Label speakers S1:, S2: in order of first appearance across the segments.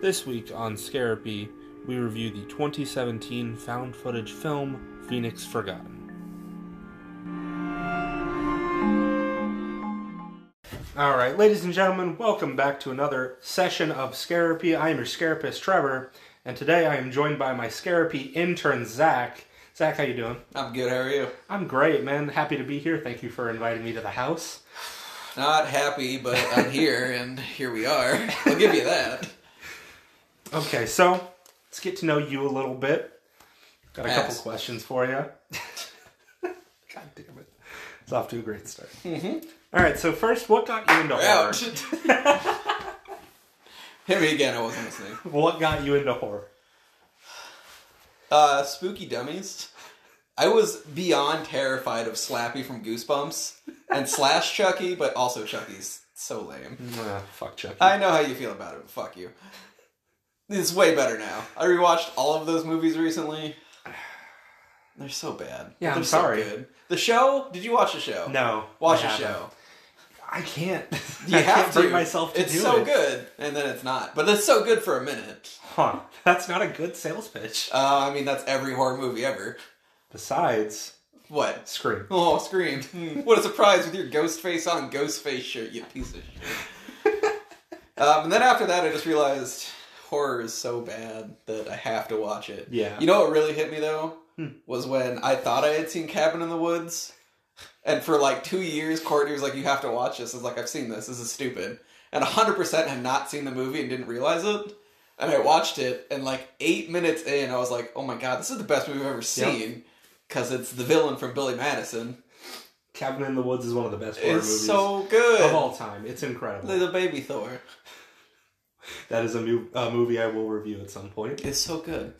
S1: This week on Scarapy, we review the 2017 found footage film Phoenix Forgotten. Alright, ladies and gentlemen, welcome back to another session of Scarapy. I am your Scarapist Trevor, and today I am joined by my Scarapy intern Zach. Zach, how you doing?
S2: I'm good. How are you?
S1: I'm great, man. Happy to be here. Thank you for inviting me to the house.
S2: Not happy, but I'm here, and here we are. I'll give you that.
S1: Okay, so let's get to know you a little bit. Got a couple
S2: Pass.
S1: questions for you. God damn it. It's off to a great start. Mm-hmm. right, so first, what got you into horror?
S2: Ouch. Hit me again. I wasn't listening.
S1: What got you into horror?
S2: Uh, spooky dummies. I was beyond terrified of Slappy from Goosebumps and slash Chucky, but also Chucky's so lame.
S1: Uh, fuck Chucky.
S2: I know how you feel about it. But fuck you. It's way better now. I rewatched all of those movies recently. They're so bad.
S1: Yeah, I'm
S2: They're so
S1: sorry.
S2: good. The show? Did you watch the show?
S1: no.
S2: Watch
S1: I
S2: the
S1: haven't.
S2: show.
S1: I can't.
S2: You
S1: I
S2: have
S1: can't
S2: to
S1: bring myself to
S2: It's
S1: do
S2: so
S1: it.
S2: good, and then it's not. But it's so good for a minute.
S1: Huh. That's not a good sales pitch.
S2: Uh, I mean, that's every horror movie ever.
S1: Besides,
S2: What?
S1: Scream.
S2: Oh, Scream! Hmm, what a surprise with your ghost face on, ghost face shirt, you piece of shit. um, and then after that, I just realized horror is so bad that I have to watch it.
S1: Yeah.
S2: You know what really hit me though
S1: Hmm.
S2: was when I thought I had seen Cabin in the Woods, and for like two years, Courtney was like, "You have to watch this." I was like, "I've seen this. This is stupid," and hundred percent had not seen the movie and didn't realize it. And I watched it, and like eight minutes in, I was like, "Oh my god, this is the best movie I've ever seen," because it's the villain from Billy Madison.
S1: Cabin in the Woods is one of the best horror
S2: it's
S1: movies
S2: so
S1: of
S2: good.
S1: all time. It's
S2: The
S1: incredible.
S2: the baby Thor.
S1: That is a, mu- a movie I will review at some point.
S2: It's so good.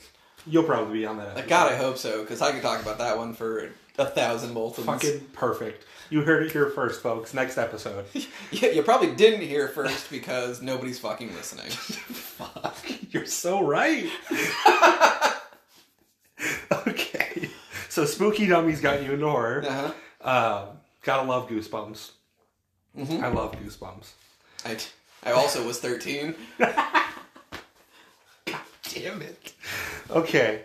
S1: You'll probably be on that.
S2: Like,
S1: episode.
S2: God, I hope so, because I could talk about that one for a thousand Boltons.
S1: Fucking perfect. You heard it here first, folks. Next episode.
S2: Yeah, you probably didn't hear first because nobody's fucking listening.
S1: Fuck. You're so right. okay. So Spooky Dummies got you into horror.
S2: Uh-huh.
S1: Um, gotta love Goosebumps.
S2: Mhm.
S1: I love Goosebumps.
S2: I, I also was 13.
S1: Damn it. Okay.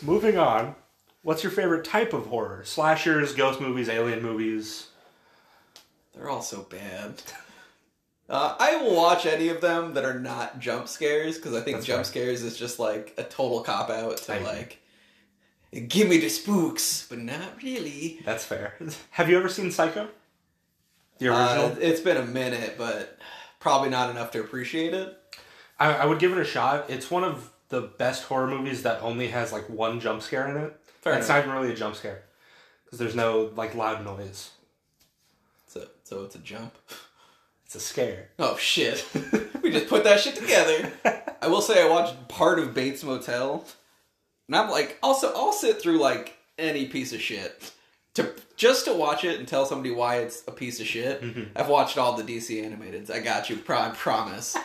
S1: Moving on. What's your favorite type of horror? Slashers, ghost movies, alien movies?
S2: They're all so bad. Uh, I will watch any of them that are not jump scares because I think
S1: That's
S2: jump
S1: fair.
S2: scares is just like a total cop out to
S1: I agree.
S2: like, give me the spooks, but not really.
S1: That's fair. Have you ever seen Psycho? The original?
S2: Uh, it's been a minute, but probably not enough to appreciate it.
S1: I, I would give it a shot. It's one of the best horror movies that only has like one jump scare in it.
S2: Fair
S1: it's not even really a jump scare because there's no like loud noise.
S2: So, so it's a jump.
S1: It's a scare.
S2: Oh shit. we just put that shit together. I will say I watched part of Bates Motel. And I'm like, also I'll sit through like any piece of shit. To just to watch it and tell somebody why it's a piece of shit. I've watched all the DC animated. I got you, pro- I promise.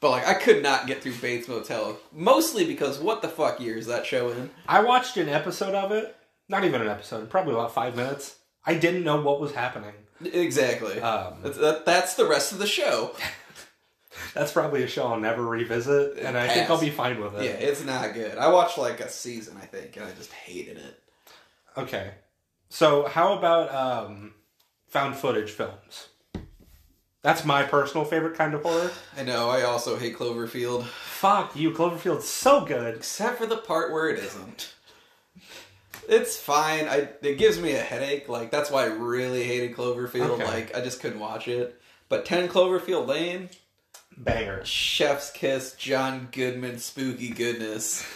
S2: but like I could not get through Bates Motel. Mostly because what the fuck year is that show in?
S1: I watched an episode of it. Not even an episode. Probably about five minutes. I didn't know what was happening.
S2: Exactly.
S1: Um,
S2: that's, that, that's the rest of the show.
S1: that's probably a show I'll never revisit, and I think
S2: Pass.
S1: I'll be fine with it.
S2: yeah, it's not good. I watched like a season, I think, and I just hated it.
S1: Okay. So how about um, found footage films? That's my personal favorite kind of horror.
S2: I know. I also hate Cloverfield,
S1: Fuck you, Cloverfield's so good.
S2: except for the part where it isn't. It's fine. I it gives me a headache. Like that's why I really hated Cloverfield.
S1: Okay.
S2: Like I just couldn't watch it. But Ten Cloverfield Lane,
S1: Banger.
S2: Chef's Kiss, John Goodman, spooky goodness.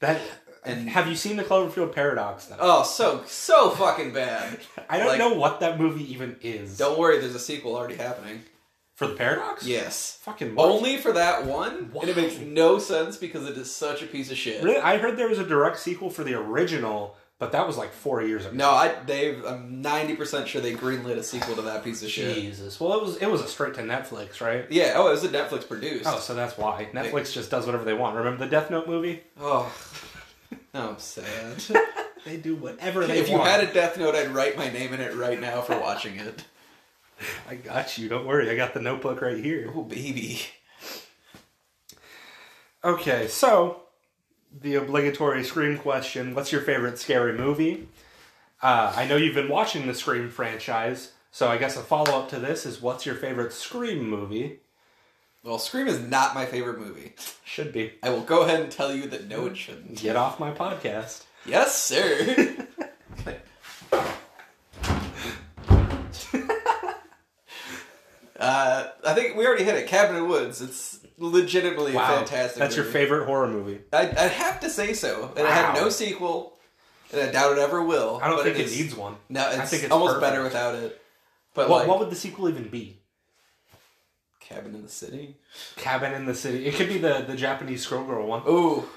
S1: That and
S2: And-
S1: have you seen the Cloverfield Paradox? Though
S2: Oh, so so fucking bad.
S1: I don't
S2: like-
S1: know what that movie even is.
S2: Don't worry, there's a sequel already happening.
S1: For the Paradox?
S2: Yes.
S1: Fucking what?
S2: Only for that one, and it
S1: Why?
S2: makes no sense because it is such a piece of shit.
S1: Really? I heard there was a direct sequel for the original, but that was like four years ago.
S2: No, I they've I'm ninety percent sure they greenlit a sequel to that piece of shit.
S1: Jesus. Well, it was it was a straight to Netflix, right?
S2: Yeah, oh, it was a Netflix produced.
S1: Oh, so that's why Netflix just does whatever they want. Remember the Death Note movie?
S2: Oh, I'm sad.
S1: They do whatever
S2: if you had a Death Note, I'd write my name in it right now for watching it.
S1: Oh, I got you. Don't worry. I got the notebook right here.
S2: Oh, baby.
S1: Okay, so the obligatory Scream question What's your favorite scary movie? Uh, I know you've been watching the Scream franchise, so I guess a follow up to this is What's your favorite Scream movie?
S2: Well, Scream is not my favorite movie.
S1: Should be.
S2: I will go ahead and tell you that no, it shouldn't.
S1: Get off my podcast.
S2: Yes, sir. uh, I think we already hit it. Cabin in the Woods. It's legitimately a fantastic.
S1: That's your
S2: movie.
S1: favorite horror movie.
S2: I, I'd have to say so. And it had
S1: Wow.
S2: no sequel, and I doubt it ever will.
S1: I don't
S2: but
S1: think it
S2: is-
S1: needs one.
S2: No, it's,
S1: think it's
S2: almost
S1: perfect.
S2: better without it. But
S1: What,
S2: like
S1: what would the sequel even be?
S2: Cabin in the City.
S1: Cabin in the City. It could be the, the Japanese Girl one.
S2: Ooh,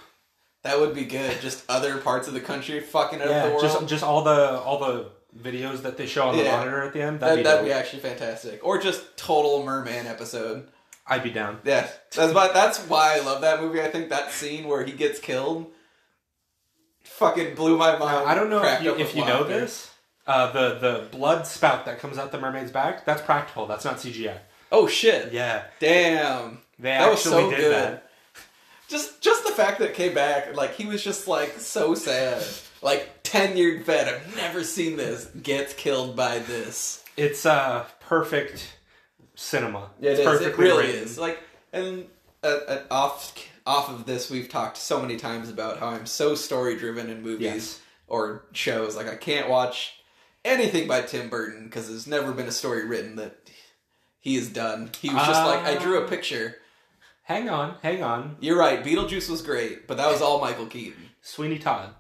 S2: that would be good. Just other parts of the country fucking up the
S1: Yeah,
S2: world.
S1: just just all the all the videos that they show on the
S2: Yeah.
S1: monitor at the end. That'd
S2: that,
S1: be,
S2: that'd
S1: dope.
S2: be actually fantastic. Or just total merman episode.
S1: I'd be down.
S2: Yeah, that's why. That's why I love that movie. I think that scene where he gets killed fucking blew my mind.
S1: Now, Uh, I don't know if
S2: Cracked
S1: you,
S2: up
S1: if
S2: with
S1: you know
S2: laughter.
S1: this. Uh, the the blood spout that comes out the mermaid's back. That's practical. That's not CGI.
S2: Oh shit!
S1: Yeah,
S2: Damn.
S1: they
S2: That was
S1: actually
S2: so
S1: did
S2: good.
S1: that.
S2: Just just the fact that it came back, like he was just like so sad. Like tenured vet, I've never seen this. Gets killed by this.
S1: It's uh perfect cinema.
S2: Yeah,
S1: it's
S2: it, is. it
S1: perfectly
S2: really
S1: written.
S2: is. Like, and uh, uh, off off of this, we've talked so many times about how I'm so story driven in movies
S1: Yes.
S2: or shows. Like, I can't watch anything by Tim Burton because there's never been a story written that he has done. He was just like, I
S1: Ah.
S2: drew a picture.
S1: Hang on, hang on.
S2: You're right. Beetlejuice was great, but that was all Michael Keaton.
S1: Sweeney Todd.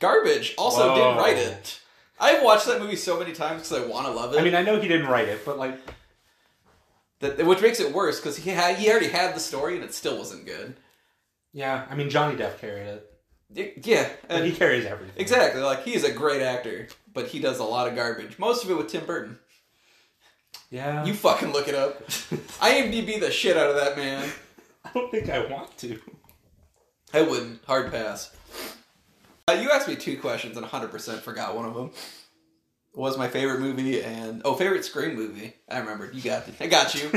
S2: Garbage also
S1: Whoa.
S2: did write it. I've watched that movie so many times because I want to love it.
S1: I mean, I know he didn't write it, but like,
S2: that, which makes it worse because he had, he already had the story and it still wasn't good.
S1: yeah. I mean, Johnny Depp carried it.
S2: Y- yeah,
S1: But
S2: and-
S1: he carries everything.
S2: Exactly. Like he's a great actor, but he does a lot of garbage. Most of it with Tim Burton.
S1: Yeah.
S2: You fucking look it up. IMDb the shit out of that man.
S1: I don't think I want to.
S2: I wouldn't. Hard pass. Uh, you asked me two questions and 100% forgot one of them. What was my favorite movie and oh favorite scream movie? I remembered. You got I got you.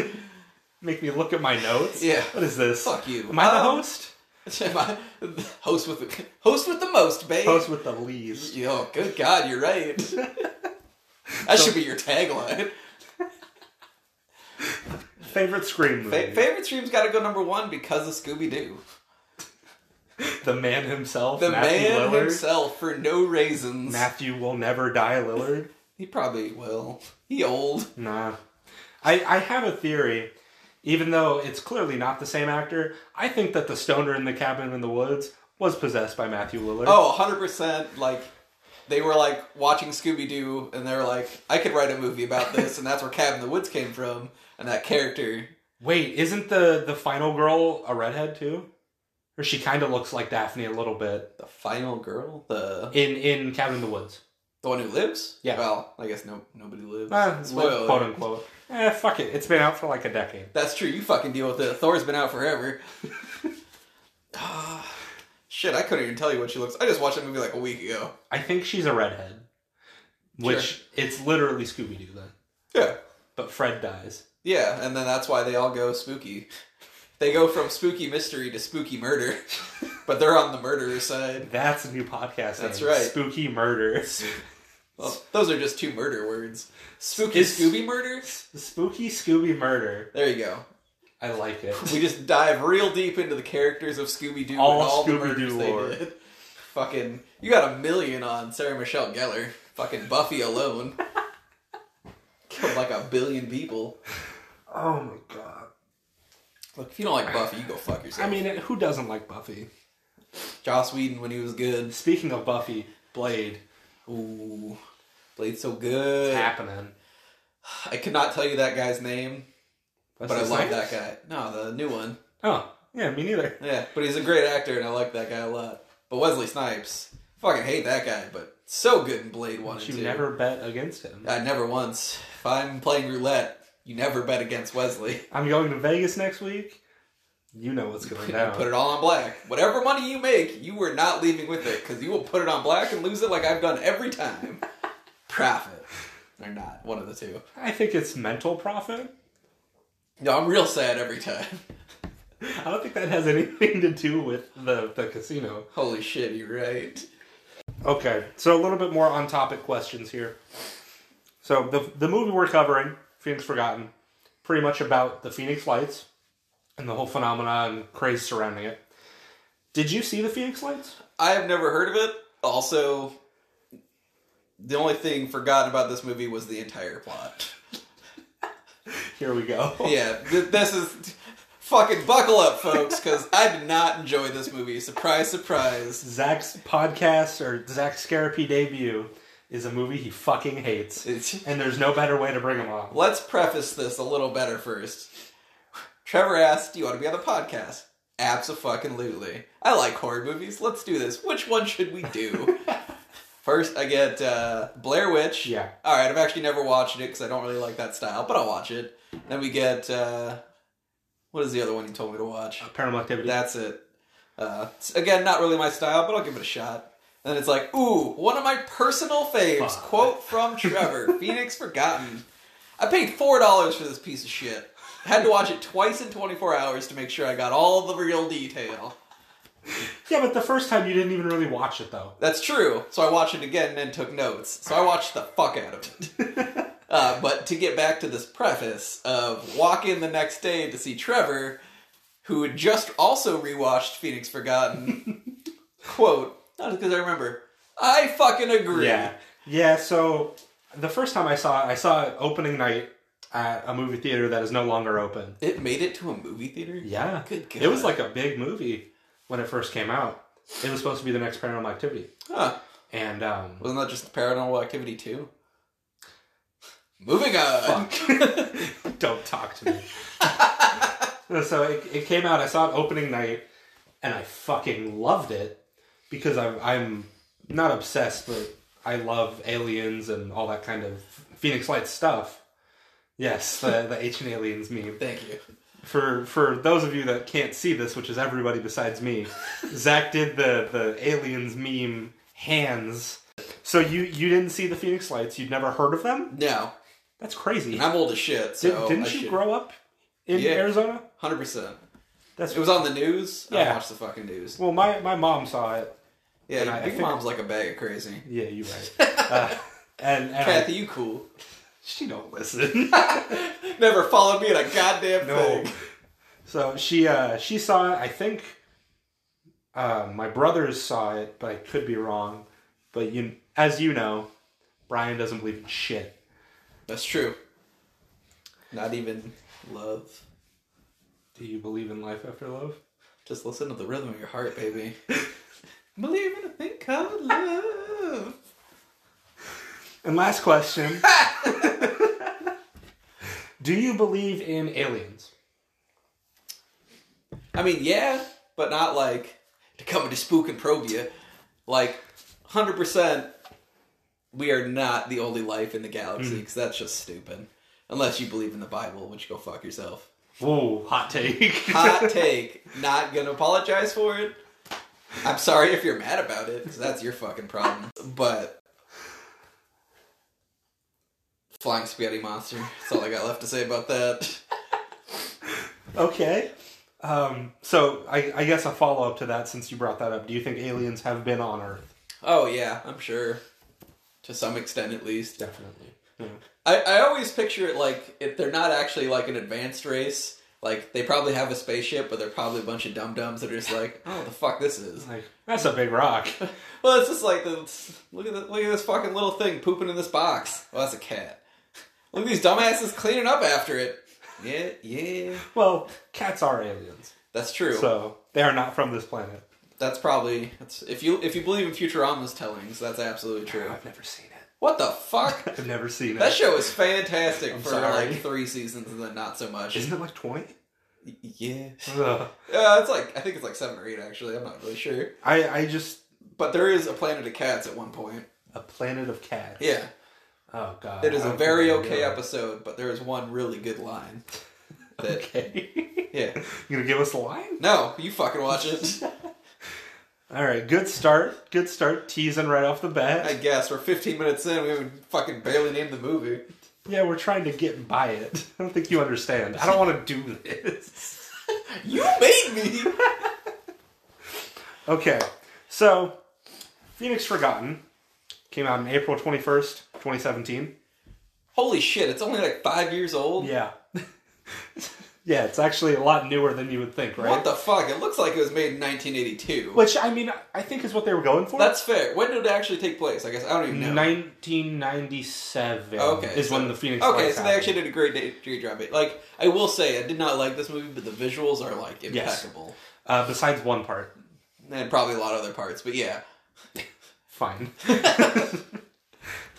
S1: Make me look at my notes.
S2: Yeah.
S1: What is this?
S2: Fuck you.
S1: Am I the
S2: Um,
S1: host?
S2: am I- host with the host with the most, babe.
S1: Host with the least.
S2: Yo, good God, you're right. that should be your tagline.
S1: Favorite Scream movie.
S2: Fa- favorite stream's got to go number one because of Scooby Doo.
S1: the man himself.
S2: The
S1: Matthew
S2: man
S1: Lillard.
S2: himself for no reasons.
S1: Matthew will never die, Lillard.
S2: He probably will. He old.
S1: nah. I, I have a theory, even though it's clearly not the same actor. I think that the stoner in the cabin in the woods was possessed by Matthew Lillard.
S2: Oh, 100% like they were like watching Scooby Doo and they were like, I could write a movie about this and that's where Cabin in the Woods came from and that character.
S1: Wait, isn't the, the final girl a redhead too? Or she kind of looks like Daphne a little bit
S2: The final girl? The
S1: in in Cabin in the Woods.
S2: the one who lives?
S1: Yeah.
S2: Well, I guess no nobody lives.
S1: Ah,
S2: Spoiler.
S1: quote unquote. Eh, fuck it. It's been out for like a decade.
S2: That's true. You fucking deal with it. Thor's been out forever. Ah, shit, I couldn't even tell you what she looks. I just watched that movie like a week ago.
S1: I think she's a redhead, which it's literally Scooby Doo then.
S2: Yeah.
S1: But Fred dies.
S2: Yeah, and then that's why they all go spooky. They go from spooky mystery to spooky murder, but they're on the murderer side.
S1: That's a new podcast.
S2: That's
S1: name,
S2: right.
S1: Spooky murder.
S2: Well, those are just two murder words. Spooky
S1: Is-
S2: Scooby murder?
S1: Spooky Scooby murder.
S2: There you go.
S1: I like it.
S2: We just dive real deep into the characters of Scooby Doo and
S1: All
S2: all the
S1: Scooby-Doo
S2: murders
S1: lore.
S2: they did. Fucking, you got a million on Sarah Michelle Gellar. Fucking Buffy alone killed like a billion people.
S1: Oh my god.
S2: Look, if you don't like Buffy, you go fuck
S1: I
S2: yourself.
S1: mean, who doesn't like Buffy?
S2: Joss Whedon when he was good.
S1: Speaking of Buffy, Blade
S2: Ooh, Blade's so good.
S1: happening.
S2: I could not tell you that guy's name,
S1: That's
S2: but I
S1: his
S2: like
S1: name?
S2: that guy. No, the new one.
S1: Oh yeah, me neither.
S2: Yeah, but he's a great actor, and I like that guy a lot. But Wesley Snipes, fucking hate that guy, but so good in Blade One and
S1: But you
S2: Two.
S1: never bet against him.
S2: I Uh, never once. If I'm playing roulette, you never bet against Wesley.
S1: I'm going to Vegas next week. You know what's going
S2: You put
S1: down.
S2: it all on black. Whatever money you make, you are not leaving with it because you will put it on black and lose it like I've done every time. Profit or not, one of the two.
S1: I think it's mental profit.
S2: No, I'm real sad every time.
S1: I don't think that has anything to do with the, the casino.
S2: Holy shit, you're right.
S1: Okay, so a little bit more on topic questions here. So the the movie we're covering, Phoenix Forgotten, pretty much about the Phoenix Lights and the whole phenomena and craze surrounding it. Did you see the Phoenix Lights?
S2: I have never heard of it. Also, the only thing forgotten about this movie was the entire plot.
S1: Here we go.
S2: yeah, th- this is fucking buckle up, folks, because I did not enjoy this movie. Surprise, surprise.
S1: Zach's podcast or Zach's Scarapy debut is a movie he fucking hates,
S2: It's-
S1: and there's no better way to bring him on.
S2: Let's preface this a little better first. Trevor asked, "Do you want to be on the podcast?" Absolutely. I like horror movies. Let's do this. Which one should we do? First, I get uh, Blair Witch.
S1: Yeah.
S2: All right, I've actually never watched it because I don't really like that style, but I'll watch it. Then we get uh, what is the other one you told me to watch?
S1: Paranormal Activity.
S2: That's it. Uh, it's, again, not really my style, but I'll give it a shot. And then it's like, ooh, one of my personal faves.
S1: Fuck.
S2: Quote from Trevor Phoenix Forgotten. I paid $4 for this piece of shit. Had to watch it twice in 24 hours to make sure I got all the real detail.
S1: yeah, but the first time you didn't even really watch it though.
S2: That's true. So I watched it again and took notes. So I watched the fuck out of it. uh, but to get back to this preface of walk in the next day to see Trevor, who had just also rewatched Phoenix Forgotten, quote, not because I remember, I fucking agree.
S1: Yeah. Yeah, so the first time I saw it, I saw it opening night at a movie theater that is no longer open.
S2: It made it to a movie theater?
S1: Yeah.
S2: Good God.
S1: It was like a big movie when it first came out. It was supposed to be the next paranormal activity.
S2: Huh.
S1: And um
S2: Wasn't that just Paranormal Activity 2? Moving on.
S1: don't talk to me. so it, it came out, I saw it opening night, and I fucking loved it because I'm I'm not obsessed, but I love aliens and all that kind of Phoenix Light stuff. Yes, the, the ancient aliens meme.
S2: Thank you.
S1: for for those of you that can't see this, which is everybody besides me, Zach did the the aliens meme hands. So you you didn't see the Phoenix Lights? You'd never heard of them?
S2: No,
S1: That's crazy.
S2: I'm old as shit,
S1: Did,
S2: so I
S1: didn't you
S2: should-
S1: grow up in
S2: Yeah.
S1: Arizona?
S2: 100%.
S1: That's
S2: It was on the news. I
S1: Yeah.
S2: watched the fucking news.
S1: well, my my mom saw it.
S2: Yeah,
S1: I- I
S2: Big
S1: think-
S2: Mom's like a bag of crazy.
S1: Yeah, you right. Uh, and and I-
S2: Kathy, you cool.
S1: she don't listen.
S2: Never followed me in a goddamn
S1: No.
S2: thing.
S1: So she uh she saw it. I think uh, my brothers saw it, but I could be wrong. But you, as you know, Brian doesn't believe in shit.
S2: That's true. Not even love.
S1: Do you believe in life after love?
S2: Just listen to the rhythm of your heart, baby. Believe in a thing called love.
S1: And last question. Do you believe in aliens?
S2: I mean, yeah, but not like to come and to spook and probe you. Like, 100%, we are not the only life in the galaxy, because that's just stupid. Unless you believe in the Bible, which go fuck yourself.
S1: Ooh, hot take.
S2: hot take. Not gonna apologize for it. I'm sorry if you're mad about it, 'cause that's your fucking problem. But flying spaghetti monster. That's all I got left to say about that.
S1: okay. Um, so I, I guess a follow up to that, since you brought that up, do you think aliens have been on Earth?
S2: Oh yeah, I'm sure. To some extent, at least.
S1: Definitely.
S2: I, I always picture it like if they're not actually like an advanced race. Like they probably have a spaceship, but they're probably a bunch of dum dums that are just like, oh, the fuck this is.
S1: Like that's a big rock.
S2: Well, it's just like the, look at the, look at this fucking little thing pooping in this box. Well, that's a cat. Look at these dumbasses cleaning up after it. Yeah, yeah,
S1: Well, cats are aliens.
S2: that's true.
S1: So they are not from this planet.
S2: That's probably that's if you if you believe in Futurama's tellings, that's absolutely true.
S1: I've never seen it.
S2: What the fuck?
S1: I've never seen
S2: That
S1: it.
S2: show is fantastic for
S1: sorry.
S2: like three seasons and then not so much.
S1: Isn't it like twenty?
S2: Y- Yeah,
S1: Ugh.
S2: uh, it's like I think it's like seven or eight actually. I'm not really sure,
S1: I I just
S2: but there is a Planet of Cats at one point.
S1: a planet of cats.
S2: Yeah,
S1: Oh god.
S2: it is
S1: I
S2: a
S1: don't
S2: very
S1: think I
S2: okay
S1: know.
S2: episode, but there is one really good line. That
S1: Okay.
S2: yeah.
S1: you gonna give us a line?
S2: No, you fucking watch it.
S1: All right. Good start. Good start. Teasing right off the bat.
S2: I guess we're 15 minutes in. We haven't fucking barely named the movie.
S1: yeah, we're trying to get by it. I don't think you understand. I don't want to do this.
S2: You made me.
S1: Okay, so Phoenix Forgotten came out on April 21st, 2017.
S2: Holy shit! It's only like five years old.
S1: Yeah. yeah, it's actually a lot newer than you would think, right?
S2: What the fuck? It looks like it was made in 1982.
S1: Which, I mean, I think is what they were going for.
S2: That's fair. When did it actually take place? I guess I don't even know.
S1: 1997
S2: Okay,
S1: is
S2: so-
S1: when the Phoenix
S2: Okay,
S1: Lights
S2: so they
S1: happened.
S2: actually did a great day, day job. Like I will say, I did not like this movie, but the visuals are like impeccable,
S1: Uh, besides one part.
S2: and probably a lot of other parts. But yeah,
S1: Fine.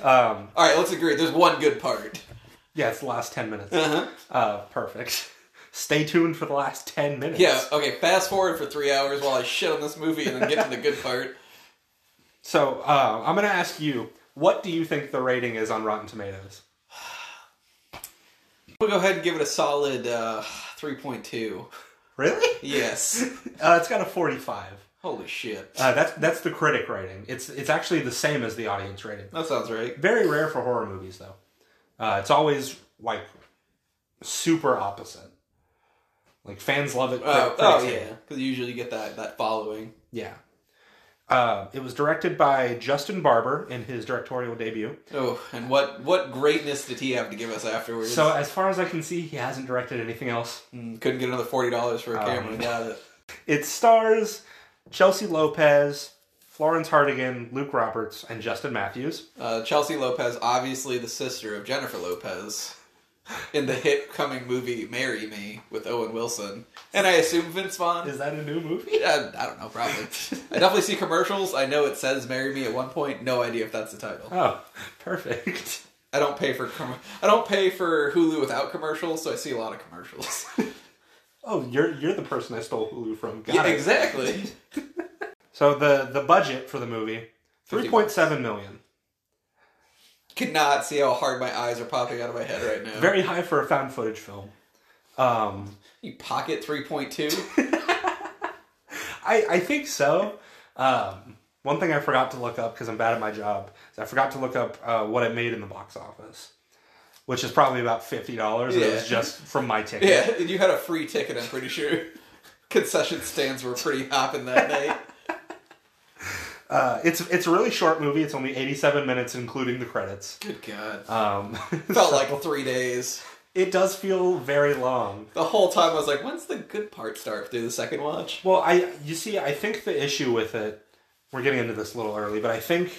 S1: um,
S2: all right, let's agree. There's one good part.
S1: yeah, it's the last 10 minutes.
S2: Uh-huh.
S1: Uh, perfect. Stay tuned for the last 10 minutes.
S2: Yeah. Okay. Fast forward for three hours while I shit on this movie, and then get to the good part.
S1: So, uh, I'm going to ask you, what do you think the rating is on Rotten Tomatoes?
S2: We'll go ahead and give it a solid uh, 3.2.
S1: Really?
S2: Yes.
S1: Uh, it's got a 45.
S2: Holy shit.
S1: Uh, that's that's the critic rating. It's it's actually the same as the audience rating.
S2: That sounds right.
S1: Very rare for horror movies though. Uh, it's always like super opposite. Like fans love it.
S2: Oh,
S1: crit-
S2: oh
S1: critics hate
S2: yeah, because usually you get that that following.
S1: it. yeah. Uh, it was directed by Justin Barber in his directorial debut.
S2: Oh, and what what greatness did he have to give us afterwards?
S1: So as far as I can see, he hasn't directed anything else.
S2: Mm, couldn't get another forty dollars for a camera. Got it.
S1: It stars Chelsea Lopez, Florence Hardigan, Luke Roberts, and Justin Matthews.
S2: Uh, Chelsea Lopez, obviously the sister of Jennifer Lopez, in the hit coming movie "Marry Me" with Owen Wilson, and I assume Vince Vaughn. Uh,
S1: Is that a new movie?
S2: I, I don't know, probably. I definitely see commercials. I know it says "Marry Me" at one point. No idea if that's the title.
S1: Oh, perfect.
S2: I don't pay for com- I don't pay for Hulu without commercials, so I see a lot of commercials.
S1: Oh, you're you're the person I stole Hulu from. Got
S2: yeah,
S1: it.
S2: exactly.
S1: So the the budget for the movie three point seven million.
S2: Could not see how hard my eyes are popping out of my head right now.
S1: Very high for a found footage film. Um,
S2: you pocket three point two.
S1: I I think so. Um, one thing I forgot to look up because I'm bad at my job is I forgot to look up uh, what it made in the box office, which is probably about fifty dollars. and It was
S2: Yeah.
S1: just from my ticket.
S2: Yeah, and you had a free ticket, I'm pretty sure. Concession stands were pretty hopping that night.
S1: Uh, it's it's a really short movie. It's only eighty seven minutes, including the credits.
S2: Good God.
S1: Um,
S2: Uh, Felt like three days.
S1: it does feel very long.
S2: The whole time I was like, when's the good part start through the second watch?
S1: Well, I you see, I think the issue with it, we're getting into this a little early, but I think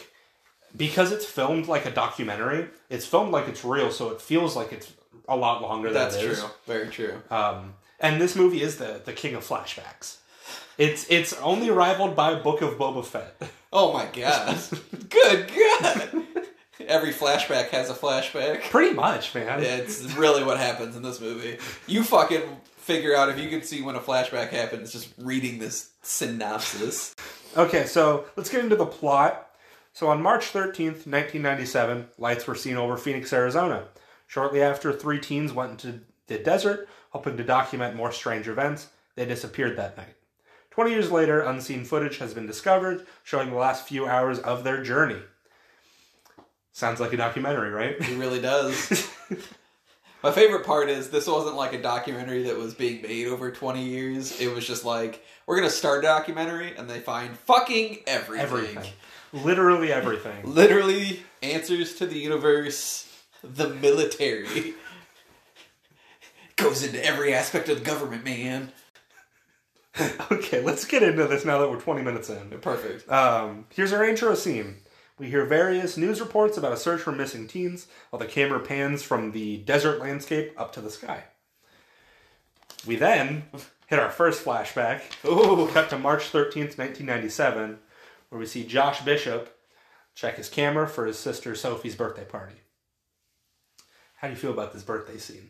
S1: because it's filmed like a documentary, it's filmed like it's real, so it feels like it's a lot longer than
S2: That's
S1: it is.
S2: true. Very true.
S1: Um, and this movie is the the king of flashbacks. It's it's only rivaled by Book of Boba Fett.
S2: Oh my God. good God. Every flashback has a flashback.
S1: Pretty much, man.
S2: It's really what happens in this movie. You fucking figure out if you can see when a flashback happens just reading this synopsis.
S1: Okay, so let's get into the plot. So on March 13th, 1997, lights were seen over Phoenix, Arizona. Shortly after, three teens went into the desert, hoping to document more strange events. They disappeared that night. 20 years later, unseen footage has been discovered, showing the last few hours of their journey. Sounds like a documentary, right?
S2: He really does. My favorite part is this wasn't like a documentary that was being made over 20 years. It was just like, we're going to start a documentary, and they find fucking everything.
S1: Everything. Literally everything.
S2: Literally, answers to the universe, the military. Goes into every aspect of the government, man.
S1: Okay, let's get into this now that we're 20 minutes in.
S2: Perfect.
S1: Um, here's our intro scene. We hear various news reports about a search for missing teens, while the camera pans from the desert landscape up to the sky. We then hit our first flashback,
S2: Ooh.
S1: cut to March 13th, 1997, where we see Josh Bishop check his camera for his sister Sophie's birthday party. How do you feel about this birthday scene?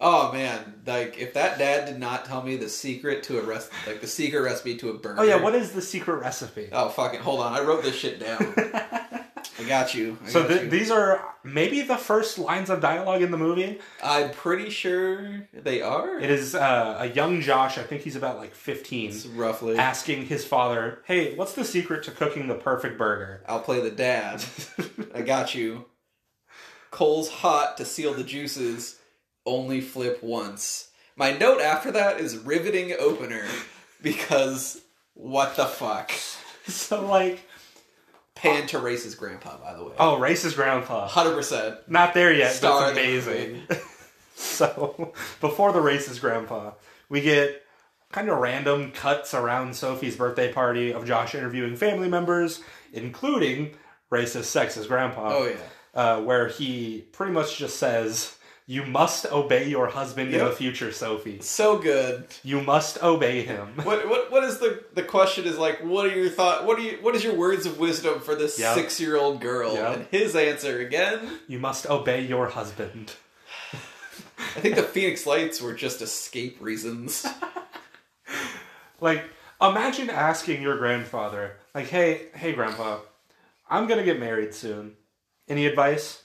S2: Oh man, like if that dad did not tell me the secret to a rest, like the secret recipe to a burger.
S1: Oh, yeah, what is the secret recipe?
S2: Oh fucking hold on, I wrote this shit down. I got you. I
S1: So
S2: got
S1: th-
S2: you.
S1: these are maybe the first lines of dialogue in the movie.
S2: I'm pretty sure they are.
S1: It is uh, a young Josh, I think he's about like 15,
S2: It's roughly.
S1: asking his father, Hey, what's the secret to cooking the perfect burger?
S2: I'll play the dad. I got you. Coals hot to seal the juices. Only flip once. My note after that is riveting opener because what the fuck?
S1: So like,
S2: Pan to race's grandpa, by the way.
S1: oh, racist grandpa.
S2: Hundred percent.
S1: Not there yet.
S2: Star
S1: That's
S2: of the
S1: amazing.
S2: movie.
S1: so before the racist grandpa, we get kind of random cuts around Sophie's birthday party of Josh interviewing family members, including racist sexist grandpa.
S2: Oh yeah.
S1: uh, where he pretty much just says, "You must obey your husband in
S2: Yep.
S1: the future, Sophie.
S2: So good.
S1: You must obey him."
S2: What what what is the the question is like what are your thought what are you what is your words of wisdom for this
S1: Yeah.
S2: six year old girl?
S1: Yeah.
S2: And his answer again
S1: You must obey your husband.
S2: I think the Phoenix lights were just escape reasons.
S1: Like, imagine asking your grandfather, like, "Hey, hey, grandpa, I'm gonna get married soon. Any advice?"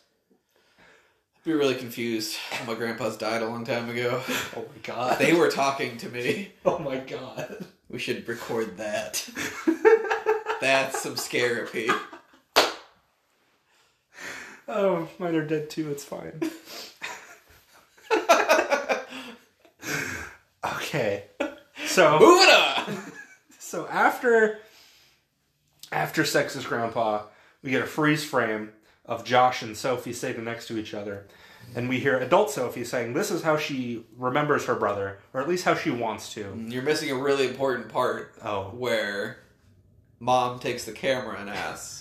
S2: I'd be really confused. My grandpa's died a long time ago. Uh,
S1: Oh my god.
S2: They were talking to me.
S1: oh my god.
S2: We should record that. That's some scarapy.
S1: Oh, mine are dead too. It's fine. okay. So.
S2: Moving on.
S1: So after after Sexist Grandpa, we get a freeze frame of Josh and Sophie sitting next to each other. And we hear adult Sophie saying, This is how she remembers her brother, or at least how she wants to.
S2: You're missing a really important part
S1: Oh.
S2: where mom takes the camera and asks,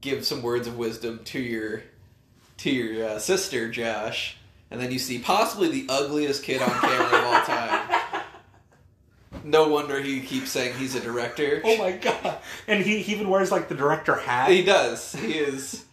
S2: "Give some words of wisdom to your to your uh, sister, Josh," and then you see possibly the ugliest kid on camera of all time. No wonder he keeps saying he's a director.
S1: Oh my god. And he, he even wears like the director hat.
S2: He does. He is.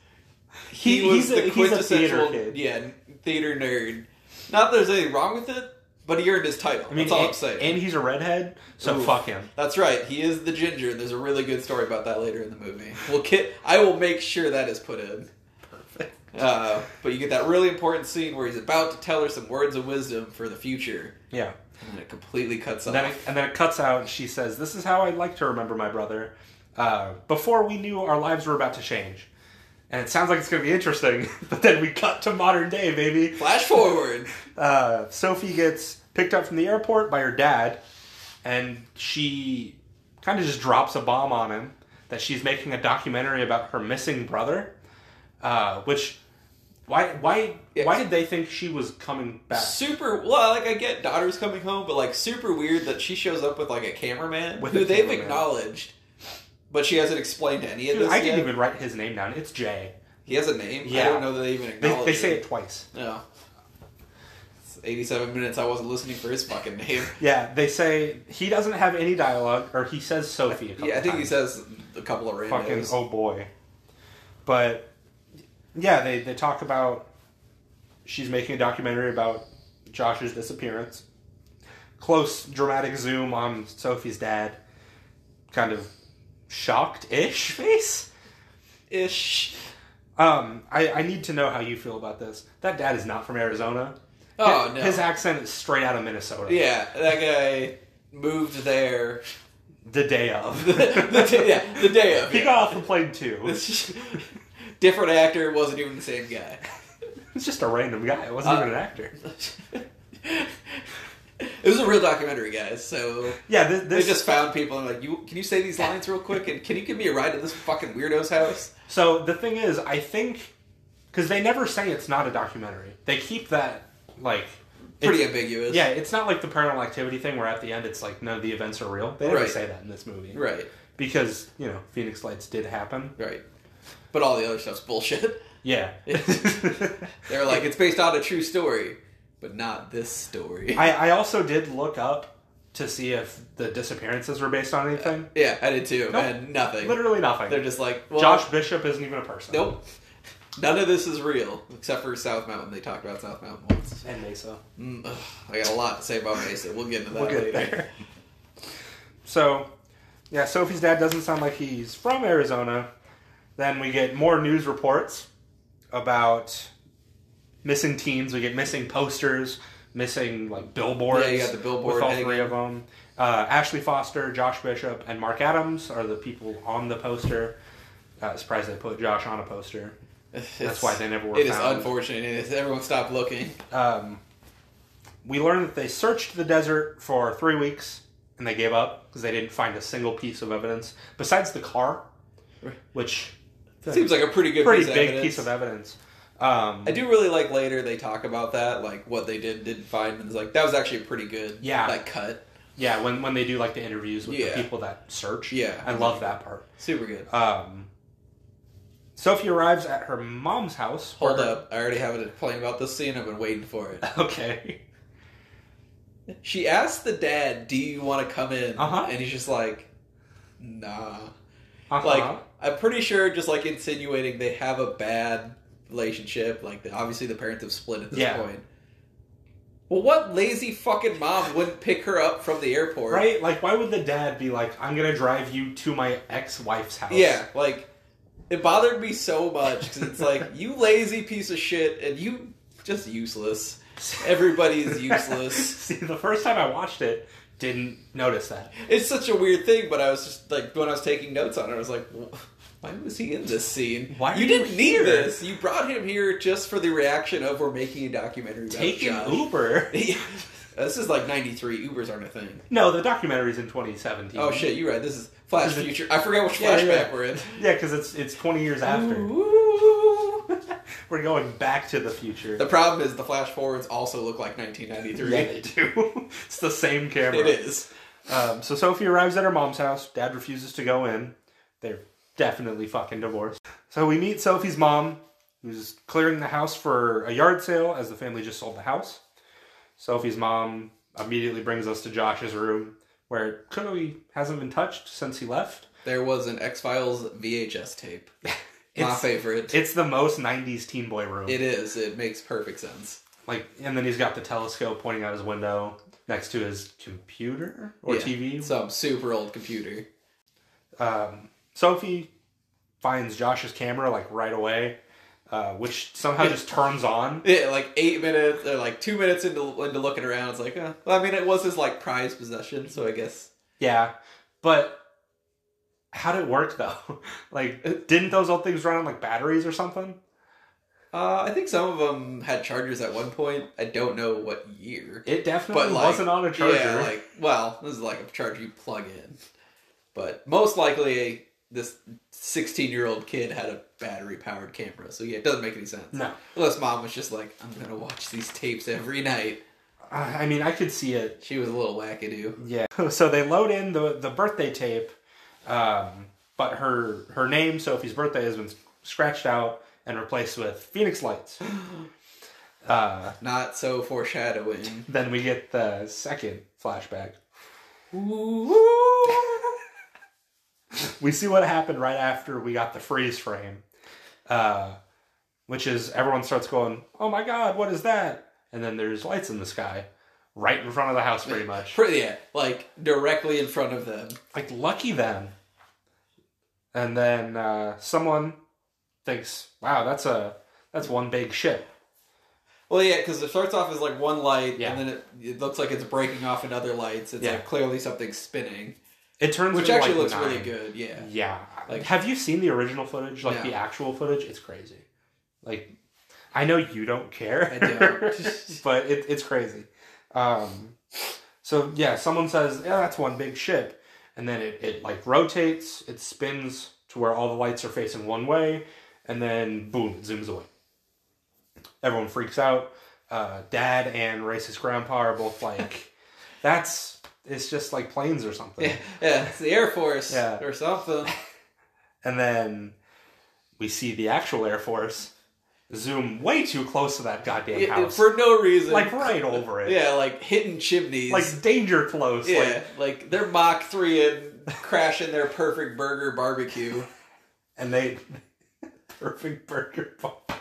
S2: He,
S1: He-
S2: was
S1: he's a-
S2: the
S1: he's a
S2: quintessential
S1: theater kid.
S2: yeah theater nerd. Not that there's anything wrong with it, but he earned his title.
S1: I mean,
S2: That's all
S1: and,
S2: I'm saying.
S1: and he's a redhead, so
S2: Oof.
S1: fuck him.
S2: That's right. He is the ginger. There's a really good story about that later in the movie. Well, kid, I will make sure that is put in.
S1: Perfect.
S2: Uh, but you get that really important scene where he's about to tell her some words of wisdom for the future,
S1: Yeah.
S2: and then it completely cuts off.
S1: And then, it, and then it cuts out, and she says, This is how I'd like to remember my brother. Uh, before we knew our lives were about to change. And it sounds like it's going to be interesting, but then we cut to modern day, baby.
S2: Flash forward.
S1: Uh, Sophie gets picked up from the airport by her dad, and she kind of just drops a bomb on him that she's making a documentary about her missing brother. Uh, which, why, why,
S2: Yeah.
S1: why did they think she was coming back
S2: super. Well, like I get daughter's coming home, but like super weird that she shows up with like a cameraman
S1: With
S2: who
S1: a
S2: they've
S1: cameraman.
S2: acknowledged, but she hasn't explained any of
S1: Dude,
S2: this.
S1: I
S2: yet.
S1: didn't even write his name down. It's Jay.
S2: He has a name. I
S1: Yeah.
S2: don't know that they even
S1: They,
S2: acknowledge.
S1: they say
S2: him.
S1: it twice.
S2: No. It's 87 minutes. I wasn't listening for his fucking name.
S1: Yeah, they say he doesn't have any dialogue, or he says Sophie a couple
S2: Yeah, I think he
S1: times.
S2: says a couple of random.
S1: fucking oh boy. But yeah, they they talk about she's making a documentary about Josh's disappearance. Close dramatic zoom on Sophie's dad, kind of shocked ish face.
S2: ish.
S1: Um, I, I need to know how you feel about this. That dad is not from Arizona.
S2: Oh
S1: his,
S2: no.
S1: his accent is straight out of Minnesota.
S2: yeah, that guy moved there.
S1: The day of.
S2: the, day, yeah, the day of.
S1: He
S2: Yeah.
S1: got off the plane too.
S2: Different actor wasn't even the same guy.
S1: It's just a random guy. It wasn't
S2: Uh,
S1: even an actor.
S2: it was a real documentary, guys. So
S1: Yeah, this, this
S2: they just found people and like, you can you say these lines real quick and can you give me a ride to this fucking weirdo's house?
S1: So the thing is, I think because they never say it's not a documentary. They keep that like
S2: Pretty
S1: it's-
S2: ambiguous.
S1: Yeah, it's not like the Paranormal Activity thing where at the end it's like none of the events are real. They never
S2: Right.
S1: say that in this movie
S2: Right.
S1: because you know Phoenix Lights did happen.
S2: Right. But all the other stuff's bullshit.
S1: Yeah,
S2: They're like, it's based on a true story, but not this story.
S1: I, I also did look up to see if the disappearances were based on anything.
S2: yeah, I did too,
S1: Nope.
S2: and nothing.
S1: Literally nothing.
S2: They're just like, well,
S1: Josh Bishop isn't even a person.
S2: nope. None of this is real, except for South Mountain. They talked about South Mountain once.
S1: And Mesa.
S2: Mm, ugh, I got a lot to say about Mesa. We'll get into that
S1: We'll get
S2: later.
S1: there. So, yeah, Sophie's dad doesn't sound like he's from Arizona. Then we get more news reports about missing teens. We get missing posters, missing like billboards.
S2: Yeah, you got the billboard
S1: with all
S2: hanging.
S1: three of them. Uh, Ashley Foster, Josh Bishop, and Mark Adams are the people on the poster. Uh, surprised they put Josh on a poster.
S2: It's-
S1: That's why they never were
S2: It is
S1: found.
S2: unfortunate. It is, everyone stopped looking.
S1: um, we learned that they searched the desert for three weeks and they gave up because they didn't find a single piece of evidence besides the car, which
S2: Seems like a pretty good
S1: pretty
S2: piece of
S1: big
S2: evidence.
S1: piece of evidence. Um,
S2: I do really like later they talk about that, like what they did didn't find, and it's like that was actually pretty good.
S1: Yeah.
S2: like cut,
S1: yeah, when, when they do like the interviews with
S2: Yeah.
S1: the people that search,
S2: Yeah.
S1: I love that part.
S2: super good.
S1: Um, Sophie arrives at her mom's house. where
S2: Hold
S1: her-
S2: up, I already have a complaint about this scene. I've been waiting for it.
S1: Okay.
S2: She asked the dad, "Do you want to come in?"
S1: Uh-huh.
S2: And he's just like, "Nah."
S1: Uh-huh.
S2: Like I'm pretty sure, just like insinuating they have a bad relationship. Like the, obviously the parents have split at this
S1: Yeah.
S2: point. Well, what lazy fucking mom wouldn't pick her up from the airport?
S1: right? Like, why would the dad be like, "I'm gonna drive you to my ex-wife's house"?
S2: Yeah, like it bothered me so much because it's like you lazy piece of shit and you just useless. Everybody is useless.
S1: See, the first time I watched it, didn't notice that.
S2: It's such a weird thing, but I was just like when I was taking notes on it, I was like, "Wh- why was he in this scene?
S1: Why are
S2: you
S1: you
S2: didn't
S1: here?"
S2: need this? You brought him here just for the reaction of we're making a documentary about
S1: Taking
S2: Josh."
S1: Uber.
S2: Yeah. This is like '93. Ubers aren't a thing.
S1: No, the documentary's in 2017.
S2: Oh shit, you're right. This is Flash
S1: Mm-hmm. Is it-
S2: Future. I forgot which
S1: Yeah,
S2: flashback
S1: yeah.
S2: we're in.
S1: Yeah, because it's it's 20 years after.
S2: Ooh.
S1: We're going back to the future.
S2: The problem is the flash forwards also look like 1993.
S1: yeah, they do. it's the same camera.
S2: It is.
S1: Um, so Sophie arrives at her mom's house. Dad refuses to go in. They're definitely fucking divorced. So we meet Sophie's mom, who's clearing the house for a yard sale as the family just sold the house. Sophie's mom immediately brings us to Josh's room, where it clearly hasn't been touched since he left.
S2: There was an X Files VHS tape. My
S1: It's-
S2: favorite.
S1: It's the most 90s teen boy room.
S2: it is. It makes perfect sense.
S1: like, and then he's got the telescope pointing out his window next to his computer or
S2: Yeah.
S1: TV,
S2: Some super old computer.
S1: um, Sophie finds Josh's camera like right away, uh, which somehow just turns on.
S2: Yeah, like eight minutes or like two minutes into into looking around, it's like, uh, well, I mean, it was his like prized possession, so I guess
S1: Yeah, but how did it work though? like, didn't those old things run on like batteries or something?
S2: uh, I think some of them had chargers at one point. I don't know what year.
S1: It definitely
S2: But, like,
S1: wasn't on a charger.
S2: Yeah, like well, this is like a charger you plug in, but most likely a, this sixteen-year-old kid had a battery-powered camera, so yeah, it doesn't make any sense.
S1: no,
S2: Unless mom was just like, "I'm gonna watch these tapes every night."
S1: I, I mean I could see it.
S2: She was a little wackadoo.
S1: Yeah. So they load in the the birthday tape, um, but her her name Sophie's birthday has been scratched out and replaced with Phoenix lights. Uh,
S2: Not so foreshadowing.
S1: Then we get the second flashback. We see what happened right after we got the freeze frame, uh, which is everyone starts going, "Oh my god, what is that?" And then there's lights in the sky, right in front of the house, pretty much.
S2: Pretty, yeah, like directly in front of them.
S1: like lucky them. And then uh, someone thinks, "Wow, that's a that's one big ship."
S2: Well, yeah, because it starts off as like one light,
S1: Yeah.
S2: and then it, it looks like it's breaking off in other lights. It's
S1: Yeah.
S2: like clearly something spinning,
S1: It turns
S2: which
S1: into,
S2: actually
S1: like, Mm.
S2: looks
S1: nine.
S2: really good. Yeah.
S1: Yeah.
S2: Like-
S1: Like, have you seen the original footage? Like
S2: No.
S1: the actual footage? It's crazy. Like, I know you don't care.
S2: I don't.
S1: but it, it's crazy. Um, so yeah, someone says, "Yeah, that's one big ship," and then it, it like rotates, it spins to where all the lights are facing one way, and then boom, it zooms away. Everyone freaks out. Uh, Dad and racist grandpa are both like, "That's it's just like planes or something."
S2: Yeah, yeah, it's the Air Force
S1: Yeah.
S2: or something.
S1: And then we see the actual Air Force zoom way too close to that goddamn
S2: It- it-
S1: house.
S2: for no reason.
S1: like right over it.
S2: yeah, like hidden chimneys.
S1: Like danger close.
S2: yeah,
S1: Like
S2: like, they're Mach three and crashing their perfect burger barbecue.
S1: and they perfect burger barbecue.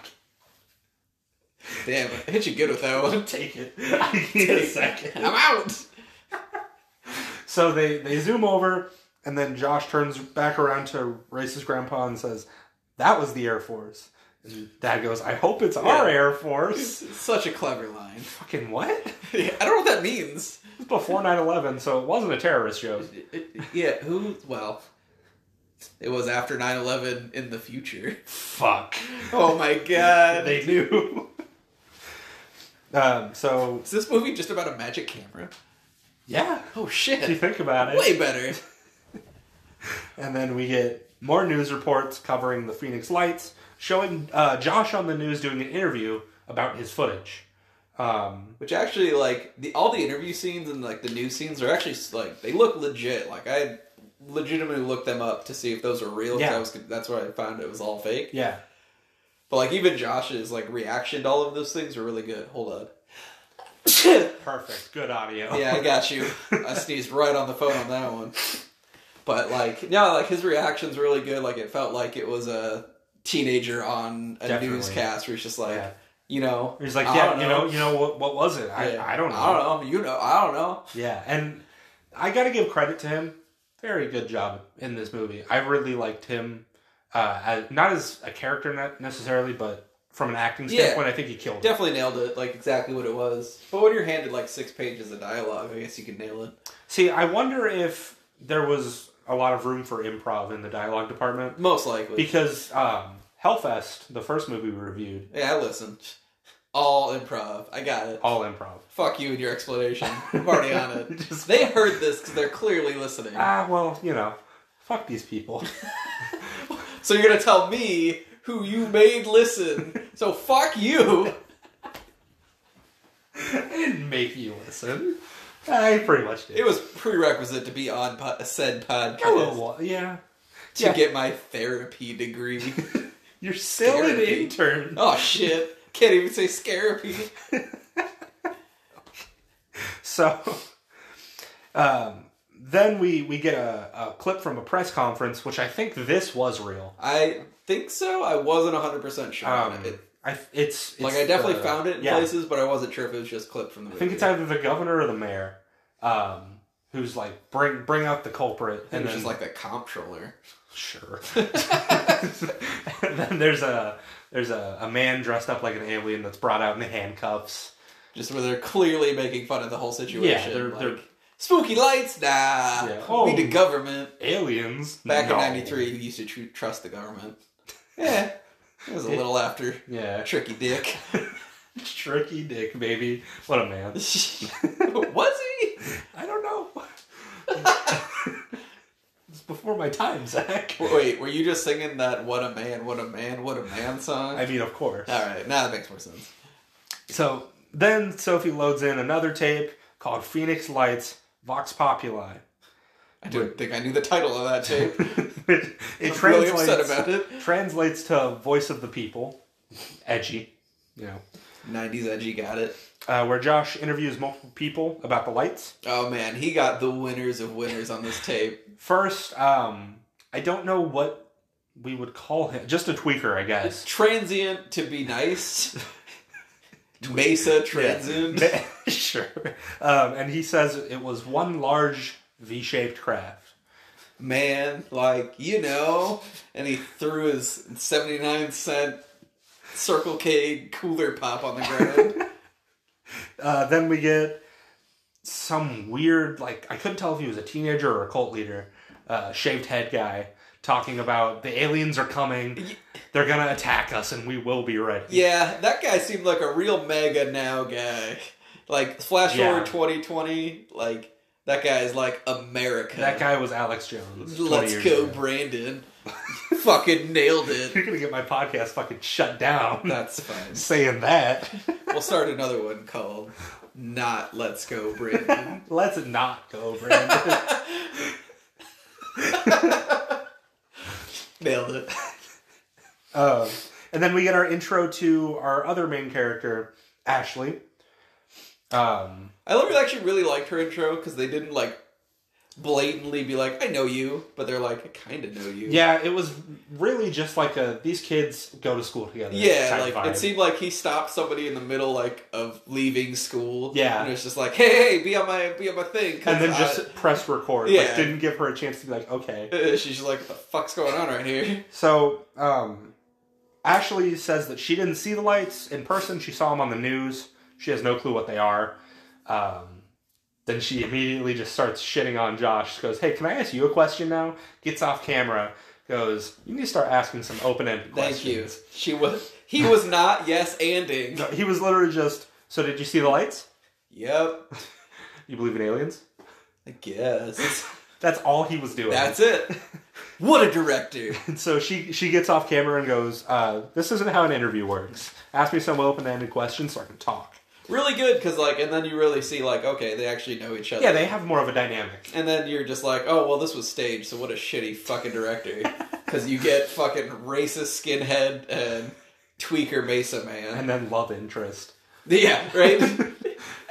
S2: Damn, I hit you good with that one.
S1: Take it. I need a second.
S2: I'm out.
S1: So they, they zoom over and then Josh turns back around to racist grandpa and says, That was the Air Force. And Dad goes, I hope it's our
S2: Yeah.
S1: Air Force.
S2: Such a clever line.
S1: Fucking what?
S2: Yeah, I don't know what that means.
S1: It was before 9-11, so it wasn't a terrorist joke.
S2: It- it- yeah, who? Well, it was after 9/11 in the future.
S1: Fuck.
S2: Oh my god.
S1: they knew. Um, so
S2: Is this movie just about a magic camera?
S1: yeah,
S2: Oh
S1: if you
S2: shit!
S1: think about it,
S2: Way better.
S1: and then we get more news reports covering the Phoenix Lights, showing uh, Josh on the news doing an interview about his footage. Um,
S2: Which actually, like the all the interview scenes and like the news scenes are actually like they look legit. Like I legitimately looked them up to see if those were real. 'cause
S1: Yeah.
S2: I was, that's where I found it was all fake.
S1: yeah,
S2: But like even Josh's like reaction to all of those things were really good. Hold on.
S1: perfect, good audio.
S2: yeah, I got you. I sneezed right on the phone on that one. But like, no, like his reaction's really good. Like it felt like it was a teenager on a
S1: Definitely.
S2: newscast where he's just like,
S1: Yeah.
S2: you know,
S1: He's like,
S2: I
S1: yeah,
S2: don't
S1: you know, you know what? What was it? I,
S2: Yeah.
S1: I don't know.
S2: I don't know. You know, I don't know.
S1: Yeah, and I got to give credit to him. Very good job in this movie. I really liked him, uh, as, not as a character ne- necessarily, but from an acting
S2: Yeah.
S1: standpoint, I think he killed it.
S2: Definitely nailed it. Like exactly what it was. But when you're handed like six pages of dialogue, I guess you could nail it.
S1: See, I wonder if there was a lot of room for improv in the dialogue department
S2: Most likely.
S1: because um, Hellfest, the first movie we reviewed,
S2: yeah, I listened. All improv. I got it.
S1: all improv.
S2: Fuck you and your explanation. I'm already on it.
S1: Just-
S2: They heard this because they're clearly listening.
S1: ah, well, you know, fuck these people.
S2: So you're gonna tell me who you made listen. So fuck you.
S1: I didn't make you listen. I pretty much did.
S2: It was prerequisite to be on po- said
S1: a little,
S2: podcast
S1: wa- yeah.
S2: to
S1: yeah.
S2: get my therapy degree.
S1: You're still an
S2: Therapy.
S1: intern.
S2: oh shit! Can't even say scarapy.
S1: So um, then we we get a, a clip from a press conference, which I think this was real.
S2: I think so. I wasn't 100 percent sure
S1: Um,
S2: on it.
S1: I, it's, it's
S2: Like I definitely
S1: the-
S2: found it in
S1: yeah.
S2: places, but I wasn't sure if it was just clip from the movie.
S1: I think it's either the governor or the mayor, um, who's like bring bring out the culprit,
S2: and
S1: and
S2: it's
S1: then
S2: just like the comptroller.
S1: sure. and then there's a there's a, a man dressed up like an alien that's brought out in handcuffs.
S2: Just where they're clearly making fun of the whole situation.
S1: they're-
S2: like,
S1: they're-
S2: spooky lights, nah.
S1: Yeah. Oh.
S2: We the government.
S1: Aliens
S2: Back
S1: No.
S2: in '93, you used to tr- trust the government. Yeah, it was a little after
S1: Yeah,
S2: tricky dick.
S1: tricky dick baby. What a man.
S2: was he?
S1: I don't know. it's before my time, Zach.
S2: Wait, were you just singing that "What a Man, What a Man, What a Man" song?
S1: I mean, of course.
S2: All right, now that makes more sense.
S1: So then Sophie loads in another tape called Phoenix Lights Vox Populi.
S2: I didn't think I knew the title of that tape.
S1: it it
S2: I'm really upset
S1: translates,
S2: about it.
S1: translates to Voice of the People. Edgy. You know.
S2: '90s edgy got it.
S1: Uh, where Josh interviews multiple people about the lights.
S2: Oh man, he got the winners of winners on this tape.
S1: First, um, I don't know what we would call him. Just a tweaker, I guess.
S2: Transient to be nice. Mesa transient.
S1: sure. Um, and he says it was one large V-shaped craft.
S2: man, like, you know. And he threw his 79 cent Circle K cooler pop on the ground.
S1: Uh, then we get some weird, like I couldn't tell if he was a teenager or a cult leader, uh, shaved head guy talking about the aliens are coming, they're gonna attack us, and we will be ready.
S2: yeah, that guy seemed like a real mega now guy. Like, flash
S1: Yeah.
S2: forward 2020, like, that guy is like America.
S1: That guy was Alex Jones. 20
S2: Let's
S1: years
S2: go,
S1: ago.
S2: Brandon. Fucking nailed it.
S1: You're gonna get my podcast fucking shut down
S2: That's fine.
S1: saying that.
S2: We'll start another one called Not Let's Go, Brandon.
S1: Let's not go, Brandon.
S2: Nailed it.
S1: Um, and then we get our intro to our other main character, Ashley. Um,
S2: I literally actually really liked her intro because they didn't like blatantly be like, "I know you," but they're like, "I kind of know you."
S1: yeah, it was really just like a these kids go to school together.
S2: yeah.
S1: type
S2: Like
S1: vibe.
S2: it seemed like he stopped somebody in the middle like of leaving school.
S1: Yeah.
S2: and it's just like, "Hey, hey, be on my be on my thing," 'cause
S1: and then
S2: I-
S1: just press record.
S2: Yeah.
S1: Like, didn't give her a chance to be like, okay.
S2: Uh, she's just like, "What the fuck's going on right here?"
S1: So, um, Ashley says that she didn't see the lights in person. She saw them on the news. She has no clue what they are. Um, then she immediately just starts shitting on Josh. She Goes, hey, can I ask you a question now? Gets off camera. Goes, you need to start asking some open ended
S2: Thank you.
S1: questions.
S2: She was. He was not yes anding.
S1: He was literally just, So did you see the lights?
S2: Yep.
S1: You believe in aliens?
S2: I guess.
S1: That's all he was doing.
S2: That's it. What a director.
S1: And so she she gets off camera and goes, uh, "This isn't how an interview works. Ask me some open-ended questions so I can talk."
S2: Really good, because, like, and then you really see, like, okay, they actually know each other.
S1: Yeah, they have more of a dynamic.
S2: And then you're just like, oh, well, this was staged, so what a shitty fucking director. Because you get fucking racist skinhead and tweaker Mesa man.
S1: And then love interest.
S2: yeah, right?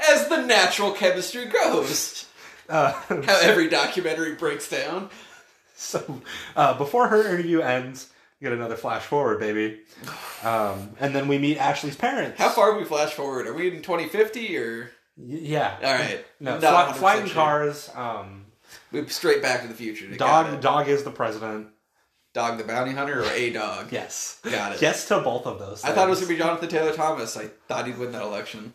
S2: As the natural chemistry goes.
S1: Uh,
S2: How every documentary breaks down.
S1: So uh, before her interview ends, you get another flash forward, baby. Um, and then we meet Ashley's parents.
S2: How far we flash forward? Are we in 2050 or.
S1: Y- yeah.
S2: All right.
S1: No,
S2: Not
S1: fly,
S2: 100%
S1: flying
S2: sure.
S1: cars. Um,
S2: We straight back to the future. to got
S1: dog.
S2: it.
S1: Dog is the president.
S2: Dog the Bounty Hunter or A Dog?
S1: Yes.
S2: Got it.
S1: Yes to both of those.
S2: I thought it was going to be Jonathan Taylor Thomas. I thought he'd win that election.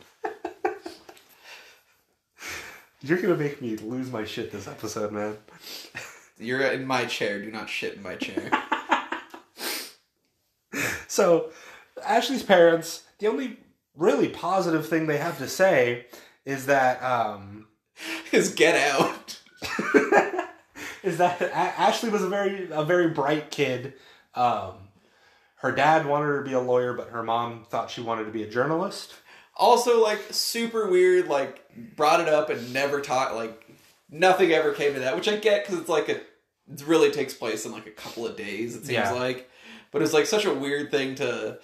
S1: be. You're gonna make me lose my shit this episode, man.
S2: You're in my chair. Do not shit in my chair.
S1: So Ashley's parents. The only really positive thing they have to say is that um,
S2: His Get Out.
S1: is that A- Ashley was a very a very bright kid. Um, her dad wanted her to be a lawyer, but her mom thought she wanted to be a journalist.
S2: Also, like, super weird, like, brought it up and never taught, like, nothing ever came to that, which I get because it's like a, it really takes place in like a couple of days, it seems
S1: Yeah.
S2: like. But it's like such a weird thing to,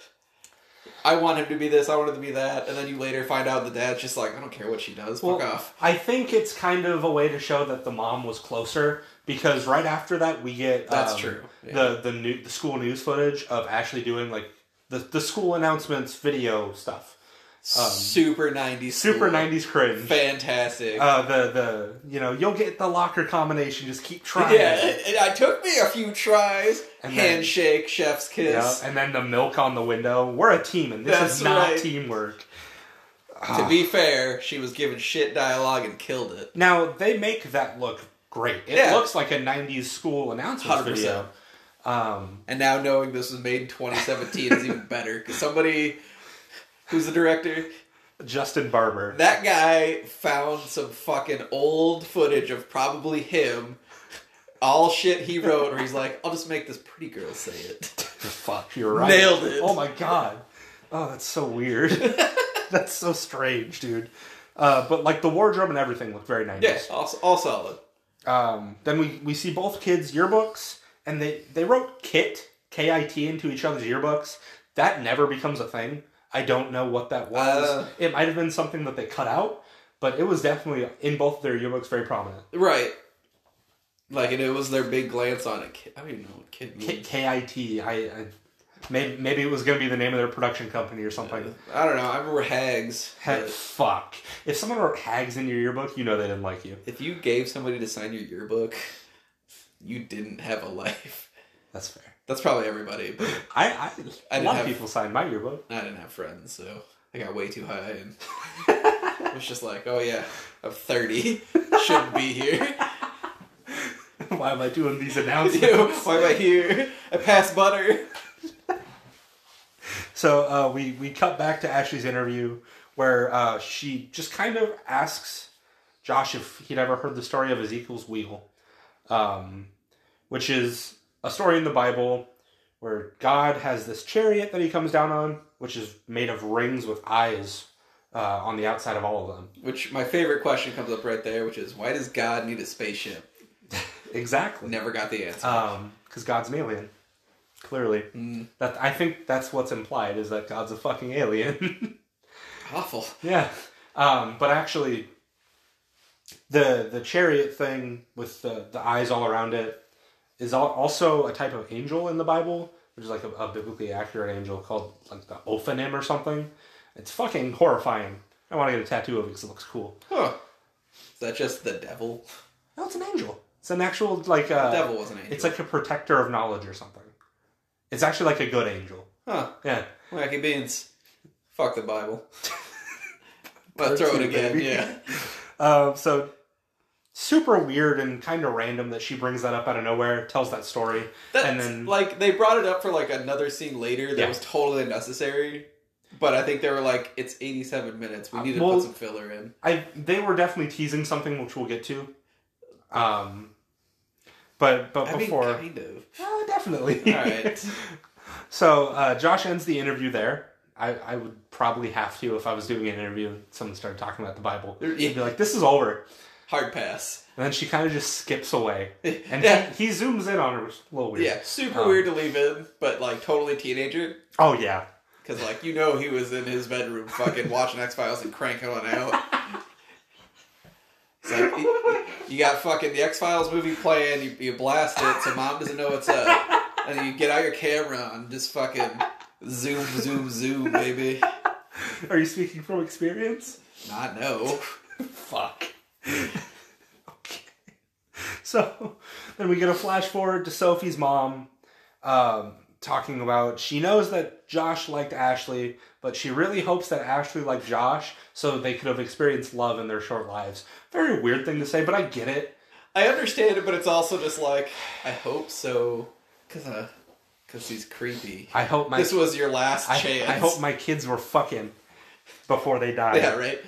S2: I want him to be this, I want him to be that, and then you later find out the dad's just like, I don't care what she does, fuck off.
S1: I think it's kind of a way to show that the mom was closer because right after that we get
S2: That's
S1: um,
S2: true. Yeah.
S1: the the new the school news footage of Ashley doing like the the school announcements video stuff.
S2: super 90s.
S1: um, Super
S2: school.
S1: nineties cringe.
S2: Fantastic.
S1: Uh, the the you know you'll get the locker combination. Just keep trying.
S2: yeah, it, it, I took me a few tries.
S1: And then-
S2: Handshake, chef's kiss.
S1: Yeah, and then the milk on the window. We're a team, and this
S2: That's
S1: is not
S2: right.
S1: teamwork.
S2: To be fair, she was given shit dialogue and killed it.
S1: Now they make that look great. It
S2: Yeah.
S1: looks like a '90s school announcement
S2: 100%.
S1: video. Um,
S2: And now knowing this was made in 2017 is even better. Because somebody who's the director,
S1: Justin Barber.
S2: that guy found some fucking old footage of probably him, all shit he wrote, where he's like, I'll just make this pretty girl say it.
S1: Fuck, you're right.
S2: Nailed it.
S1: Oh my god. Oh, that's so weird. that's so strange, dude. Uh, but like the wardrobe and everything looked very '90s.
S2: Yeah, all, all solid.
S1: Um, then we, we see both kids' yearbooks, and they, they wrote KIT, K I T, into each other's yearbooks. That never becomes a thing. I don't know what that was.
S2: Uh.
S1: it might have been something that they cut out, but it was definitely in both of their yearbooks very prominent.
S2: Right. Like, and it was their big glance on it. Kid- I don't even know what kid means.
S1: K I T. I, I maybe, maybe it was going to be the name of their production company or something.
S2: I don't know. I remember Hags.
S1: Heck,
S2: but
S1: fuck. If someone wrote hags in your yearbook, you know they didn't like you.
S2: If you gave somebody to sign your yearbook, you didn't have a life.
S1: That's fair.
S2: That's probably everybody, but
S1: I, I,
S2: I
S1: a
S2: didn't
S1: lot
S2: have-
S1: of people signed my yearbook.
S2: I didn't have friends, so I got way too high and was just like, oh yeah, I'm 30, shouldn't be here.
S1: Why am I doing these
S2: Ew,
S1: announcements?
S2: Why am I here? I passed butter.
S1: So uh, we we cut back to Ashley's interview where uh, she just kind of asks Josh if he'd ever heard the story of Ezekiel's wheel, um, which is a story in the Bible where God has this chariot that he comes down on, which is made of rings with eyes uh, on the outside of all of them.
S2: Which my favorite question comes up right there, which is why does God need a spaceship?
S1: Exactly.
S2: Never got the
S1: Ah.
S2: answer.
S1: Because God's an alien. Clearly, that I think that's what's implied is that God's a fucking alien.
S2: Awful.
S1: Yeah. Um, but actually, the the chariot thing with the, the eyes all around it is al- also a type of angel in the Bible, which is like a, a biblically accurate angel called like the Ophanim or something. It's fucking horrifying. I want to get a tattoo of it because it looks cool.
S2: Huh. Is that just the devil?
S1: No, it's an angel. It's an actual like uh,
S2: The devil was an angel.
S1: It's like a protector of knowledge or something. It's actually like a good angel.
S2: huh,
S1: Yeah.
S2: wacky beans. Fuck the Bible. but throw it
S1: Cartoon,
S2: again,
S1: baby.
S2: yeah.
S1: Um, so super weird and kind of random that she brings that up out of nowhere, tells that story,
S2: That's,
S1: and then
S2: like they brought it up for like another scene later that
S1: Yeah.
S2: was totally unnecessary. But I think they were like, it's 87 minutes. We need to
S1: Well-
S2: put some filler in.
S1: I they were definitely teasing something which we'll get to. Um, but but
S2: I mean,
S1: before,
S2: kind of.
S1: Oh, definitely.
S2: All right.
S1: So uh, Josh ends the interview there. I, I would probably have to if I was doing an interview and someone started talking about the Bible.
S2: There-
S1: I'd be like, this is over.
S2: Hard pass.
S1: And then she kind of just skips away. And
S2: yeah,
S1: he, he zooms in on her, which is a little weird.
S2: yeah, super
S1: Um,
S2: weird to leave in, but like totally teenager.
S1: Oh, yeah.
S2: Because like you know he was in his bedroom fucking watching X Files and cranking one out. It's like, you- you got fucking the X Files movie playing, you, you blast it so mom doesn't know what's up, and then you get out your camera and just fucking zoom, zoom, zoom, baby.
S1: Are you speaking from experience?
S2: Not no. Fuck.
S1: So then we get a flash forward to Sophie's mom um, talking about she knows that Josh liked Ashley, but she really hopes that Ashley liked Josh so they could have experienced love in their short lives. Very weird thing to say, but I get it.
S2: I understand it, but it's also just like I hope so, cause uh, cause he's creepy.
S1: I hope my
S2: this was your last
S1: I,
S2: chance.
S1: I hope my kids were fucking before they died.
S2: Yeah, right.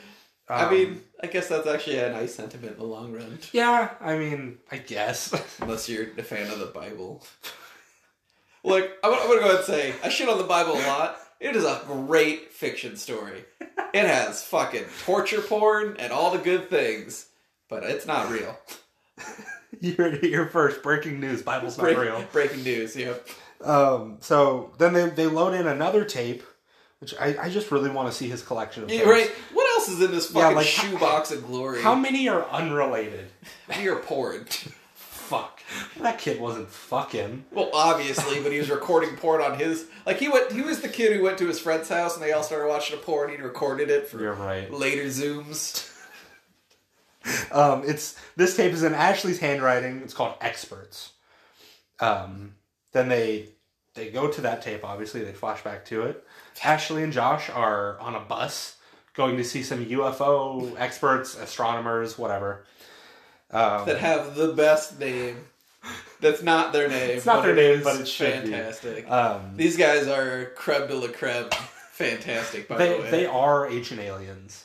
S2: I
S1: Um,
S2: mean, I guess that's actually a nice sentiment in the long run.
S1: yeah. I mean, I guess.
S2: Unless you're a fan of the Bible. Look, I'm, gonna- I'm gonna go ahead and say I shit on the Bible a lot. It is a great fiction story. It has fucking torture porn and all the good things, but it's not real.
S1: you heard it here first. Breaking news: Bible's not
S2: Break-
S1: real.
S2: Breaking news. Yep.
S1: Um, so then they they load in another tape, which I, I just really want to see his collection of
S2: Yeah,
S1: tapes.
S2: right. What else is in this
S1: Yeah,
S2: fucking
S1: like, how-
S2: shoebox of glory?
S1: How many are unrelated?
S2: we are porn.
S1: Fuck. That kid wasn't fucking.
S2: Well, obviously, but he was recording porn on his. Like he went. He was the kid who went to his friend's house and they all started watching a porn. He recorded it for
S1: You're right.
S2: later zooms.
S1: Um, it's this tape is in Ashley's handwriting. It's called Experts. Um, then they they go to that tape. Obviously, they flash back to it. Ashley and Josh are on a bus going to see some UFO experts, astronomers, whatever. Um,
S2: that have the best name. That's not their name.
S1: It's not
S2: but
S1: their name,
S2: is
S1: but it should be.
S2: fantastic.
S1: um,
S2: These guys are creme de la creme. Fantastic, by the
S1: they
S2: way.
S1: they are ancient aliens.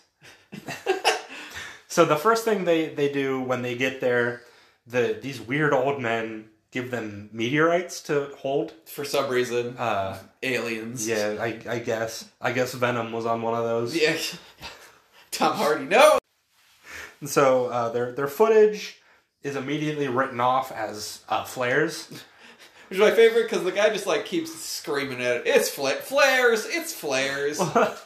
S1: so the first thing they they do when they get there, the these weird old men give them meteorites to hold.
S2: For some reason,
S1: Uh,
S2: aliens.
S1: Yeah, I, I guess. I guess Venom was on one of those.
S2: Yeah. Tom Hardy. No.
S1: And so uh, their their footage is immediately written off as uh, flares.
S2: Which is my favorite because the guy just like keeps screaming at it. It's fla- flares. It's flares.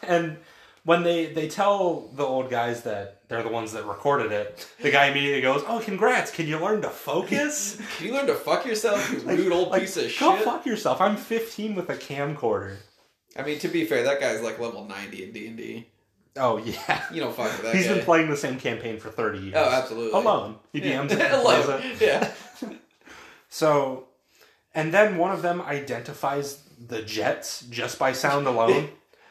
S1: and when they, they tell the old guys that they're the ones that recorded it, the guy immediately goes, "Oh, congrats! Can you learn to focus?
S2: Can you learn to fuck yourself, you
S1: Like-
S2: rude old
S1: like,
S2: piece of
S1: Go
S2: shit?
S1: fuck yourself! I'm 15 with a camcorder.
S2: I mean, to be fair, that guy's like level ninety in D and D.
S1: Oh yeah."
S2: You don't fuck with that
S1: He's
S2: guy.
S1: been playing the same campaign for 30 years.
S2: oh, absolutely.
S1: Alone. He
S2: Yeah.
S1: DMs it and plays
S2: Alone.
S1: it.
S2: Yeah.
S1: So, and then one of them identifies the Jets just by sound alone.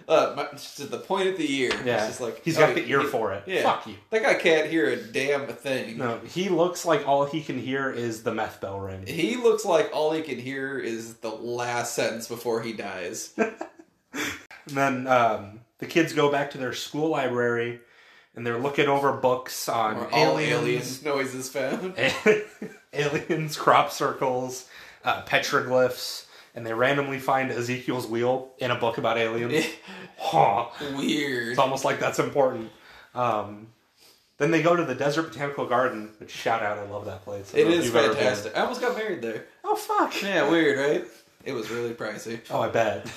S2: Uh, my, just at the point of the year, it's
S1: Yeah,
S2: just like
S1: he's
S2: oh,
S1: got
S2: he-
S1: the ear
S2: he-
S1: for it.
S2: yeah.
S1: Fuck you.
S2: That guy can't hear a damn thing.
S1: No, he looks like all he can hear is the meth bell ring.
S2: He looks like all he can hear is the last sentence before he dies.
S1: And then um, the kids go back to their school library, and they're looking over books on
S2: Where all
S1: aliens,
S2: alien noises found.
S1: aliens, crop circles, uh, petroglyphs, and they randomly find Ezekiel's wheel in a book about aliens. huh.
S2: Weird.
S1: It's almost like that's important. Um, then they go to the Desert Botanical Garden, which shout out, I love that place. I
S2: It
S1: don't know if
S2: is
S1: you've ever been.
S2: fantastic. I almost got married there.
S1: Oh fuck.
S2: Yeah, weird, right? It was really pricey.
S1: Oh, I bet.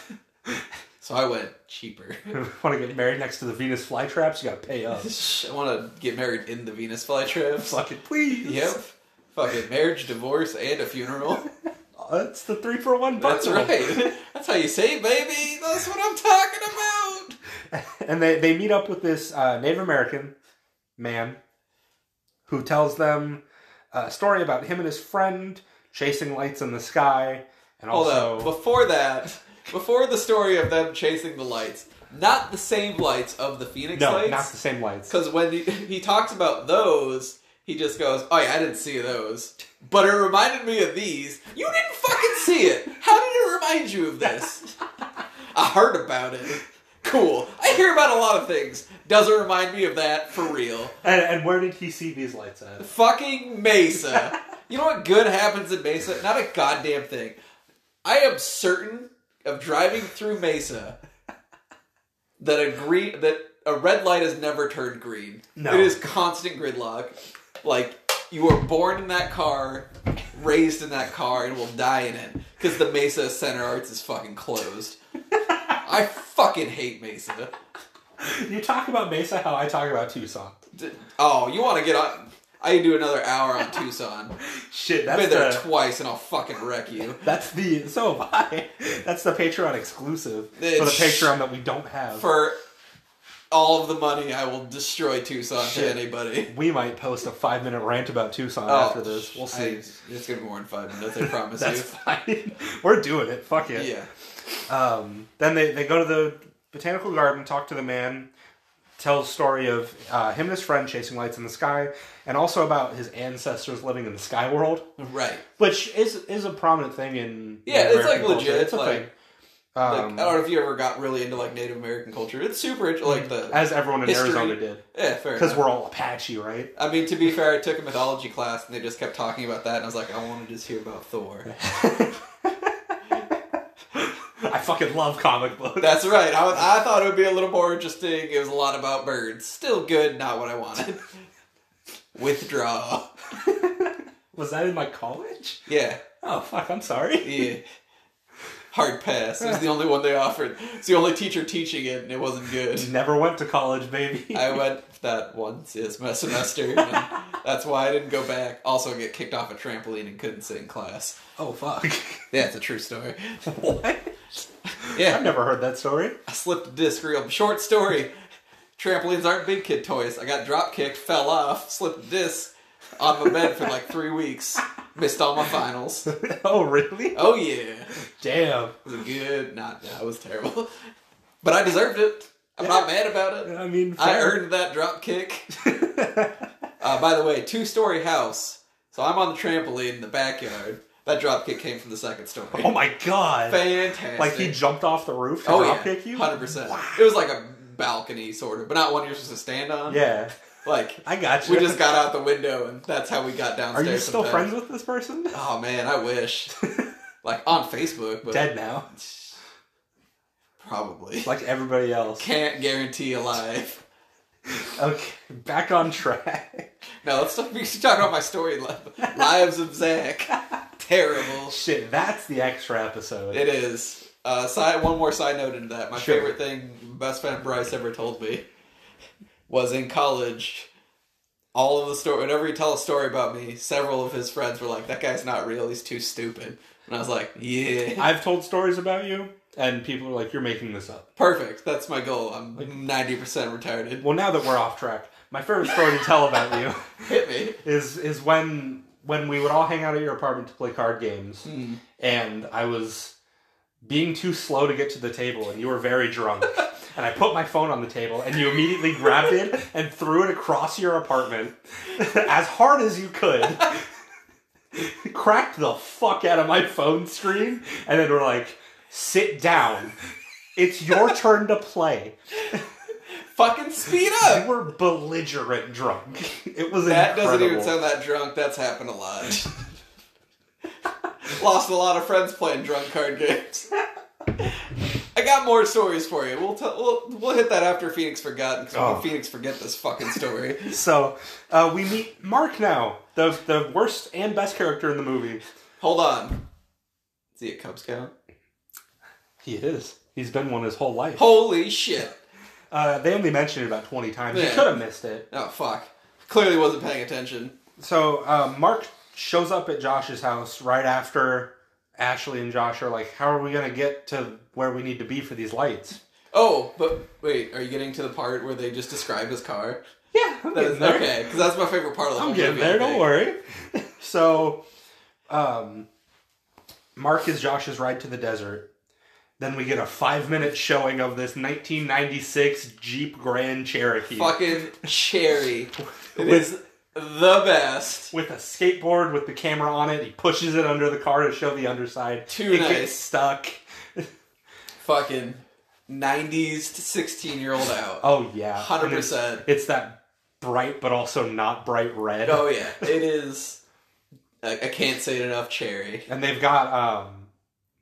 S2: So I went cheaper.
S1: Want to get married next to the Venus flytraps? You gotta pay up.
S2: I want to get married in the Venus flytrap.
S1: Fucking please.
S2: Yep. Fucking marriage, divorce, and a funeral.
S1: That's Uh, the three for one
S2: That's
S1: bundle.
S2: right. That's how you say, it, baby. That's what I'm talking about.
S1: And they, they meet up with this uh, Native American man who tells them uh, a story about him and his friend chasing lights in the sky and
S2: Although
S1: also.
S2: before that, before the story of them chasing the lights, not the same lights of the Phoenix
S1: No, not the
S2: lights.
S1: same lights.
S2: Because when he, he talks about those, he just goes, "Oh yeah, I didn't see those, but it reminded me of these." You didn't fucking see it. How did it remind you of this? I heard about it. Cool. I hear about a lot of things. Doesn't remind me of that for real.
S1: And, and where did he see these lights at?
S2: Fucking Mesa. you know what good happens in Mesa? Not a goddamn thing. I am certain of driving through Mesa that a green that a red light has never turned green.
S1: No.
S2: It is constant gridlock. Like you were born in that car, raised in that car, and will die in it because the Mesa Center Arts is fucking closed. I fucking hate Mesa.
S1: You talk about Mesa how I talk about Tucson.
S2: D- Oh, you want to get on? I can do another hour on Tucson.
S1: Shit,
S2: I've
S1: that's
S2: been there
S1: the
S2: twice, and I'll fucking wreck you.
S1: that's the so have I. That's the Patreon exclusive for the
S2: It's-
S1: Patreon that we don't have.
S2: For all of the money, I will destroy Tucson
S1: Shit.
S2: to anybody. Oh,
S1: we might post a five minute rant about Tucson after this. We'll Oh, see.
S2: I- it's gonna be more than five minutes. I promise
S1: That's
S2: you.
S1: fine. We're doing it. Fuck it.
S2: Yeah.
S1: Um, then they, they go to the botanical garden, talk to the man, tells story of uh, him and his friend chasing lights in the sky, and also about his ancestors living in the sky world,
S2: Right.
S1: which is is a prominent thing in
S2: Yeah, it's, like,
S1: American
S2: legit,
S1: It's a
S2: like-
S1: thing. Um,
S2: like, I don't know if you ever got really into like Native American culture. It's super int- like the
S1: as everyone in
S2: history.
S1: Arizona did,
S2: yeah, fair
S1: because
S2: enough.
S1: we're all Apache, right?
S2: I mean, to be fair, I took a mythology class and they just kept talking about that, and I was like, I want to just hear about Thor.
S1: I fucking love comic books.
S2: That's right. I, was- I thought it would be a little more interesting. It was a lot about birds. Still good, not what I wanted. Withdraw.
S1: Was that in my college?
S2: Yeah,
S1: Oh fuck, I'm sorry.
S2: yeah. Hard pass. It was the only one they offered. It's the only teacher teaching it, and it wasn't good.
S1: Never went to college, baby.
S2: I went that once is my semester. and that's why I didn't go back. Also, I get kicked off a trampoline and couldn't sit in class.
S1: oh fuck.
S2: Yeah, it's a true story.
S1: what? I've
S2: Yeah,
S1: never heard that story.
S2: I slipped a disc real short story. Trampolines aren't big kid toys. I got drop kicked, fell off, slipped a disc on my bed for like three weeks. Missed all my finals.
S1: oh really?
S2: Oh yeah,
S1: Damn.
S2: it was a good. Not, nah, I was terrible, but I deserved it. I'm not mad about it.
S1: I mean,
S2: I
S1: fair.
S2: earned that drop kick. Uh, by the way, two story house. So I'm on the trampoline in the backyard. That dropkick came from the second story.
S1: oh my god!
S2: Fantastic.
S1: Like he jumped off the roof to
S2: oh,
S1: dropkick
S2: yeah,
S1: you.
S2: 100%. It was like a balcony, sort of, but not one you're supposed to stand on.
S1: Yeah,
S2: Like,
S1: I got you.
S2: we just got out the window, and that's how we got
S1: Are
S2: downstairs.
S1: you still
S2: sometimes.
S1: friends with this person?
S2: Oh, man, I wish. like, on Facebook, but.
S1: Dead now,
S2: Probably.
S1: like everybody else.
S2: Can't guarantee a life.
S1: Okay, back on track.
S2: No, let's talk, we should talk about my story. li- Lives of Zach. Terrible.
S1: Shit, that's the extra episode.
S2: It is. Uh, side, one more side note into that. My
S1: Sure.
S2: favorite thing best friend Bryce ever told me was in college. All of the story, whenever he tell a story about me, several of his friends were like, "That guy's not real. He's too stupid." And I was like, "Yeah,
S1: I've told stories about you, and people are like, "You're making this up."
S2: perfect. That's my goal. I'm ninety percent retarded.
S1: Well, now that we're off track, my favorite story to tell about you
S2: Hit me."
S1: is is when when we would all hang out at your apartment to play card games,
S2: Hmm.
S1: and I was being too slow to get to the table, and you were very drunk. And I put my phone on the table, and you immediately grabbed it and threw it across your apartment as hard as you could. Cracked the fuck out of my phone screen, and then we're like, sit down. It's your turn to play.
S2: Fucking speed
S1: You
S2: up.
S1: were belligerent drunk. It was
S2: That
S1: incredible.
S2: doesn't even sound that drunk. That's happened a lot. Lost a lot of friends playing drunk card games. I got more stories for you. We'll tell. We'll, we'll hit that after Phoenix Forgotten because
S1: Oh.
S2: Phoenix forget this fucking story.
S1: So uh, we meet Mark now, the the worst and best character in the movie.
S2: Hold on. Is he a Cub Scout?
S1: He is. He's been one his whole life.
S2: Holy shit!
S1: Uh, they only mentioned it about twenty times. You
S2: Yeah.
S1: could have missed it.
S2: Oh fuck! Clearly wasn't paying attention.
S1: So uh, Mark shows up at Josh's house right after Ashley and Josh are like, "How are we gonna get to where we need to be for these lights?"
S2: Oh, but wait. Are you getting to the part where they just describe his car?
S1: Yeah, I'm
S2: That is, okay, because that's my favorite part of the whole
S1: I'm getting
S2: movie, I
S1: there. Don't
S2: think.
S1: worry. so, um, Mark is Josh's ride to the desert. Then we get a five minute showing of this 1996 Jeep Grand Cherokee
S2: fucking cherry. It is the best.
S1: with a skateboard with the camera on it. He pushes it under the car to show the underside.
S2: Too
S1: it
S2: nice.
S1: gets stuck.
S2: Fucking '90s to 16 year old out.
S1: Oh yeah,
S2: Hundred
S1: And it's-
S2: percent.
S1: It's that bright but also not bright red.
S2: Oh yeah, it is. I, I can't say it enough. Cherry.
S1: And they've got um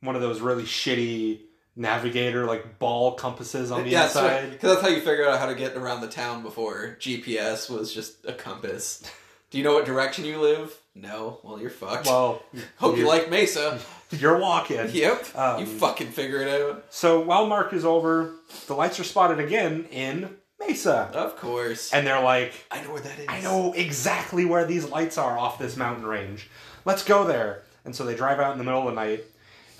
S1: one of those really shitty navigator like ball compasses on the
S2: Yeah,
S1: inside.
S2: because that's how you figured out how to get around the town before GPS was just a compass. Do you know what direction you live? No. Well, you're fucked.
S1: Well,
S2: Hope you
S1: you're-
S2: like Mesa.
S1: you're walking.
S2: Yep. you
S1: Um,
S2: fucking figure it out.
S1: So while Mark is over, the lights are spotted again in Mesa,
S2: Of course.
S1: and they're like,
S2: I know where that is.
S1: I know exactly where these lights are off this mountain range. Let's go there. And so they drive out in the middle of the night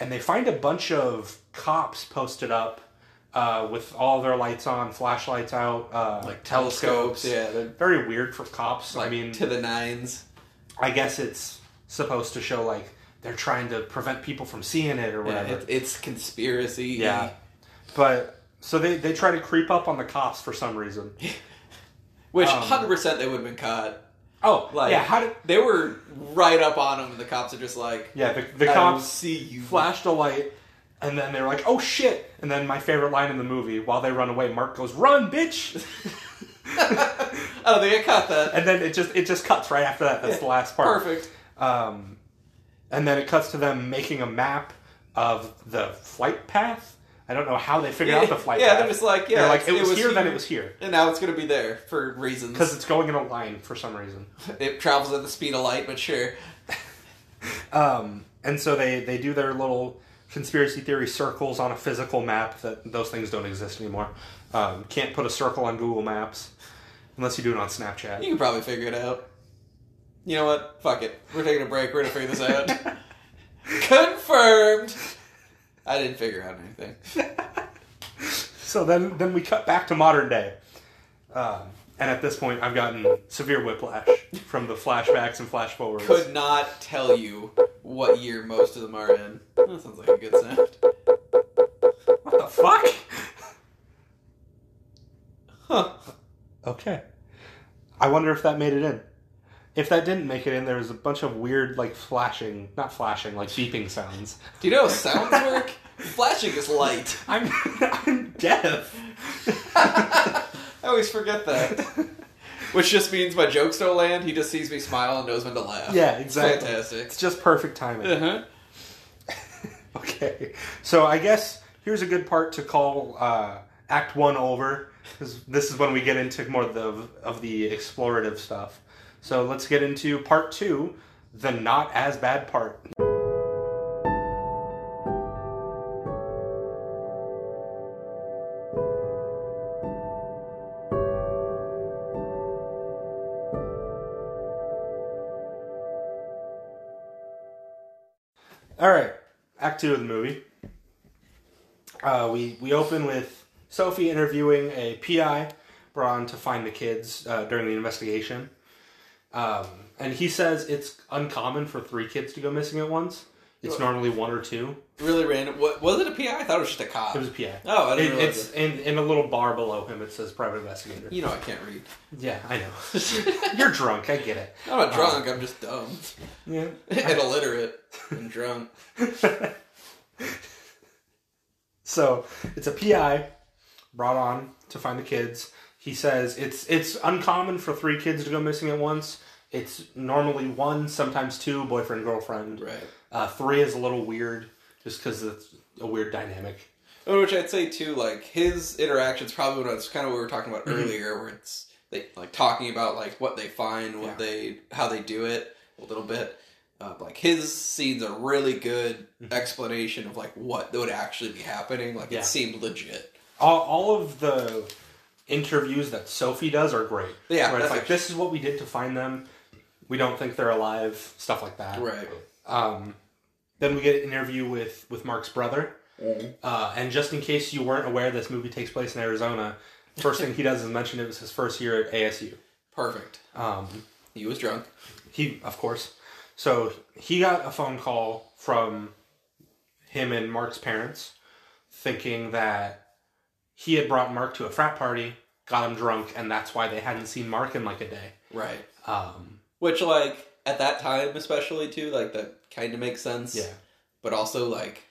S1: and they find a bunch of cops posted up uh, with all their lights on, flashlights out, uh,
S2: Like telescopes. Yeah. They're
S1: Very weird for cops.
S2: like
S1: I mean,
S2: to the nines.
S1: I guess it's supposed to show like they're trying to prevent people from seeing it or
S2: Yeah,
S1: whatever.
S2: it, it's conspiracy.
S1: Yeah. But so they, they try to creep up on the cops for some reason.
S2: Which
S1: Um,
S2: 100% they would have been caught.
S1: Oh,
S2: Like,
S1: yeah. How did
S2: They were right up on them, and the cops are just like,
S1: yeah the, the
S2: I
S1: cops
S2: see you.
S1: flashed a light, and then they were like, "Oh shit!" And then my favorite line in the movie, while they run away, Mark goes, "Run, bitch!"
S2: I don't think I caught that.
S1: and then it just it just cuts right after that. That's the last part.
S2: Perfect.
S1: Um, and then it cuts to them making a map of the flight path. I don't know how they figured out the flight
S2: Yeah,
S1: path.
S2: they're just like, yeah,
S1: They're like,
S2: it's-
S1: it was, here, then it was here.
S2: And now it's going to be there for reasons.
S1: Because it's going in a line for some reason.
S2: it travels at the speed of light, but sure.
S1: Um, and so they, they do their little conspiracy theory circles on a physical map that those things don't exist anymore. Um, can't put a circle on Google Maps unless you do it on
S2: You
S1: Snapchat.
S2: can probably figure it out. You know what? Fuck it. We're taking a break. We're going to figure this out. Confirmed! I didn't figure out anything.
S1: so then, then we cut back to modern day. Um, and at this point, I've gotten severe whiplash from the flashbacks and flash forwards.
S2: Could not tell you what year most of them are in. That sounds like a good sound.
S1: What the fuck?
S2: Huh.
S1: Okay. I wonder if that made it in. If that didn't make it in, there was a bunch of weird, like, flashing, not flashing, like beeping sounds.
S2: Do you know how sounds work? Flashing is light.
S1: I'm I'm deaf.
S2: I always forget that. Which just means my jokes don't land. He just sees me smile and knows when to laugh.
S1: yeah, exactly.
S2: Fantastic.
S1: It's just perfect timing.
S2: Uh-huh.
S1: okay, so I guess here's a good part to call uh, Act One over because this is when we get into more of the of the explorative stuff. So let's get into part two, the not as bad part. All right, Act Two of the movie. Uh, we we open with Sophie interviewing a PI brought on to find the kids uh, during the investigation, um, and he says it's uncommon for three kids to go missing at once. It's normally one or two.
S2: Really random. What, was it a PI? I thought it was just a cop.
S1: It was a PI.
S2: oh, I
S1: It,
S2: didn't realize
S1: it's in, in a little bar below him. It says private investigator.
S2: it. You know I can't read.
S1: Yeah, I know. You're drunk. I get it.
S2: I'm not drunk. I'm just dumb
S1: Yeah.
S2: and illiterate and drunk.
S1: So it's a PI brought on to find the kids. He says it's it's uncommon for three kids to go missing at once. It's normally one, sometimes two, boyfriend girlfriend.
S2: Right.
S1: Uh, three is a little weird, just because it's a weird dynamic.
S2: Oh, Which I'd say too, like his interactions probably what it's kind of what we were talking about
S1: Mm-hmm.
S2: earlier, where it's they like talking about like what they find, what
S1: Yeah.
S2: they how they do it a little bit. Uh, like his scene's a really good explanation of like what would actually be happening. Like
S1: Mm-hmm. Yeah.
S2: it seemed legit.
S1: All, all of the interviews that Sophie does are great.
S2: Yeah,
S1: where it's
S2: that's
S1: like this is what we did to find them. We don't think they're alive. Stuff like that.
S2: Right.
S1: Um, then we get an interview with with Mark's brother.
S2: Mm-hmm.
S1: Uh, and just in case you weren't aware, this movie takes place in Arizona. First thing he does is mention it was his first year at ASU.
S2: Perfect.
S1: Um,
S2: He was drunk.
S1: he, of course, so he got a phone call from him and Mark's parents, thinking that he had brought Mark to a frat party, got him drunk, and that's why they hadn't seen Mark in like a day.
S2: Right.
S1: Um,
S2: Which like at that time especially too, like that kind of makes sense.
S1: yeah,
S2: But also like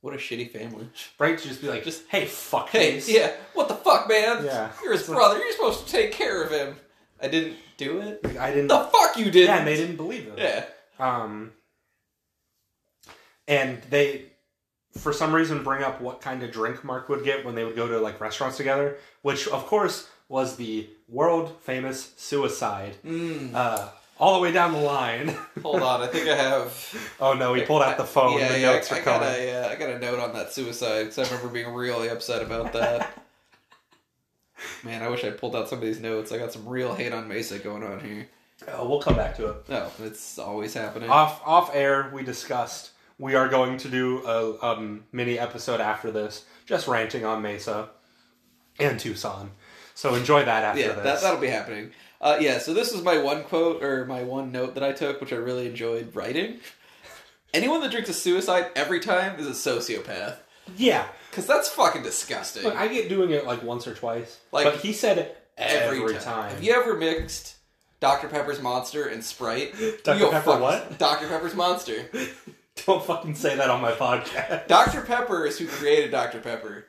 S2: What a shitty family.
S1: Right? To just be like, just
S2: Just-
S1: hey, fuck
S2: Hey,
S1: this.
S2: yeah, what the fuck, man?
S1: Yeah.
S2: You're his
S1: It's like-
S2: brother. You're supposed to take care of him. I didn't do it.
S1: Like, I didn't.
S2: The fuck you did.
S1: yeah, and they didn't believe him.
S2: Yeah.
S1: Um, and they, for some reason, bring up what kind of drink Mark would get when they would go to like restaurants together, which of course was the world famous suicide.
S2: Mm,
S1: Uh, all the way down the line.
S2: hold on. I think I have.
S1: oh no, he pulled out the phone.
S2: yeah,
S1: the
S2: yeah.
S1: notes
S2: I,
S1: are
S2: I got
S1: coming.
S2: a, uh, I got a note on that suicide. 'cause I remember being really upset about that. man, I wish I pulled out some of these notes. I got some real hate on Mesa going on here.
S1: Uh, we'll come back to it.
S2: No, it's always happening.
S1: Off off air, we discussed we are going to do a um, mini episode after this, just ranting on Mesa and Tucson. So enjoy that after
S2: yeah,
S1: this.
S2: that, that'll be happening. Uh, yeah, so this is my one quote or my one note that I took, which I really enjoyed writing. Anyone that drinks a suicide every time is a sociopath.
S1: yeah,
S2: Because that's fucking disgusting.
S1: Look, I get doing it like once or twice.
S2: Like,
S1: but he said every, time.
S2: Have you ever mixed Dr. Pepper's Monster and Sprite?
S1: Dr.
S2: You'll
S1: Pepper
S2: fuck-
S1: what?
S2: Dr. Pepper's Monster.
S1: Don't fucking say that on my podcast.
S2: Dr. Pepper is who created Dr. Pepper.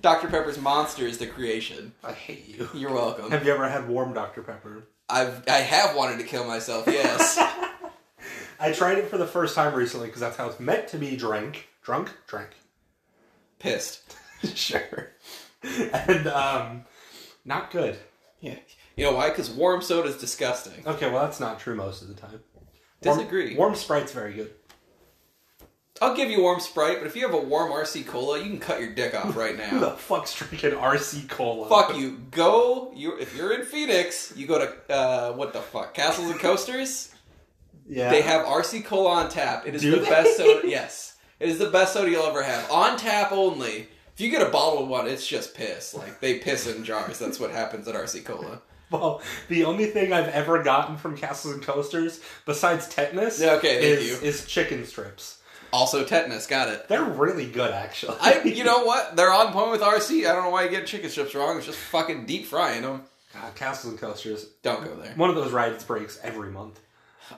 S2: Dr. Pepper's Monster is the creation.
S1: I hate you.
S2: You're welcome.
S1: Have you ever had warm Dr. Pepper?
S2: I've I have wanted to kill myself, yes.
S1: I tried it for the first time recently because that's how it's meant to be drank. Drunk? Drank.
S2: Pissed.
S1: sure. And um not good.
S2: Yeah. You know why? Because warm soda's disgusting.
S1: Okay, well that's not true most of the time. Warm-
S2: Disagree.
S1: Warm Sprite's very good.
S2: I'll give you warm Sprite, but if you have a warm RC Cola, you can cut your dick off right
S1: Who
S2: now.
S1: the fuck's drinking RC Cola?
S2: fuck you. Go. You if you're in Phoenix, you go to uh, what the fuck? Castles and Coasters.
S1: Yeah.
S2: They have RC Cola on tap. It is
S1: Do
S2: the
S1: they?
S2: best soda. Yes, it is the best soda you'll ever have on tap only. If you get a bottle of one, it's just piss. Like they piss in jars. That's what happens at RC Cola.
S1: Well, the only thing I've ever gotten from Castles and Coasters, besides tetanus,
S2: Yeah, okay, thank
S1: is,
S2: you.
S1: is chicken strips.
S2: Also tetanus. Got it.
S1: They're really good, actually.
S2: I. You know what? They're on point with RC. I don't know why you get chicken strips wrong. It's just fucking deep frying them.
S1: God, Castles and Coasters.
S2: Don't go there.
S1: One of those rides breaks every month.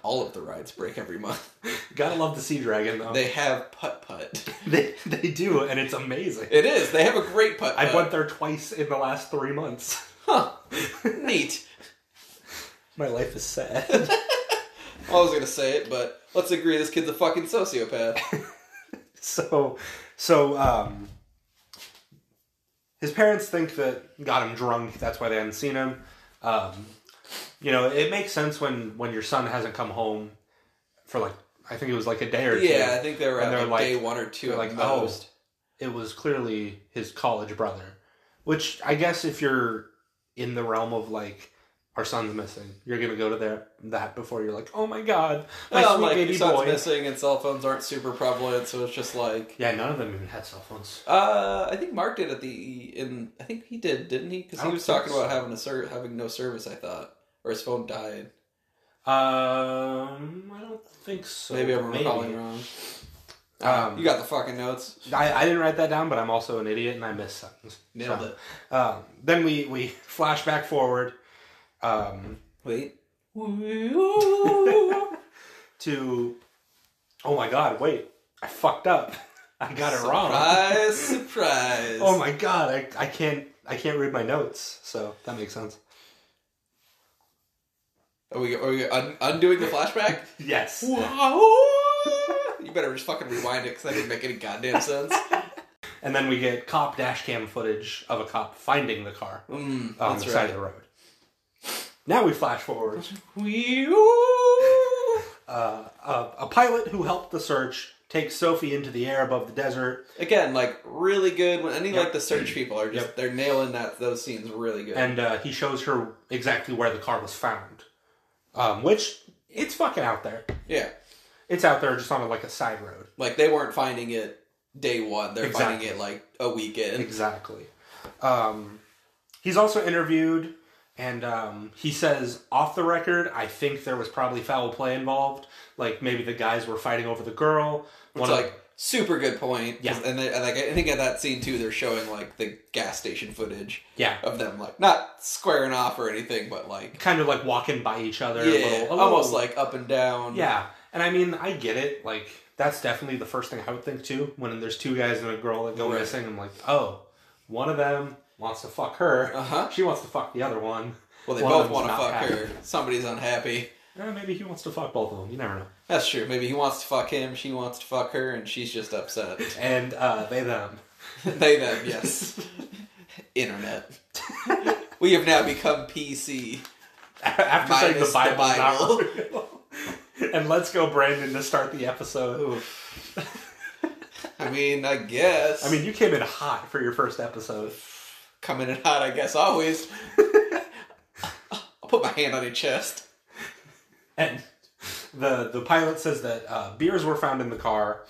S2: All of the rides break every month.
S1: Gotta love the Sea Dragon, though.
S2: They have putt putt.
S1: They, they do, and it's amazing. Uh,
S2: It is. They have a great putt.
S1: I went there twice in the last three months.
S2: Huh. Neat.
S1: My life is sad.
S2: I was gonna say it, but let's agree this kid's a fucking sociopath.
S1: so, so, um, his parents think that got him drunk. That's why they hadn't seen him. Um, you know, it makes sense when when your son hasn't come home for like I think it was like a day or
S2: yeah, I think they were
S1: And
S2: at
S1: they're
S2: like,
S1: like-
S2: day one or two
S1: they're
S2: at
S1: like, oh.
S2: most.
S1: two. It was clearly his college brother, which I guess if you're in the realm of like our son's missing, you're gonna go to their that before you're like, oh my god, my
S2: Well,
S1: sweet
S2: like
S1: baby
S2: your son's
S1: boy.
S2: missing and cell phones aren't super prevalent, so it's just like
S1: Yeah, none of them even had cell phones.
S2: uh, I think Mark did at the in I think he did, didn't he? Because
S1: I
S2: he
S1: don't
S2: was
S1: think
S2: talking
S1: so.
S2: about having a ser- having no service. I thought, or his phone died.
S1: Um, I don't think so.
S2: maybe I'm recalling
S1: Maybe.
S2: wrong.
S1: Um,
S2: You got the fucking notes.
S1: I, I didn't write that down, but I'm also an idiot and I missed something.
S2: Nailed
S1: So,
S2: it.
S1: Um, then we we flash back forward um,
S2: Wait.
S1: to oh my god, wait, I fucked up. I got it wrong.
S2: Surprise! Surprise!
S1: Oh my god, I, I can't I can't read my notes, so that makes sense.
S2: Are we, are we un- undoing the flashback?
S1: Yes.
S2: you better just fucking rewind it because that didn't make any goddamn sense.
S1: And then we get cop dash cam footage of a cop finding the car
S2: Mm,
S1: on
S2: that's
S1: the side
S2: right.
S1: of the road. Now we flash forward. Uh, a, a pilot who helped the search takes Sophie into the air above the desert,
S2: Again, like really good. When any
S1: Yep.
S2: like the search people are just they're nailing that those scenes really good.
S1: and uh, he shows her exactly where the car was found. Um, which it's fucking out there.
S2: yeah,
S1: It's out there just on like a side road.
S2: like they weren't finding it day one. They're
S1: Exactly.
S2: finding it like a weekend.
S1: Exactly. Um, he's also interviewed, and um, he says off the record, I think there was probably foul play involved. Like maybe the guys were fighting over the girl.
S2: It's
S1: of-
S2: like super good point. 'cause-
S1: Yeah.
S2: and they, and, like I think at that scene too, they're showing like the gas station footage
S1: yeah,
S2: of them like not squaring off or anything, but like
S1: kind of like walking by each other. Oh,
S2: yeah,
S1: a little, a little-
S2: almost like up and down.
S1: Yeah, and I mean, I get it. Like that's definitely the first thing I would think too. When there's two guys and a girl that go
S2: Right.
S1: missing, I'm like, oh, one of them wants to fuck her.
S2: Uh-huh.
S1: She wants to fuck the other one.
S2: Well, they
S1: One of
S2: both want to
S1: them's not
S2: fuck
S1: happy.
S2: her. Somebody's unhappy.
S1: Eh, maybe he wants to fuck both of them. You never know.
S2: That's true. Maybe he wants to fuck him, she wants to fuck her, and she's just upset.
S1: And uh, they them.
S2: they them, yes. Internet. We have now become PC.
S1: After saying the
S2: Minus the
S1: Bible's
S2: Bible.
S1: not real. and let's go, Brandon, to start the episode.
S2: I mean, I guess.
S1: I mean, you came in hot for your first episode.
S2: coming in hot, I guess, always. I'll put my hand on your chest.
S1: And the the pilot says that uh, beers were found in the car.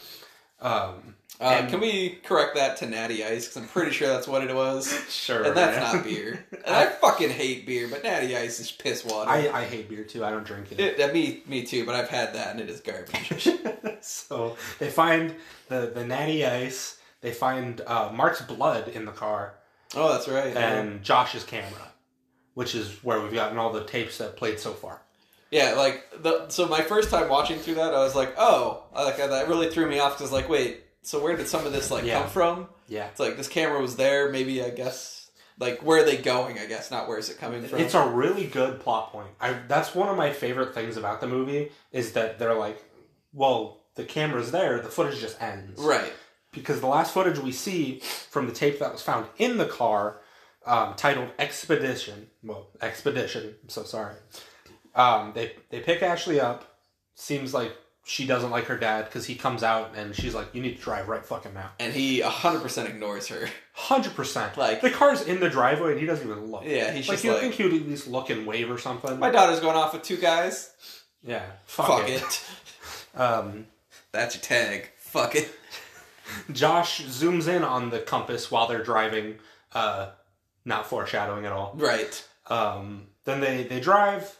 S1: Um,
S2: Uh, can we correct that to Natty Ice? Because I'm pretty sure that's what it was.
S1: sure,
S2: And that's
S1: man.
S2: not beer. And I fucking hate beer, but Natty Ice is piss water.
S1: I, I hate beer too. I don't drink it.
S2: It- that me, me too, but I've had that and it is garbage.
S1: so they find the the natty ice. They find uh, Mark's blood in the car
S2: oh, that's right.
S1: and Josh's camera, which is where we've gotten all the tapes that played so far.
S2: Yeah, like the so my first time watching through that, I was like, oh, I- like that really threw me off because like, wait, so where did some of this like
S1: Yeah.
S2: come from?
S1: Yeah,
S2: It's like this camera was there, maybe I guess like where are they going? I guess not where is it coming from?
S1: It's a really good plot point. I that's one of my favorite things about the movie is that they're like, well, the camera's there, the footage just ends.
S2: right,
S1: Because the last footage we see from the tape that was found in the car, um, titled Expedition, well, Expedition. I'm so sorry. Um, they they pick Ashley up. Seems like she doesn't like her dad because he comes out and she's like, "You need to drive right fucking now."
S2: and he hundred percent ignores her.
S1: Hundred percent.
S2: Like-
S1: the car's in the driveway and he doesn't even look.
S2: Yeah, he's
S1: like
S2: just
S1: you
S2: like-
S1: think he would at least look and wave or something.
S2: My daughter's going off with two guys.
S1: Yeah. Fuck,
S2: Fuck,
S1: it.
S2: it.
S1: Um,
S2: that's your tag. Fuck it.
S1: Josh zooms in on the compass while they're driving, uh, not foreshadowing at all.
S2: Right.
S1: Um, then they, they drive.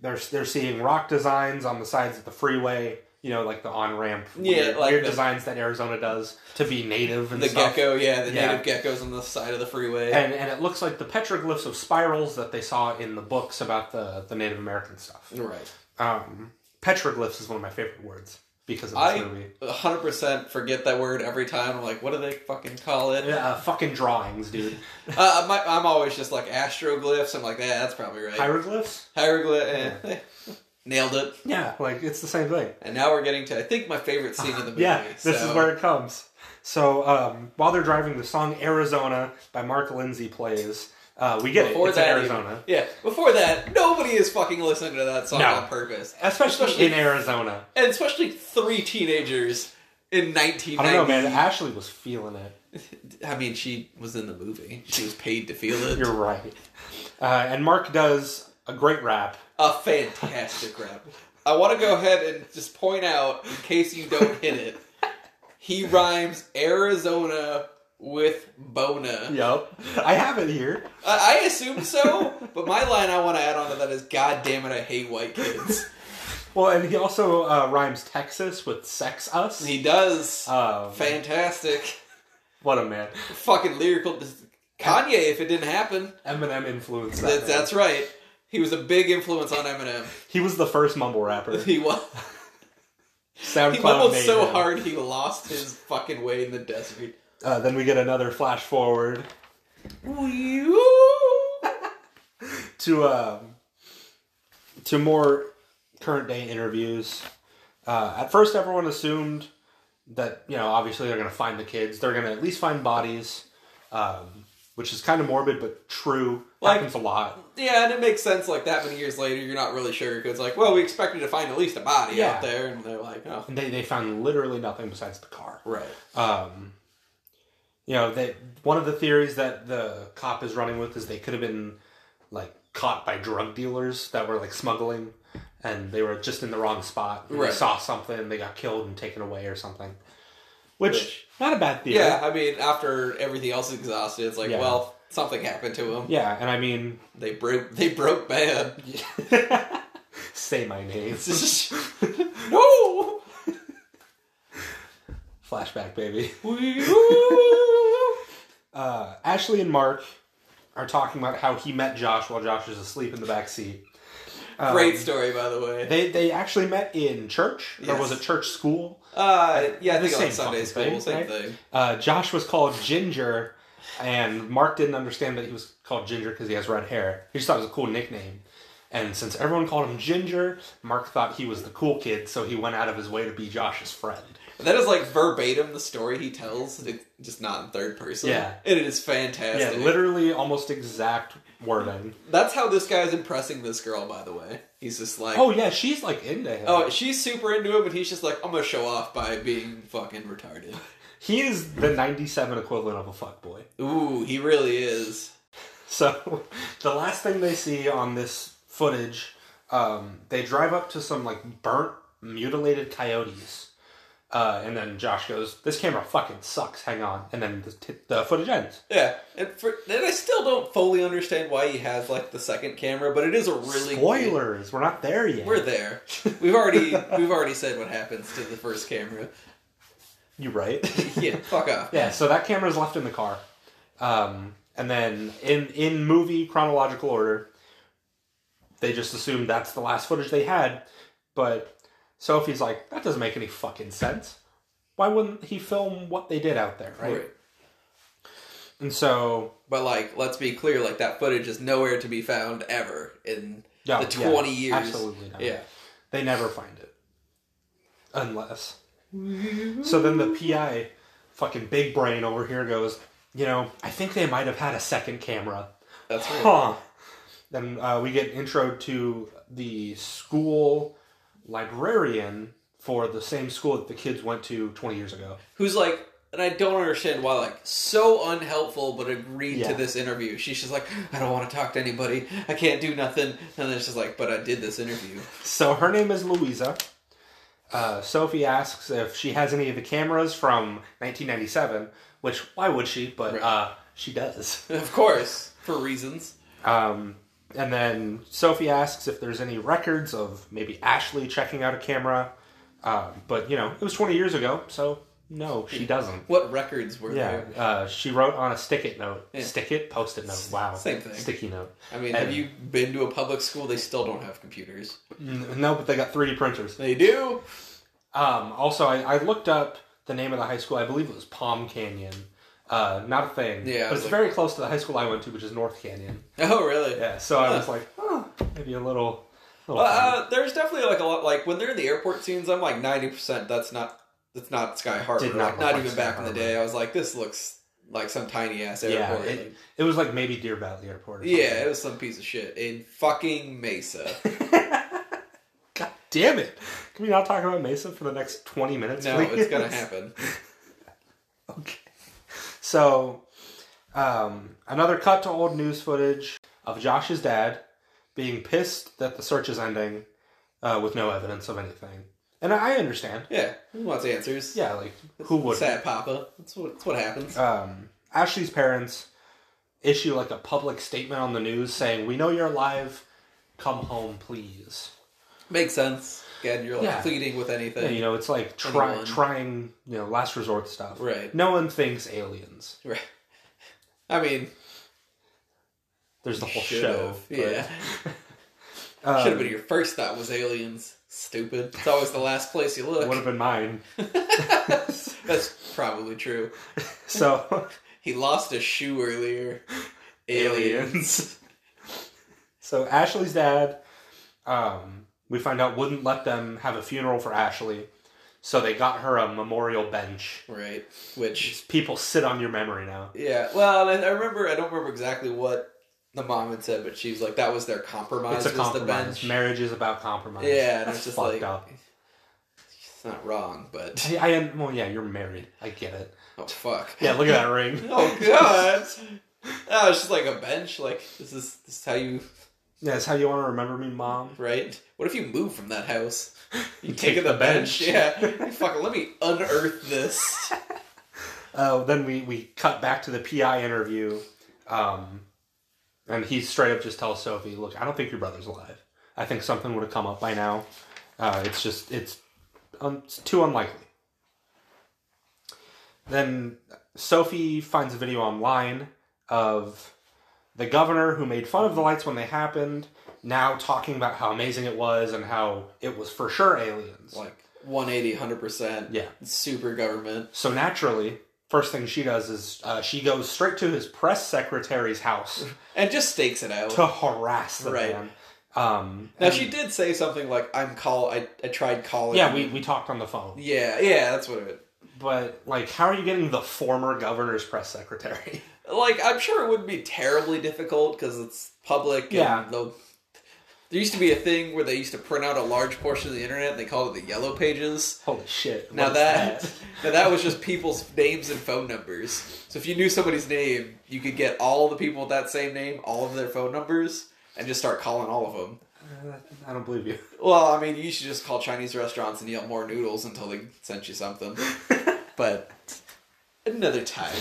S1: They're, they're seeing rock designs on the sides of the freeway, you know, like the on ramp.
S2: Yeah,
S1: weird,
S2: like
S1: weird
S2: the-
S1: designs that Arizona does to be native and
S2: The
S1: stuff.
S2: gecko, yeah, the
S1: Yeah.
S2: native geckos on the side of the freeway.
S1: And, and it looks like the petroglyphs of spirals that they saw in the books about the, the Native American stuff.
S2: right.
S1: Um, petroglyphs is one of my favorite words because of this
S2: I
S1: movie.
S2: 100% forget that word every time. I'm like, what do they fucking call it?
S1: Uh, fucking drawings, dude.
S2: uh, my, I'm always just like astroglyphs. I'm like, yeah, that's probably right.
S1: Hieroglyphs?
S2: Hieroglyph. eh, Nailed it.
S1: Yeah, like it's the same thing.
S2: And now we're getting to, I think, my favorite scene of the movie.
S1: Yeah, this
S2: so-
S1: is where it comes. So um, while they're driving, the song "Arizona" by Mark Lindsay plays. Uh, we get
S2: Before
S1: it. It's in
S2: that,
S1: Arizona,
S2: even- yeah. Before that, nobody is fucking listening to that song
S1: No.
S2: on purpose,
S1: especially,
S2: Especially-
S1: in Arizona.
S2: and especially three teenagers in 1990.
S1: I don't know, man. Ashley was feeling it.
S2: I mean, she was in the movie. She was paid to feel it.
S1: You're right. Uh, and Mark does a great rap.
S2: a fantastic rap. I want to go ahead and just point out, in case you don't hit it, he rhymes Arizona with Bona.
S1: Yup, I have it here.
S2: I, I assume so, but my line I want to add on to that is, God damn it, I hate white kids.
S1: Well, and he also uh, rhymes Texas with "sex us."
S2: He does.
S1: Um,
S2: Fantastic.
S1: what a man!
S2: Fucking lyrical. Kanye, if it didn't happen.
S1: Eminem influenced that. man.
S2: That's, that's right. He was a big influence on Eminem.
S1: He was the first mumble rapper.
S2: He was.
S1: SoundCloud
S2: He mumbled
S1: made
S2: so
S1: him.
S2: hard he lost his fucking way in the desert.
S1: Uh, then we get another flash forward to um, to more current day interviews. Uh, at first, everyone assumed that you know obviously they're going to find the kids. They're going to at least find bodies, um, which is kind of morbid but true.
S2: Like-
S1: Happens a lot.
S2: Yeah, and it makes sense. Like that many years later, you're not really sure because, like, well, we expected to find at least a body
S1: Yeah.
S2: out there, and they're like, oh,
S1: And they they found literally nothing besides the car.
S2: right.
S1: Um, you know, they one of the theories that the cop is running with is they could have been like caught by drug dealers that were like smuggling, and they were just in the wrong spot. and They
S2: Right.
S1: saw something, they got killed and taken away or something. Which,
S2: Which-
S1: not a bad theory.
S2: Yeah, I mean, after everything else is exhausted, it's like,
S1: Yeah.
S2: well, something happened to him.
S1: Yeah, and I mean,
S2: They broke. They broke bad.
S1: say my name.
S2: no.
S1: Flashback, baby.
S2: Wee-oo.
S1: Uh, Ashley and Mark are talking about how he met Josh while Josh was asleep in the back seat.
S2: Great story, by the way.
S1: Um, They they actually met in church, or was
S2: Yes.
S1: it church school?
S2: Uh, yeah, I
S1: The
S2: think on
S1: same
S2: Sunday
S1: fucking
S2: school,
S1: thing,
S2: same
S1: right?
S2: thing.
S1: Uh, Josh was called Ginger, and Mark didn't understand that he was called Ginger because he has red hair. He just thought it was a cool nickname. And since everyone called him Ginger, Mark thought he was the cool kid, so he went out of his way to be Josh's friend.
S2: But that is like verbatim the story he tells, it's just not in third person.
S1: Yeah.
S2: and it is fantastic.
S1: Yeah, literally almost exact wording.
S2: That's how this guy's impressing this girl. By the way, he's just like,
S1: Oh yeah, she's like into him.
S2: Oh, she's super into him, but he's just like, I'm gonna show off by being fucking retarded.
S1: he is the '97 equivalent of a fuckboy.
S2: Ooh, he really is.
S1: So the last thing they see on this footage, um, they drive up to some like burnt, mutilated coyotes, uh, and then Josh goes, "This camera fucking sucks. Hang on." And then the, t- the footage ends.
S2: Yeah, and, for, and I still don't fully understand why he has like the second camera, but it is a really
S1: Spoilers. We're not there yet.
S2: We're there. We've already we've already said what happens to the first camera.
S1: you right?
S2: Yeah, fuck off.
S1: yeah. So that camera is left in the car, um, and then in in movie chronological order, they just assume that's the last footage they had. But Sophie's like, that doesn't make any fucking sense. Why wouldn't he film what they did out there, right?
S2: Right.
S1: And so,
S2: But like, let's be clear, like that footage is nowhere to be found ever in
S1: yeah,
S2: the
S1: yeah,
S2: twenty years.
S1: absolutely not.
S2: Yeah.
S1: They never find it. Unless. So then the PI, fucking big brain over here, goes, you know, I think they might have had a second camera.
S2: That's right.
S1: Huh. Then uh, we get intro to the school librarian for the same school that the kids went to 20 years ago.
S2: who's like and I don't understand why, like, so unhelpful, but agreed
S1: Yeah.
S2: to this interview. She's just like, I don't want to talk to anybody. I can't do nothing. And then she's like, but I did this interview.
S1: So her name is Louisa. Uh, Sophie asks if she has any of the cameras from 1997, which why would she? But
S2: Right.
S1: uh, she does.
S2: of course, for reasons.
S1: Um, and then Sophie asks if there's any records of maybe Ashley checking out a camera. Um, but, you know, it was 20 years ago, so no, she doesn't.
S2: What records were
S1: Yeah,
S2: there?
S1: uh, she wrote on a stick it note. Stick it, post it note. Wow.
S2: same thing.
S1: Sticky note.
S2: I mean, have you been to a public school? They still don't have computers.
S1: N- No, but they got 3D printers.
S2: They do.
S1: Um, also, I, I looked up the name of the high school. I believe it was Palm Canyon. Uh, not a thing.
S2: Yeah, I
S1: But
S2: was
S1: it's
S2: like-
S1: very close to the high school I went to, which is North Canyon.
S2: Oh, really?
S1: Yeah, so I was like, huh, maybe a little. little
S2: Uh, there's definitely like a lot. Like when they're in the airport scenes, I'm like 90. percent That's not. That's not Sky Harbor.
S1: Did not
S2: not like,
S1: look
S2: not
S1: like
S2: even
S1: Sky
S2: back in the
S1: Harbor.
S2: day. I was like, this looks like some tiny ass
S1: yeah,
S2: airport.
S1: it, it was like maybe Deer Valley Airport. Or
S2: Yeah, it was some piece of shit in fucking Mesa.
S1: God damn it! Can we not talk about Mesa for the next twenty minutes?
S2: No, it's
S1: please?
S2: gonna happen.
S1: Okay. So, um, another cut to old news footage of Josh's dad being pissed that the search is ending uh, with no evidence of anything. And I understand.
S2: Yeah, who wants answers?
S1: Yeah, like, who would?
S2: Sad Papa. That's what, that's what happens.
S1: Um, Ashley's parents issue like a public statement on the news saying, We know you're alive. Come home, please.
S2: Makes sense. Again, you're like
S1: Yeah.
S2: pleading with
S1: And,
S2: anything.
S1: you know, it's like try,
S2: Anyone.
S1: trying, you know, last resort stuff.
S2: Right.
S1: No one thinks aliens.
S2: Right. I mean,
S1: There's the whole
S2: should
S1: show.
S2: have.
S1: but-
S2: Yeah.
S1: Um,
S2: should have been your first thought was aliens. Stupid. It's always the last place you
S1: Would
S2: look.
S1: have been mine.
S2: That's probably true.
S1: So
S2: He lost a shoe earlier.
S1: aliens. so Ashley's dad, um, we find out wouldn't let them have a funeral for Ashley, so they got her a memorial bench.
S2: Right. Which
S1: People sit on your memory now.
S2: Yeah, well, and I I remember I don't remember exactly what the mom had said, but she's like that was their compromise.
S1: It's a
S2: was
S1: compromise.
S2: The bench.
S1: Marriage is about compromise.
S2: Yeah, and
S1: That's
S2: it's just
S1: fucked
S2: like
S1: up.
S2: it's not wrong, but
S1: I, I am. Well, yeah, you're married. I get it.
S2: oh fuck.
S1: Yeah, look at that ring.
S2: Oh god. Oh, it's just like a bench. Like this is this is how you
S1: Yeah, that's how you want to remember me, mom.
S2: right? What if you move from that house? You
S1: Take
S2: take
S1: the
S2: the bench.
S1: bench.
S2: Yeah. Fucking let me unearth this.
S1: Uh, then we, we cut back to the PI interview, um, and he straight up just tells Sophie, "Look, I don't think your brother's alive. I think something would have come up by now. Uh, it's just it's, un- it's too unlikely." Then Sophie finds a video online of the governor who made fun of the lights when they happened, now talking about how amazing it was and how it was for sure aliens.
S2: Like 180, 100%.
S1: Yeah.
S2: Super government.
S1: So naturally, first thing she does is uh, she goes straight to his press secretary's house
S2: And just stakes it out.
S1: to harass the
S2: Right.
S1: man. Um,
S2: Now,
S1: and-
S2: she did say something like, I'm call, I, I tried calling.
S1: yeah, we, we talked on the phone.
S2: Yeah, yeah, that's what it
S1: But, like, how are you getting the former governor's press secretary?
S2: Like, I'm sure it wouldn't be terribly difficult because it's public. And
S1: Yeah.
S2: they'll- There used to be a thing where they used to print out a large portion of the internet and they called it the Yellow Pages.
S1: Holy shit. what
S2: Now
S1: is
S2: that, now that was just people's names and phone numbers. So if you knew somebody's name, you could get all the people with that same name, all of their phone numbers, and just start calling all of them.
S1: Uh, I don't believe you.
S2: Well, I mean, you should just call Chinese restaurants and yell more noodles until they sent you something. But another time.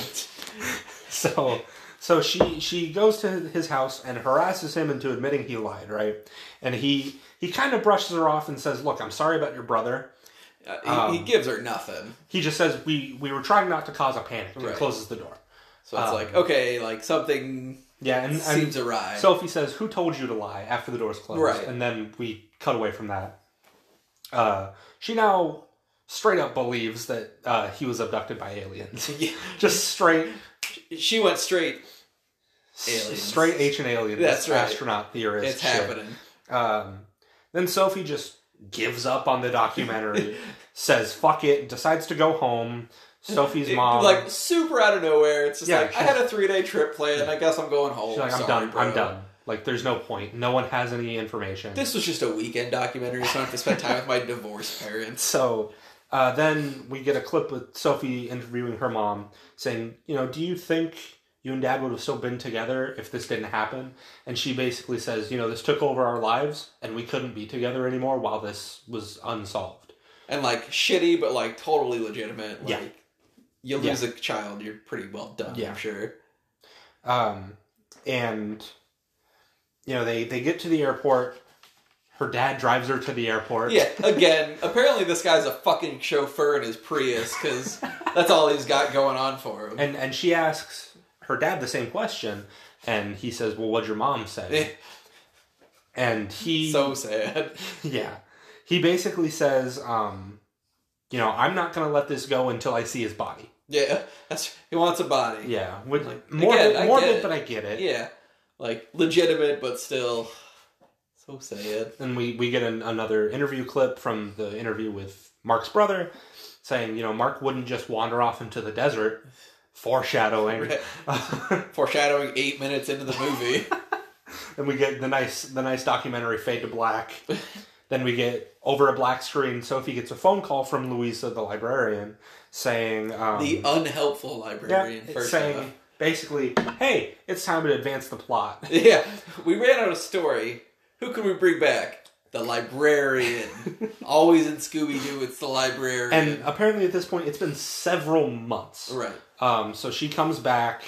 S1: So, so she she goes to his house and harasses him into admitting he lied, right? And he he kind of brushes her off and says, "Look, I'm sorry about your brother."
S2: Uh, he,
S1: Um,
S2: he gives her nothing.
S1: He just says, "We we were trying not to cause a panic," and
S2: Right.
S1: closes the door.
S2: So it's
S1: um,
S2: like, okay, like something
S1: Yeah, and, and
S2: seems awry.
S1: Sophie says, "Who told you to lie?" After the door's closed,
S2: Right.
S1: and then we cut away from that. Uh, she now straight up believes that uh, he was abducted by aliens.
S2: Yeah.
S1: just straight
S2: she went straight, Aliens.
S1: aliens. straight ancient alien.
S2: That's right.
S1: Astronaut theorist.
S2: it's
S1: shit.
S2: happening.
S1: Um, then Sophie just gives up on the documentary, says "fuck it," and decides to go home. Sophie's
S2: It-
S1: mom,
S2: Like super out of nowhere. It's just
S1: Yeah,
S2: like I had a three day trip planned. I guess I'm going home.
S1: she's like, "I'm
S2: Sorry,
S1: done.
S2: bro."
S1: I'm done. Like, there's no point. No one has any information."
S2: This was just a weekend documentary, so I have to spend time with my divorced parents.
S1: so uh, then we get a clip with Sophie interviewing her mom, saying, "You know, do you think?" You and Dad would have still been together if this didn't happen. And she basically says, You know, this took over our lives and we couldn't be together anymore while this was unsolved.
S2: And like shitty, but like totally legitimate. Like
S1: Yeah.
S2: you
S1: Yeah.
S2: lose a child, you're pretty well done.
S1: Yeah.
S2: I'm sure.
S1: Um, and you know they they get to the airport. Her dad drives her to the airport.
S2: Yeah. Again, apparently this guy's a fucking chauffeur in his Prius because that's all he's got going on for him.
S1: and and she asks her dad the same question, and he says, "Well, what'd your mom say?" and he,
S2: so sad.
S1: yeah, he basically says, um, "You know, I'm not gonna let this go until I see his body."
S2: Yeah. That's he wants a body.
S1: Yeah, with
S2: Like,
S1: morbid,
S2: again, I get
S1: morbid,
S2: it.
S1: but I get it.
S2: Yeah. Like legitimate, but still so sad.
S1: And we, we get an, another interview clip from the interview with Mark's brother saying, you know, Mark wouldn't just wander off into the desert, foreshadowing.
S2: Foreshadowing eight minutes into the movie.
S1: then we get the nice the nice documentary fade to black. then we get over a black screen. Sophie gets a phone call from Louisa, the librarian, saying um,
S2: the unhelpful
S1: yeah,
S2: librarian
S1: it's
S2: first
S1: saying
S2: off.
S1: basically, hey, it's time to advance the plot.
S2: Yeah, we ran out of story. Who can we bring back? The librarian. Always in Scooby Doo, it's the librarian.
S1: And apparently, at this point, it's been several months.
S2: right.
S1: Um, so she comes back.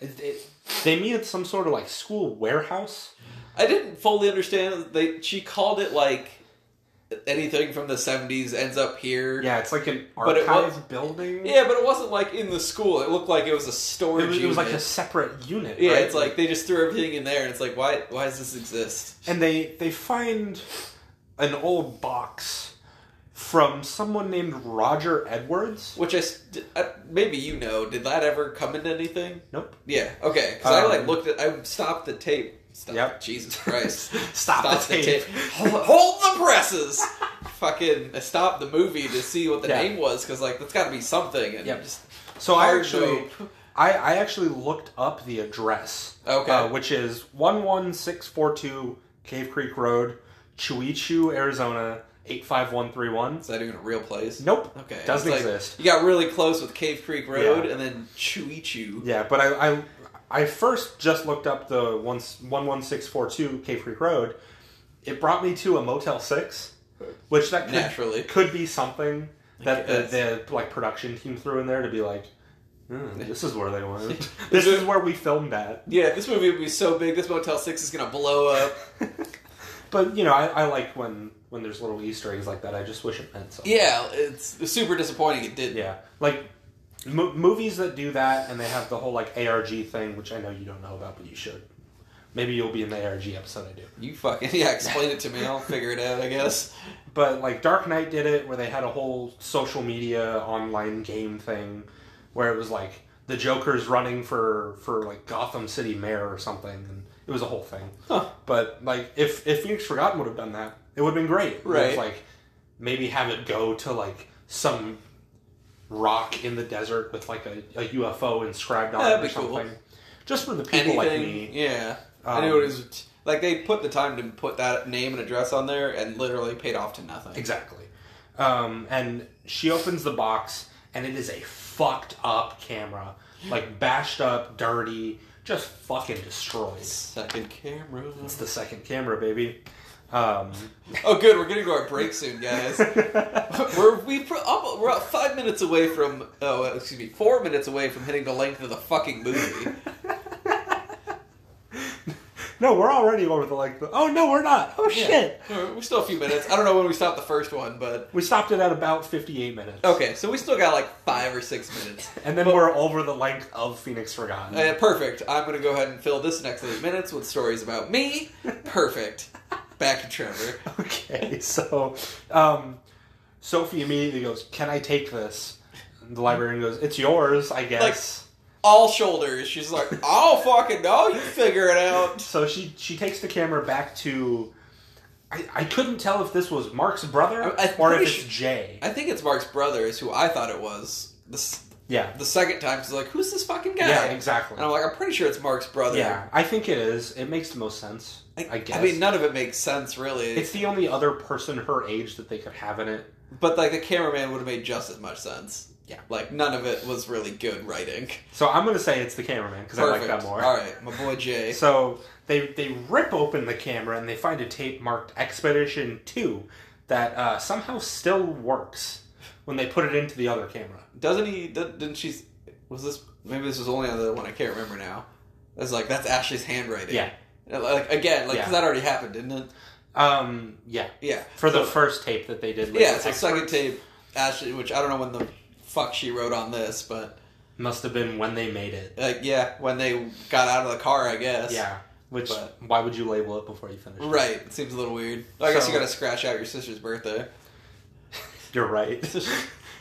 S1: It- it- they meet at some sort of like school warehouse.
S2: I didn't fully understand. They she called it like anything from the seventies ends up here.
S1: Yeah, it's like an
S2: But it
S1: archive
S2: wa-
S1: building.
S2: Yeah, but it wasn't like in the school. It looked like it was a storage.
S1: it was, it was like a
S2: unit.
S1: separate unit.
S2: yeah.
S1: right?
S2: It's like they just threw everything in there, and it's like why why does this exist?
S1: and they they find an old box from someone named Roger Edwards.
S2: Which I, s- d- I- maybe you know. Did that ever come into anything?
S1: Nope.
S2: Yeah. Okay. Because I
S1: Um,
S2: like looked at. I stopped the tape. Stop,
S1: Yep.
S2: Jesus Christ.
S1: Stop, the, tape.
S2: Hold, hold the presses. Fucking. I stopped the movie to see what the
S1: Yeah.
S2: name was because like that's got to be something. And
S1: Yep.
S2: just
S1: So I
S2: hard
S1: actually
S2: dope.
S1: I, I actually looked up the address.
S2: Okay.
S1: uh, which is one one six four two Cave Creek Road, Chuichu, Arizona eight five one three one.
S2: Is that even a real place?
S1: Nope.
S2: Okay.
S1: Doesn't
S2: it's like,
S1: exist.
S2: You got really close with Cave Creek Road and then Chewy Chew.
S1: Yeah, but I, I I first just looked up the one one one six four two Cave Creek Road. It brought me to a Motel Six, which that could,
S2: Naturally.
S1: could be something that
S2: guess.
S1: the, the like production team threw in there to be like, "Hmm, this is where they went. this is where we filmed at.
S2: Yeah, this movie would be so big. This Motel Six is gonna blow up.
S1: But you know, I, I like when when there's little Easter eggs like that. I just wish it meant something.
S2: yeah, it's super disappointing. It did.
S1: Yeah, like Mo- movies that do that, and they have the whole like ARG thing, which I know you don't know about, but you should. Maybe you'll be in the ARG episode I do.
S2: You fucking yeah, explain it to me. I'll figure it out. I guess.
S1: But like Dark Knight did it, where they had a whole social media online game thing, where it was like the Joker's running for for like Gotham City mayor or something, and it was a whole thing.
S2: Huh.
S1: But like if if Phoenix Forgotten would have done that, it would have been great. It was,
S2: Right.
S1: like maybe have it go to like some rock in the desert with like a, a UFO inscribed on
S2: That'd
S1: it or
S2: be cool.
S1: something. Just for the people like me.
S2: Yeah.
S1: Um,
S2: I knew it was like they put the time to put that name and address on there, and literally paid off to nothing.
S1: Exactly. Um, and she opens the box, and it is a fucked up camera. Like, bashed up, dirty, just fucking destroyed. It's
S2: Second camera.
S1: the second camera, baby. Um,
S2: Oh, good. We're getting to our break soon, guys. we're we pro- almo- we're about five minutes away from oh uh, excuse me four minutes away from hitting the length of the fucking movie.
S1: no, we're already over the like. The, oh, no, we're not. Oh, shit.
S2: Yeah. We're- We're still a few minutes. I don't know when we stopped the first one, but
S1: We stopped it at about 58 minutes.
S2: okay. So we still got like five or six minutes.
S1: And then we're over the length of Phoenix Forgotten.
S2: Uh, perfect. I'm gonna go ahead and fill this next eight minutes with stories about me. Perfect. Back to Trevor.
S1: okay, so um, Sophie immediately goes, Can I take this? And the librarian goes, It's yours, I guess.
S2: All shoulders. She's like, I'll fucking know. You figure it out.
S1: So she she takes the camera back to. I, I couldn't tell if this was Mark's brother
S2: I- I'm
S1: or if
S2: pretty
S1: it's
S2: su-
S1: Jay.
S2: I think it's Mark's brother is who I thought it was. This
S1: yeah.
S2: the second time she's like, who's this fucking guy?
S1: Yeah, exactly.
S2: And I'm like, I'm pretty sure it's Mark's brother.
S1: Yeah, I think it is. It makes the most sense. I, guess.
S2: I mean, none of it makes sense really.
S1: it's the only other person her age that they could have in it.
S2: but like the cameraman would have made just as much sense.
S1: Yeah.
S2: Like none of it was really good writing.
S1: So I'm gonna say it's the cameraman because I like that more.
S2: All right, my boy Jay.
S1: So they they rip open the camera and they find a tape marked Expedition Two that uh, somehow still works when they put it into the other camera.
S2: Doesn't he? d- Didn't she? Was this? Maybe this was only on the other one. I can't remember now. I was like, that's Ashley's handwriting.
S1: Yeah.
S2: And, Like again, like 'cause
S1: Yeah.
S2: that already happened, didn't it?
S1: Um, yeah.
S2: Yeah.
S1: For the
S2: So-
S1: first tape that they did, with
S2: yeah,
S1: the
S2: it's a
S1: expert.
S2: second tape. Ashley, which I don't know when the fuck she wrote on this, but
S1: Must have been when they made it.
S2: like yeah, when they got out of the car, I guess.
S1: Yeah. Which
S2: But-
S1: why would you label it before you finish? it?
S2: Right. It seems a little weird. I guess
S1: So-
S2: you got to scratch out your sister's birthday.
S1: You're right.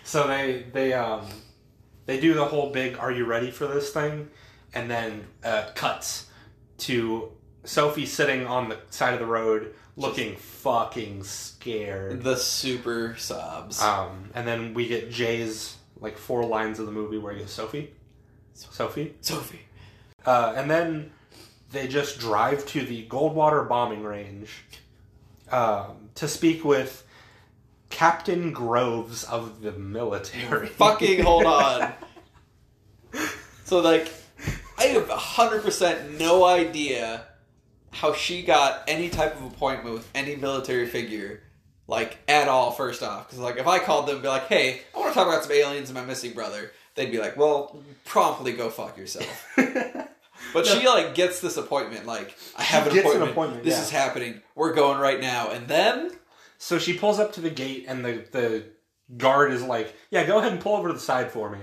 S1: so they they um they do the whole big "Are you ready for this?" thing, and then uh, cuts to Sophie sitting on the side of the road looking fucking scared.
S2: The super sobs.
S1: Um, and then we get Jay's like four lines of the movie where he goes, "Sophie, Sophie."
S2: Sophie.
S1: Uh, and then they just drive to the Goldwater bombing range um, to speak with Captain Groves of the military.
S2: Fucking hold on. so like, I have hundred percent no idea how she got any type of appointment with any military figure. Like at all, first off, because like if I called them, and be like, "Hey, I want to talk about some aliens and my missing brother," they'd be like, "Well, promptly go fuck yourself." But she like gets this appointment. Like I have an
S1: gets an
S2: appointment.
S1: appointment,
S2: This
S1: yeah.
S2: is happening. We're going right now. And then
S1: so she pulls up to the gate, and the the guard is like, "Yeah, go ahead and pull over to the side for me."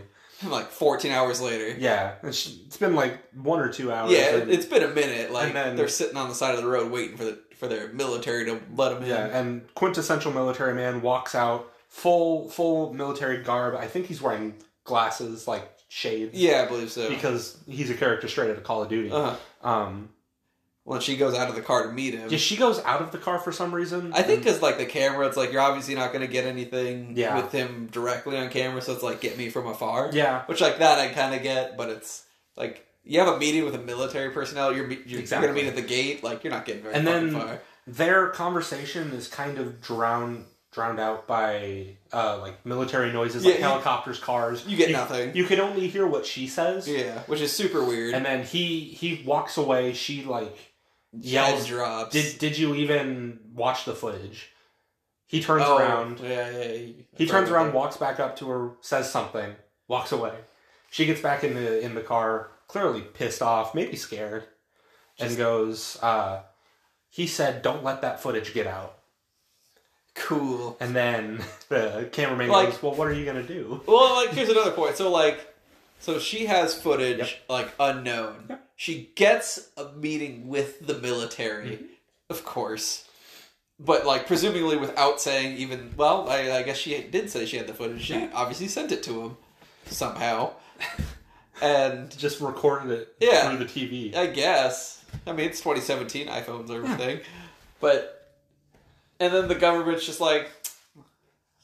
S2: like 14 hours later.
S1: Yeah, and she, it's been like one or two hours.
S2: Yeah,
S1: and-
S2: it, has been a minute. Like
S1: And then-
S2: they're sitting on the side of the road waiting for the for their military to let them in.
S1: yeah, and quintessential military man walks out full full military garb. I think he's wearing glasses, like shades.
S2: Yeah, I believe so.
S1: because he's a character straight out of Call of Duty.
S2: uh-huh.
S1: Um,
S2: Well, she goes out of the car to meet him.
S1: yeah, she goes out of the car for some reason.
S2: I think because like the camera, it's like you're obviously not going to get anything
S1: Yeah.
S2: with him directly on camera, so it's like get me from afar.
S1: Yeah,
S2: Which like that I kind of get, but it's like you have a meeting with a military personnel. You're me- you're
S1: Exactly.
S2: going to meet at the gate. Like you're not getting very
S1: And
S2: fucking
S1: then-
S2: far.
S1: their conversation is kind of drowned drowned out by uh, like military noises, like
S2: Yeah, you-
S1: helicopters, cars.
S2: you get nothing.
S1: You can only hear what she says.
S2: Yeah, which is super weird.
S1: And then he he walks away. She like
S2: Head
S1: yells,
S2: drops.
S1: "Did did you even watch the footage?" He turns
S2: Oh,
S1: around.
S2: Yeah, yeah.
S1: He turns around, walks back up to her, says something, walks away. She gets back in the in the car, clearly pissed off, maybe scared, and goes, uh, "He said, don't let that footage get out."
S2: Cool.
S1: And then the cameraman
S2: Like-
S1: goes, "Well, what are you gonna do?"
S2: Well, like here's another point. So like, so she has footage like unknown. She gets a meeting with the
S1: Mm-hmm.
S2: military, of course, but like presumably without saying even. Well, I, I guess she did say she had the footage. She obviously sent it to him somehow, and
S1: Just recorded it
S2: Yeah.
S1: through the TV.
S2: I guess. I mean, it's 2017. iPhones are a thing. But, and then the government's just like,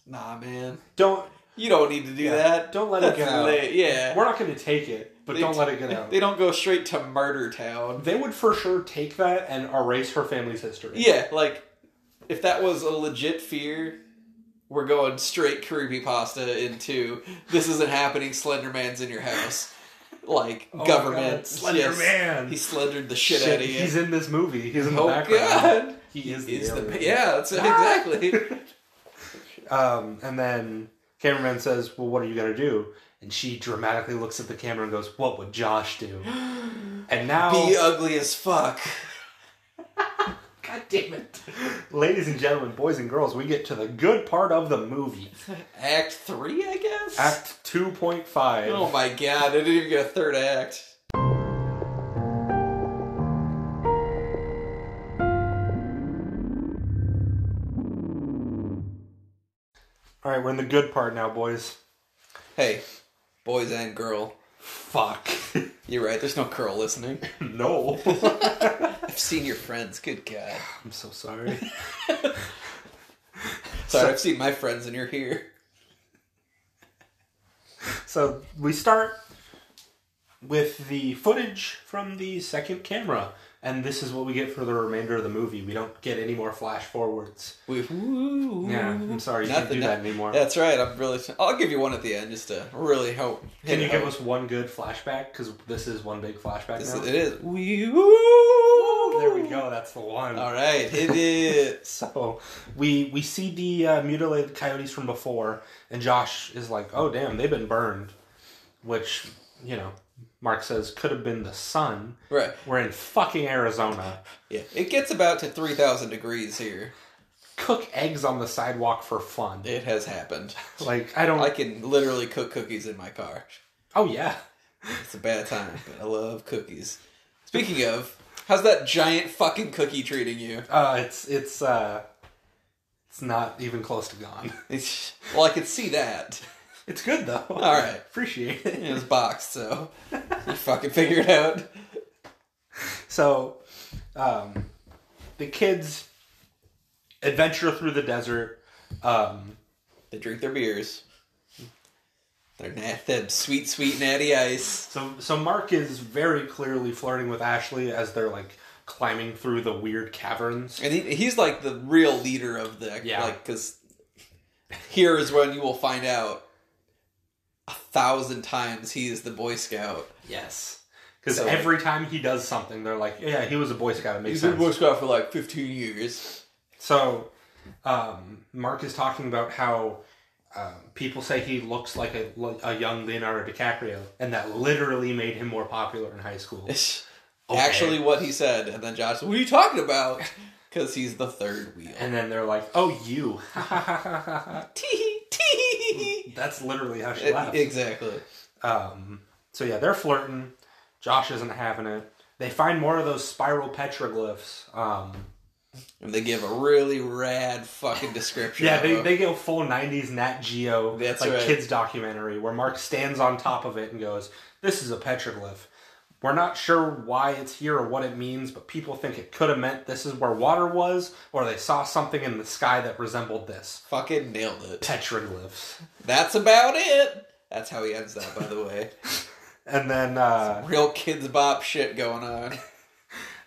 S2: nah, man.
S1: Don't
S2: You don't need to do
S1: Yeah,
S2: that.
S1: don't let it
S2: That's
S1: get out."
S2: late." Yeah.
S1: we're not gonna take it, but
S2: They-
S1: don't let it get out.
S2: They don't go straight to murder town.
S1: They would for sure take that and erase her family's history.
S2: Yeah, like, if that was a legit fear, we're going straight creepypasta into this isn't happening, Slender Man's in your house. Like,
S1: Oh my
S2: government.
S1: God, Slender
S2: yes.
S1: Man.
S2: He slendered the shit, out of you.
S1: he's in this movie. He's in the
S2: Oh,
S1: background.
S2: God.
S1: He, is,
S2: It's
S1: the,
S2: the,
S1: alien. Ah!
S2: yeah, that's it, exactly.
S1: Um, and then cameraman says, "Well, what are you gonna do?" And she dramatically looks at the camera and goes, "What would Josh do?" And now,
S2: Be ugly as fuck.
S1: God damn it, ladies and gentlemen, boys and girls, we get to the good part of the movie,
S2: Act three, I guess.
S1: Act Two Point Five.
S2: Oh my god! I didn't even get a third act.
S1: All right, we're in the good part now, boys.
S2: Hey, boys and girl,
S1: Fuck,
S2: you're right. There's no curl listening.
S1: no,
S2: I've seen your friends. Good god.
S1: I'm so sorry.
S2: Sorry, I've seen my friends, and you're here.
S1: So we start with the footage from the second camera, and this is what we get for the remainder of the movie. We don't get any more flash forwards.
S2: We. Woo,
S1: Yeah, I'm sorry, you
S2: Nothing-
S1: can't do that anymore.
S2: That's right. I'm really. I'll give you one at the end just to really help.
S1: Can you
S2: hit
S1: give
S2: home.
S1: us one good flashback? Because this is one big flashback
S2: This
S1: now.
S2: is- it is. We. Woo.
S1: There we go. That's the one.
S2: All right, hit it.
S1: So we we see the uh, mutilated coyotes from before, and Josh is like, "Oh damn, they've been burned," which you know, Mark says could have been the sun.
S2: Right.
S1: We're in fucking Arizona.
S2: Yeah, it gets about to 3,000 degrees here.
S1: Cook eggs on the sidewalk for fun.
S2: It has happened.
S1: Like I don't.
S2: I can literally cook cookies in my car.
S1: oh yeah.
S2: It's a bad time, but I love cookies. Speaking of, how's that giant fucking cookie treating you?
S1: Uh, it's it's uh, it's not even close to gone.
S2: It's, well, I can see that.
S1: It's good though. All
S2: right.
S1: appreciate it.
S2: It was boxed, so you fucking figure it out.
S1: So, um, the kids adventure through the desert. Um,
S2: They drink their beers. They're nat- them sweet, sweet natty ice.
S1: so so Mark is very clearly flirting with Ashley as they're like climbing through the weird caverns.
S2: And he, he's like the real leader of the
S1: Yeah.
S2: like because here is when you will find out a thousand times he is the Boy Scout.
S1: Yes. Because
S2: So-
S1: every time he does something, they're like, "Yeah, he was a Boy Scout. It makes
S2: He's
S1: sense."
S2: been Boy Scout for like fifteen years.
S1: So, um, Mark is talking about how um, people say he looks like a, a young Leonardo DiCaprio, and that literally made him more popular in high school.
S2: Actually, what he said, and then Josh, said, what are you talking about? Because he's the third wheel.
S1: And then they're like, "Oh, you!"
S2: Tee tee.
S1: That's literally how she laughs.
S2: E, Exactly.
S1: Um, so yeah, they're flirting. Josh isn't having it. They find more of those spiral petroglyphs. Um,
S2: And they give a really rad fucking description.
S1: yeah,
S2: of
S1: they,
S2: him.
S1: they go full '90s Nat Geo,
S2: That's
S1: like
S2: right.
S1: kids documentary, where Mark stands on top of it and goes, "This is a petroglyph. We're not sure why it's here or what it means, but people think it could have meant this is where water was, or they saw something in the sky that resembled this."
S2: fucking nailed it.
S1: Petroglyphs.
S2: That's about it. That's how he ends that, by the way.
S1: And then uh,
S2: Real kids bop shit going on.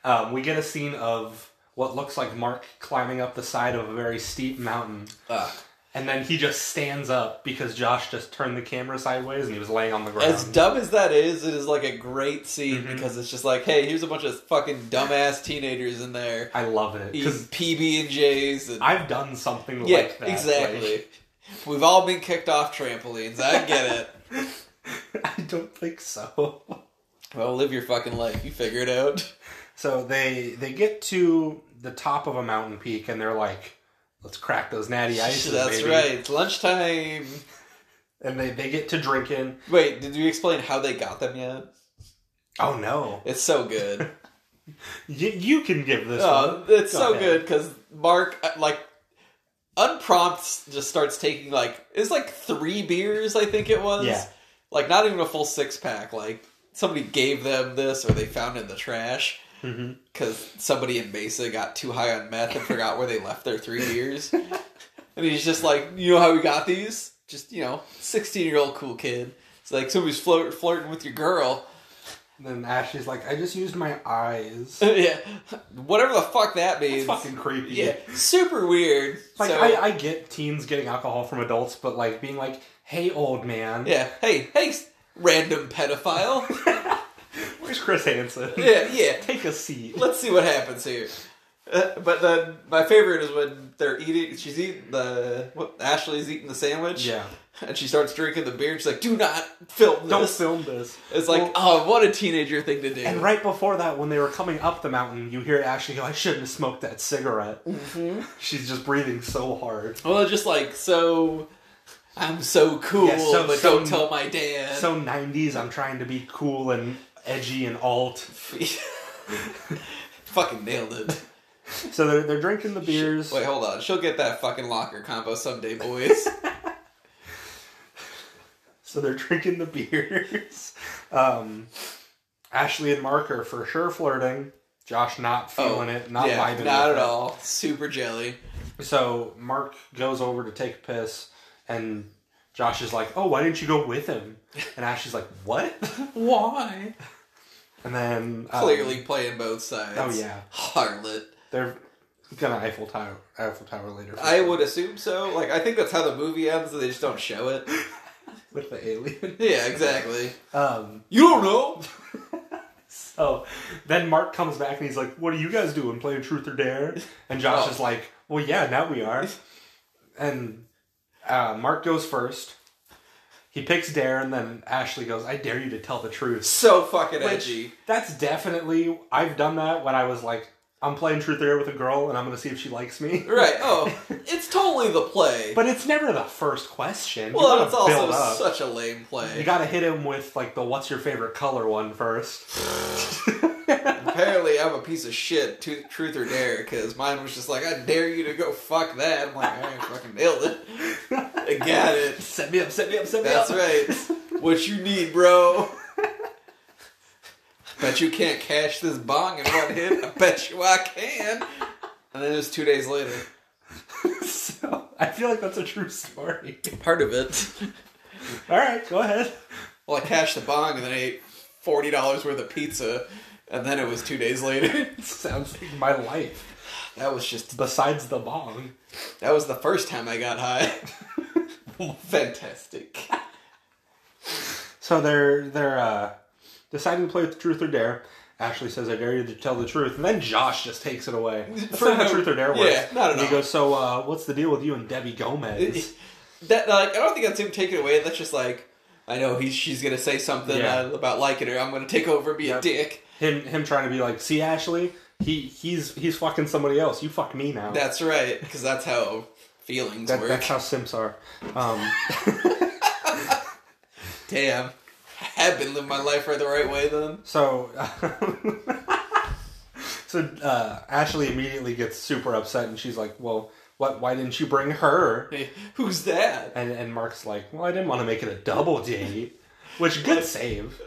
S1: Um, we get a scene of what looks like Mark climbing up the side of a very steep mountain,
S2: Ugh.
S1: and then he just stands up because Josh just turned the camera sideways and he was laying on the ground.
S2: As dumb as that is, it is like a great scene
S1: Mm-hmm.
S2: because it's just like, hey, here's a bunch of fucking dumbass teenagers in there
S1: I love it
S2: eating
S1: because
S2: PB and J's and
S1: I've done something
S2: yeah,
S1: like that.
S2: exactly. We've all been kicked off trampolines. I get it.
S1: like- I don't think so.
S2: well, live your fucking life. You figure it out.
S1: So they they get to the top of a mountain peak and they're like, Let's crack those natty ices.
S2: That's
S1: baby.
S2: right. It's lunchtime.
S1: And they, they get to drinking.
S2: Wait, did we explain how they got them yet?
S1: Oh no.
S2: It's so good.
S1: Y- you can give this one.
S2: oh, it's
S1: Go
S2: so
S1: ahead.
S2: good because Mark, uh, like, unprompted, just starts taking like it's like three beers. I think it was.
S1: Yeah.
S2: Like not even a full six pack. Like somebody gave them this, or they found it in the trash.
S1: Mhm.
S2: because somebody in Mesa got too high on meth and forgot where they left their three beers. and he's just like, you know how we got these? Just you know, sixteen year old cool kid. It's like somebody's flirt flirting with your girl.
S1: Then Ashley's like, I just used my eyes.
S2: yeah, whatever the fuck that
S1: It's
S2: means.
S1: fucking creepy.
S2: yeah, super weird.
S1: Like
S2: so,
S1: I, I get teens getting alcohol from adults, but like being like, hey old man.
S2: yeah, hey, hey, s- random pedophile.
S1: Where's Chris Hansen?
S2: yeah, yeah.
S1: Take a seat.
S2: Let's see what happens here. Uh, but then my favorite is when they're eating. She's eating the what, Ashley's eating the sandwich.
S1: Yeah.
S2: And she starts drinking the beer. And she's like, "Do not film
S1: Don't
S2: this."
S1: film this.
S2: It's like,
S1: Well-
S2: oh, what a teenager thing to do.
S1: And right before that, when they were coming up the mountain, you hear Ashley go, I shouldn't have smoked that cigarette.
S2: Mm-hmm.
S1: She's just breathing so hard.
S2: Well, just like so, I'm so cool,
S1: Yeah, so-
S2: but
S1: so-
S2: don't tell my dad.
S1: So 90s, I'm trying to be cool and edgy and alt.
S2: fucking nailed it.
S1: So they're, they're drinking the beers.
S2: Wait, hold on. She'll get that fucking locker combo someday, boys.
S1: So they're drinking the beers. Um, Ashley and Mark are for sure flirting. Josh not feeling it, not
S2: Oh, yeah,
S1: vibing.
S2: not
S1: with
S2: at
S1: it.
S2: all. Super jelly.
S1: So Mark goes over to take a piss, and Josh is like, "Oh, why didn't you go with him?" And Ashley's like, "What?"
S2: Why?
S1: And then um,
S2: Clearly playing both sides.
S1: oh yeah,
S2: harlot.
S1: they're gonna Eiffel Tower, Eiffel Tower later. for
S2: I
S1: sure,
S2: would assume so. Like, I think that's how the movie ends. They just don't show it.
S1: with the alien.
S2: Yeah, exactly.
S1: Um,
S2: You don't know.
S1: so Oh, then Mark comes back and he's like, "What are you guys doing, playing Truth or Dare?" And Josh
S2: Oh.
S1: is like, "Well, yeah, now we are." And uh, Mark goes first. He picks Dare, and then Ashley goes, "I dare you to tell the truth."
S2: So fucking
S1: Which-
S2: edgy.
S1: That's definitely I've done that when I was like I'm playing truth or dare with a girl and I'm gonna see if she likes me.
S2: Right. Oh, it's totally the play.
S1: But it's never the first question. You
S2: well,
S1: gotta
S2: it's also
S1: build up.
S2: such a lame
S1: you
S2: play.
S1: gotta hit him with like the what's your favorite color one first.
S2: Apparently, I'm a piece of shit. To, truth or dare? Because mine was just like, I dare you to go fuck that. I'm like, I fucking nailed it. I got it.
S1: Set me up, set me up, set me
S2: That's
S1: up.
S2: right. What you need, bro. Bet you can't cash this bong in one hit. I bet you I can. And then just two days later,
S1: so I feel like that's a true story.
S2: part of it.
S1: Alright, go ahead.
S2: Well, I cashed the bong and then I ate forty dollars worth of pizza, and then it was two days later.
S1: Sounds like my life.
S2: That was just
S1: Besides the bong.
S2: that was the first time I got high. Fantastic.
S1: So they're they're uh, deciding to play with truth or dare. Ashley says, "I dare you to tell the truth," and then Josh just takes it away. That's
S2: For
S1: not how
S2: no-
S1: truth or dare
S2: yeah,
S1: works.
S2: not at
S1: and he
S2: all.
S1: goes, "So uh, what's the deal with you and Debbie Gomez?"
S2: That like I don't think that's him taking it away. That's just like I know he's she's gonna say something
S1: Yeah.
S2: uh, about liking her. I'm gonna take over and be
S1: Yep.
S2: a dick.
S1: him him trying to be like, "See, Ashley, he he's he's fucking somebody else. You fuck me now."
S2: That's right, because that's how feelings
S1: That-
S2: work.
S1: that's how simps are. Um,
S2: Damn, I have been living my life right the right way then.
S1: so. So uh, Ashley immediately gets super upset, and she's like, "Well, what? Why didn't you bring her?"
S2: Hey, who's that?
S1: And and Mark's like, well, I didn't want to make it a double date, which good save.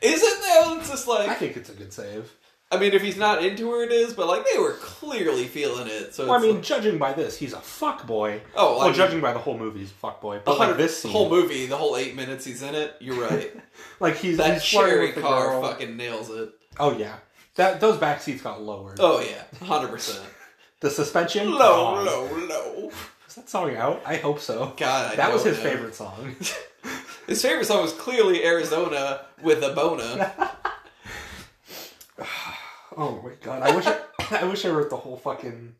S2: Isn't that it's just like
S1: I think it's a good save.
S2: I mean, if he's not into her, it is. But like, they were clearly feeling it. So
S1: Well, I
S2: it's
S1: mean,
S2: like-
S1: judging by this, he's a fuck boy.
S2: Oh, I
S1: well,
S2: mean-
S1: judging by the whole movie, he's a fuck boy. But
S2: the
S1: like this scene,
S2: whole movie, the whole eight minutes he's in it, you're right.
S1: like he's
S2: that
S1: he's flirting
S2: cherry
S1: with the
S2: car
S1: girl.
S2: fucking nails it.
S1: Oh yeah, that those back seats got lowered.
S2: Oh yeah, hundred percent.
S1: The suspension.
S2: Low,
S1: gone.
S2: low, low.
S1: Is that song out? I hope so.
S2: God, I
S1: that was
S2: don't
S1: his
S2: know.
S1: favorite song.
S2: His favorite song was clearly Arizona with a bona.
S1: oh my god, I wish I, I wish I wrote the whole fucking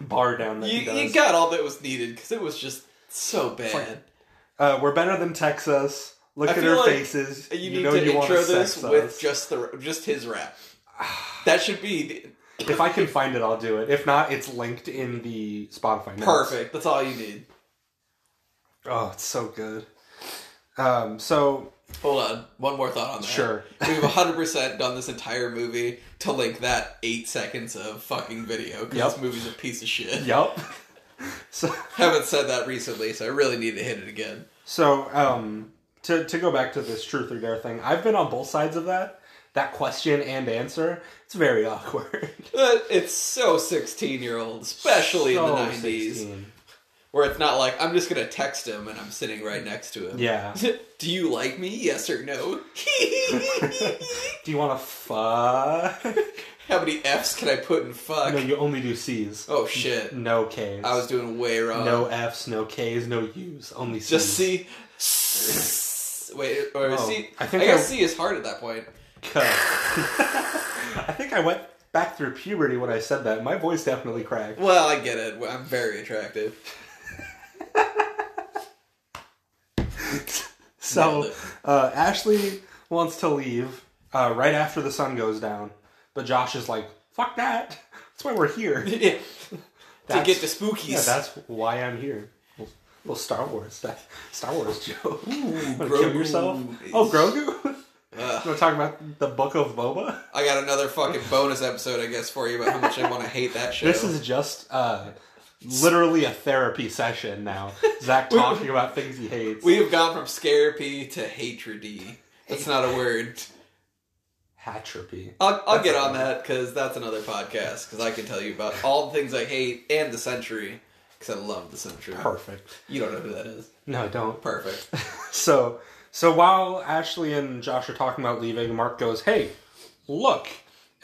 S1: bar down. That
S2: you,
S1: he does.
S2: you got all that was needed because it was just so bad.
S1: uh, we're better than Texas. Look
S2: I
S1: at
S2: feel
S1: her
S2: like
S1: faces.
S2: You,
S1: You,
S2: need
S1: know
S2: to
S1: you want
S2: intro
S1: to
S2: this
S1: sex
S2: with
S1: us.
S2: just the just his rap. That should be the,
S1: If I can find it, I'll do it. If not, it's linked in the Spotify. Notes.
S2: Perfect. That's all you need.
S1: Oh, it's so good. Um, so
S2: Hold on. One more thought on that.
S1: Sure.
S2: We've 100% done this entire movie to link that eight seconds of fucking video because
S1: Yep.
S2: this movie's a piece of shit.
S1: yep. so
S2: Haven't said that recently, so I really need to hit it again.
S1: so um, to to go back to this truth or dare thing, I've been on both sides of that. That question and answer. It's very awkward.
S2: But it's so 16 year old, especially in the
S1: So
S2: 90s,
S1: 16.
S2: where it's not like I'm just going to text him and I'm sitting right next to him.
S1: Yeah.
S2: Do you like me? Yes or no?
S1: Do you want to fuck?
S2: How many F's can I put in fuck?
S1: No, you only do C's.
S2: oh shit.
S1: No K's.
S2: I was doing way wrong.
S1: no F's, no K's, no U's, only C's.
S2: Just C. Wait, or
S1: Oh,
S2: C.
S1: I
S2: I
S1: think
S2: think I guess
S1: I-
S2: C is hard at that point.
S1: Cuh. I think I went back through puberty when I said that. My voice definitely cracked.
S2: Well, I get it. I'm very attractive.
S1: So
S2: Nailed it.
S1: uh, Ashley wants to leave uh, right after the sun goes down, but Josh is like, "Fuck that! That's why we're here.
S2: yeah. To
S1: That's-
S2: get the spookies.
S1: Yeah, that's why I'm here." Little Star Wars, that Star Wars joke. Wanna kill
S2: Grogu
S1: yourself?
S2: is-
S1: Oh, Grogu.
S2: Ugh.
S1: We're talking about the Book of Boba.
S2: I got another fucking bonus episode, I guess, for you about how much I want to hate that show.
S1: This is just uh, literally a therapy session now. Zach talking about things he hates.
S2: We have gone from scarapy to hatredy. That's not a word.
S1: Hatropy.
S2: I'll, I'll get on that because that's another podcast. Because I can tell you about all the things I hate and the century. Because I love the century.
S1: Perfect.
S2: You don't know who that is.
S1: No, don't.
S2: Perfect.
S1: So, so while Ashley and Josh are talking about leaving, Mark goes, "Hey, look!"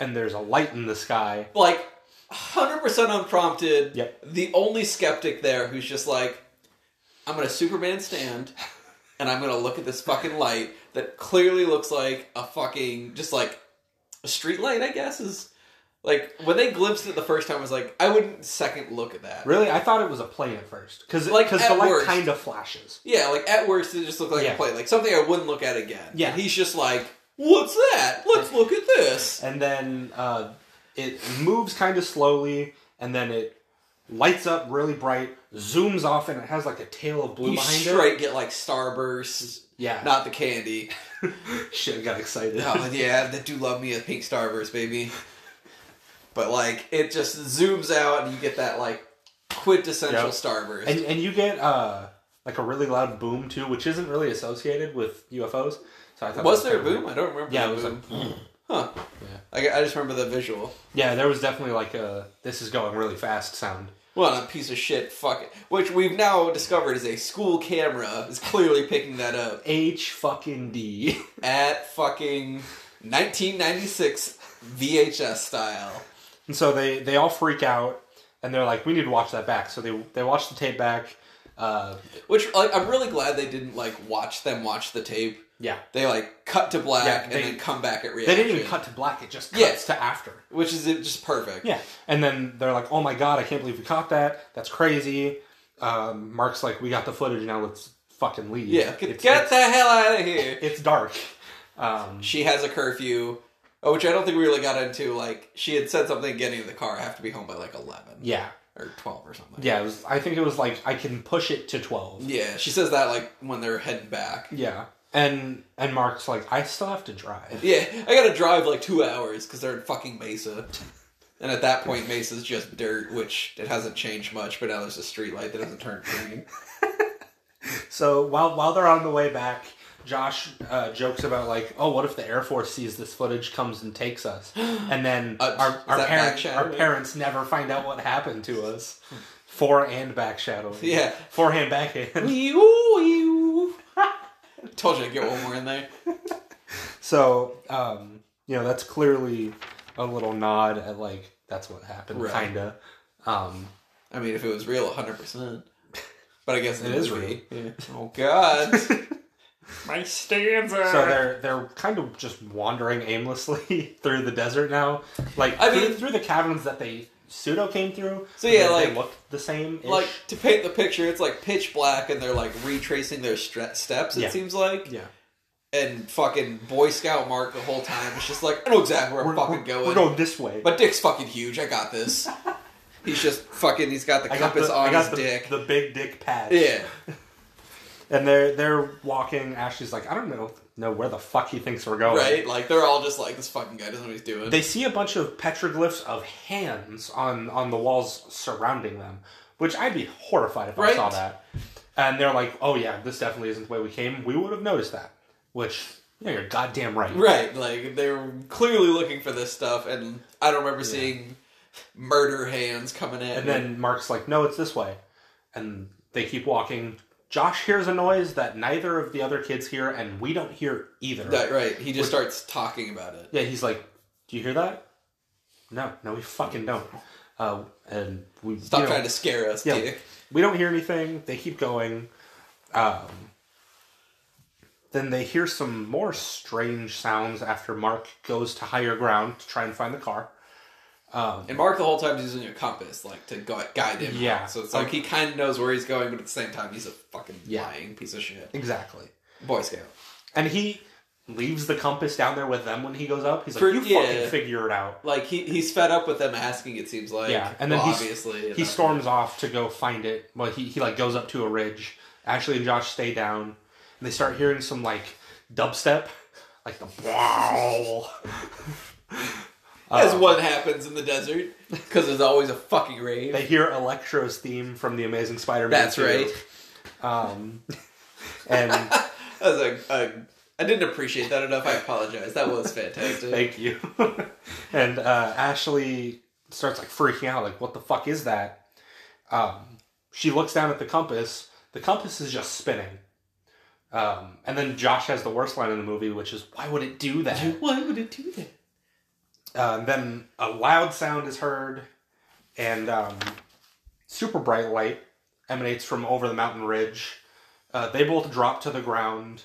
S1: And there's a light in the sky.
S2: like 100% unprompted.
S1: Yep.
S2: The only skeptic there who's just like, I'm going to Superman stand and I'm going to look at this fucking light that clearly looks like a fucking, just like a street light, I guess, is like when they glimpsed it the first time, I was like, I wouldn't second look at that.
S1: Really, I thought it was a plane at first because
S2: Like,
S1: because the
S2: at
S1: light
S2: worst.
S1: kind of flashes.
S2: Yeah, like at worst, it just looked like
S1: Yeah.
S2: a plate, like something I wouldn't look at again.
S1: Yeah.
S2: And he's just like, What's that? Let's look at this.
S1: and then uh, it moves kind of slowly, and then it lights up really bright, zooms off, and it has like a tail of blue
S2: You
S1: behind it.
S2: straight get like starbursts,
S1: Yeah,
S2: not the candy.
S1: shit, I got excited.
S2: Oh yeah, they do love me a pink starburst, baby. But like it just zooms out and you get that like quintessential
S1: Yep.
S2: starburst.
S1: and and you get uh, like a really loud boom too, which isn't really associated with UFOs. So I thought
S2: was
S1: that
S2: there a
S1: kinda weird.
S2: boom? I don't remember.
S1: Yeah,
S2: the
S1: it was
S2: boom.
S1: like, mm.
S2: huh.
S1: Yeah.
S2: I, I just remember the visual.
S1: yeah, there was definitely like a this is going really fast sound.
S2: Well, and a piece of shit, fuck it. Which we've now discovered is a school camera is clearly picking that up
S1: H fucking D.
S2: at fucking 1996 VHS style.
S1: And so they they all freak out and they're like, we need to watch that back. So they they watch the tape back. Uh,
S2: Which like I'm really glad they didn't like watch them watch the tape.
S1: yeah.
S2: They like cut to black
S1: Yeah, they-
S2: and then come back at
S1: They
S2: reaction.
S1: didn't even cut to black. It just cuts
S2: Yeah.
S1: to after.
S2: which is it just perfect.
S1: Yeah. And then they're like, "Oh my god, I can't believe we caught that. That's crazy." Um, Mark's like, "We got the footage now. Let's fucking leave."
S2: Yeah, get,
S1: It's,
S2: get
S1: it's,
S2: the hell out of here.
S1: it's dark. Um,
S2: She has a curfew, oh, which I don't think we really got into. Like, she had said something getting in the car, I have to be home by like 11
S1: yeah.
S2: or 12 or something.
S1: Yeah. It was, I think it was like I can push it to twelve.
S2: Yeah, she says that like when they're heading back.
S1: Yeah. And and Mark's like, "I still have to drive."
S2: Yeah, I gotta drive like two hours because they're in fucking Mesa. And at that point, Mesa's just dirt, which it hasn't changed much, but now there's a street light that doesn't turn green.
S1: So while while they're on the way back, Josh uh, jokes about like, "Oh, what if the Air Force sees this footage, comes and takes us?" And then
S2: Uh,
S1: our
S2: is
S1: our
S2: that
S1: parents our
S2: backshadowing?
S1: parents never find out what happened to us. Fore and back shadowing.
S2: Yeah.
S1: Forehand, backhand.
S2: Ew, ew. Told you I'd get one more in there.
S1: So, um, you know, that's clearly a little nod at like that's what happened,
S2: Right.
S1: kinda. Um,
S2: I mean, if it was real, 100%. But I guess
S1: It
S2: it
S1: is
S2: is real. Oh, God. My stanza.
S1: so they're they're kind of just wandering aimlessly through the desert now, like
S2: I
S1: through,
S2: mean-
S1: through the caverns that they pseudo came through.
S2: So,
S1: they,
S2: yeah,
S1: they
S2: like-
S1: looked the same.
S2: like, to paint the picture, it's like pitch black and they're like retracing their stre- steps, it
S1: Yeah.
S2: seems like.
S1: yeah,
S2: and fucking Boy Scout Mark the whole time. It's just like I know exactly where I'm
S1: We're,
S2: fucking
S1: we're-
S2: going.
S1: we're going this way.
S2: My dick's fucking huge. I got this. he's just fucking. He's got the
S1: I got
S2: compass
S1: the,
S2: on
S1: I got
S2: his
S1: the,
S2: dick.
S1: the big dick patch.
S2: yeah.
S1: And they're they're walking. Ashley's like, I don't know know where the fuck he thinks we're going.
S2: Right? Like, they're all just like, this fucking guy doesn't know what he's doing.
S1: They see a bunch of petroglyphs of hands on on the walls surrounding them, which I'd be horrified if I
S2: Right.
S1: saw that. And they're like, "Oh yeah, this definitely isn't the way we came. We would have noticed that." Which you know, you're goddamn right.
S2: right. Like, they're clearly looking for this stuff, and I don't remember seeing murder hands coming in.
S1: And then Mark's like, "No, it's this way," and they keep walking. Josh hears a noise that neither of the other kids hear, and we don't hear either.
S2: That- right. He just starts talking about it.
S1: Yeah, he's like, "Do you hear that?" No, no, we fucking don't. Uh, and we
S2: Stop
S1: you know,
S2: trying to scare us,
S1: Yeah.
S2: dick.
S1: We don't hear anything. They keep going. Um, then they hear some more strange sounds after Mark goes to higher ground to try and find the car.
S2: And Mark the whole time is using a compass, like to gu- guide him.
S1: Yeah.
S2: So it's like he kind of knows where he's going, but at the same time, he's a fucking
S1: Yeah.
S2: lying piece of shit.
S1: Exactly.
S2: Boy Scout.
S1: And he leaves the compass down there with them when he goes up. He's like,
S2: For-
S1: "You
S2: yeah.
S1: fucking figure it out."
S2: Like he, he's fed up with them asking. It seems like.
S1: Yeah, and then
S2: Well,
S1: he's-
S2: obviously you
S1: He
S2: know.
S1: storms off to go find it. Well, he he like goes up to a ridge. Ashley and Josh stay down, and they start hearing some like dubstep, like the wow. Uh,
S2: as what happens in the desert because there's always a fucking rave.
S1: They hear Electro's theme from the Amazing Spider-Man.
S2: That's
S1: 2.
S2: right.
S1: Um, and
S2: That was a, a, I didn't appreciate that enough. I apologize. That was fantastic.
S1: thank you. and uh, Ashley starts like freaking out, like, "What the fuck is that?" Um, she looks down at the compass. The compass is just spinning. Um, and then Josh has the worst line in the movie, which is, "Why would it do that?"
S2: Why would it do that?
S1: Uh, and then a loud sound is heard, and um, super bright light emanates from over the mountain ridge. Uh, they both drop to the ground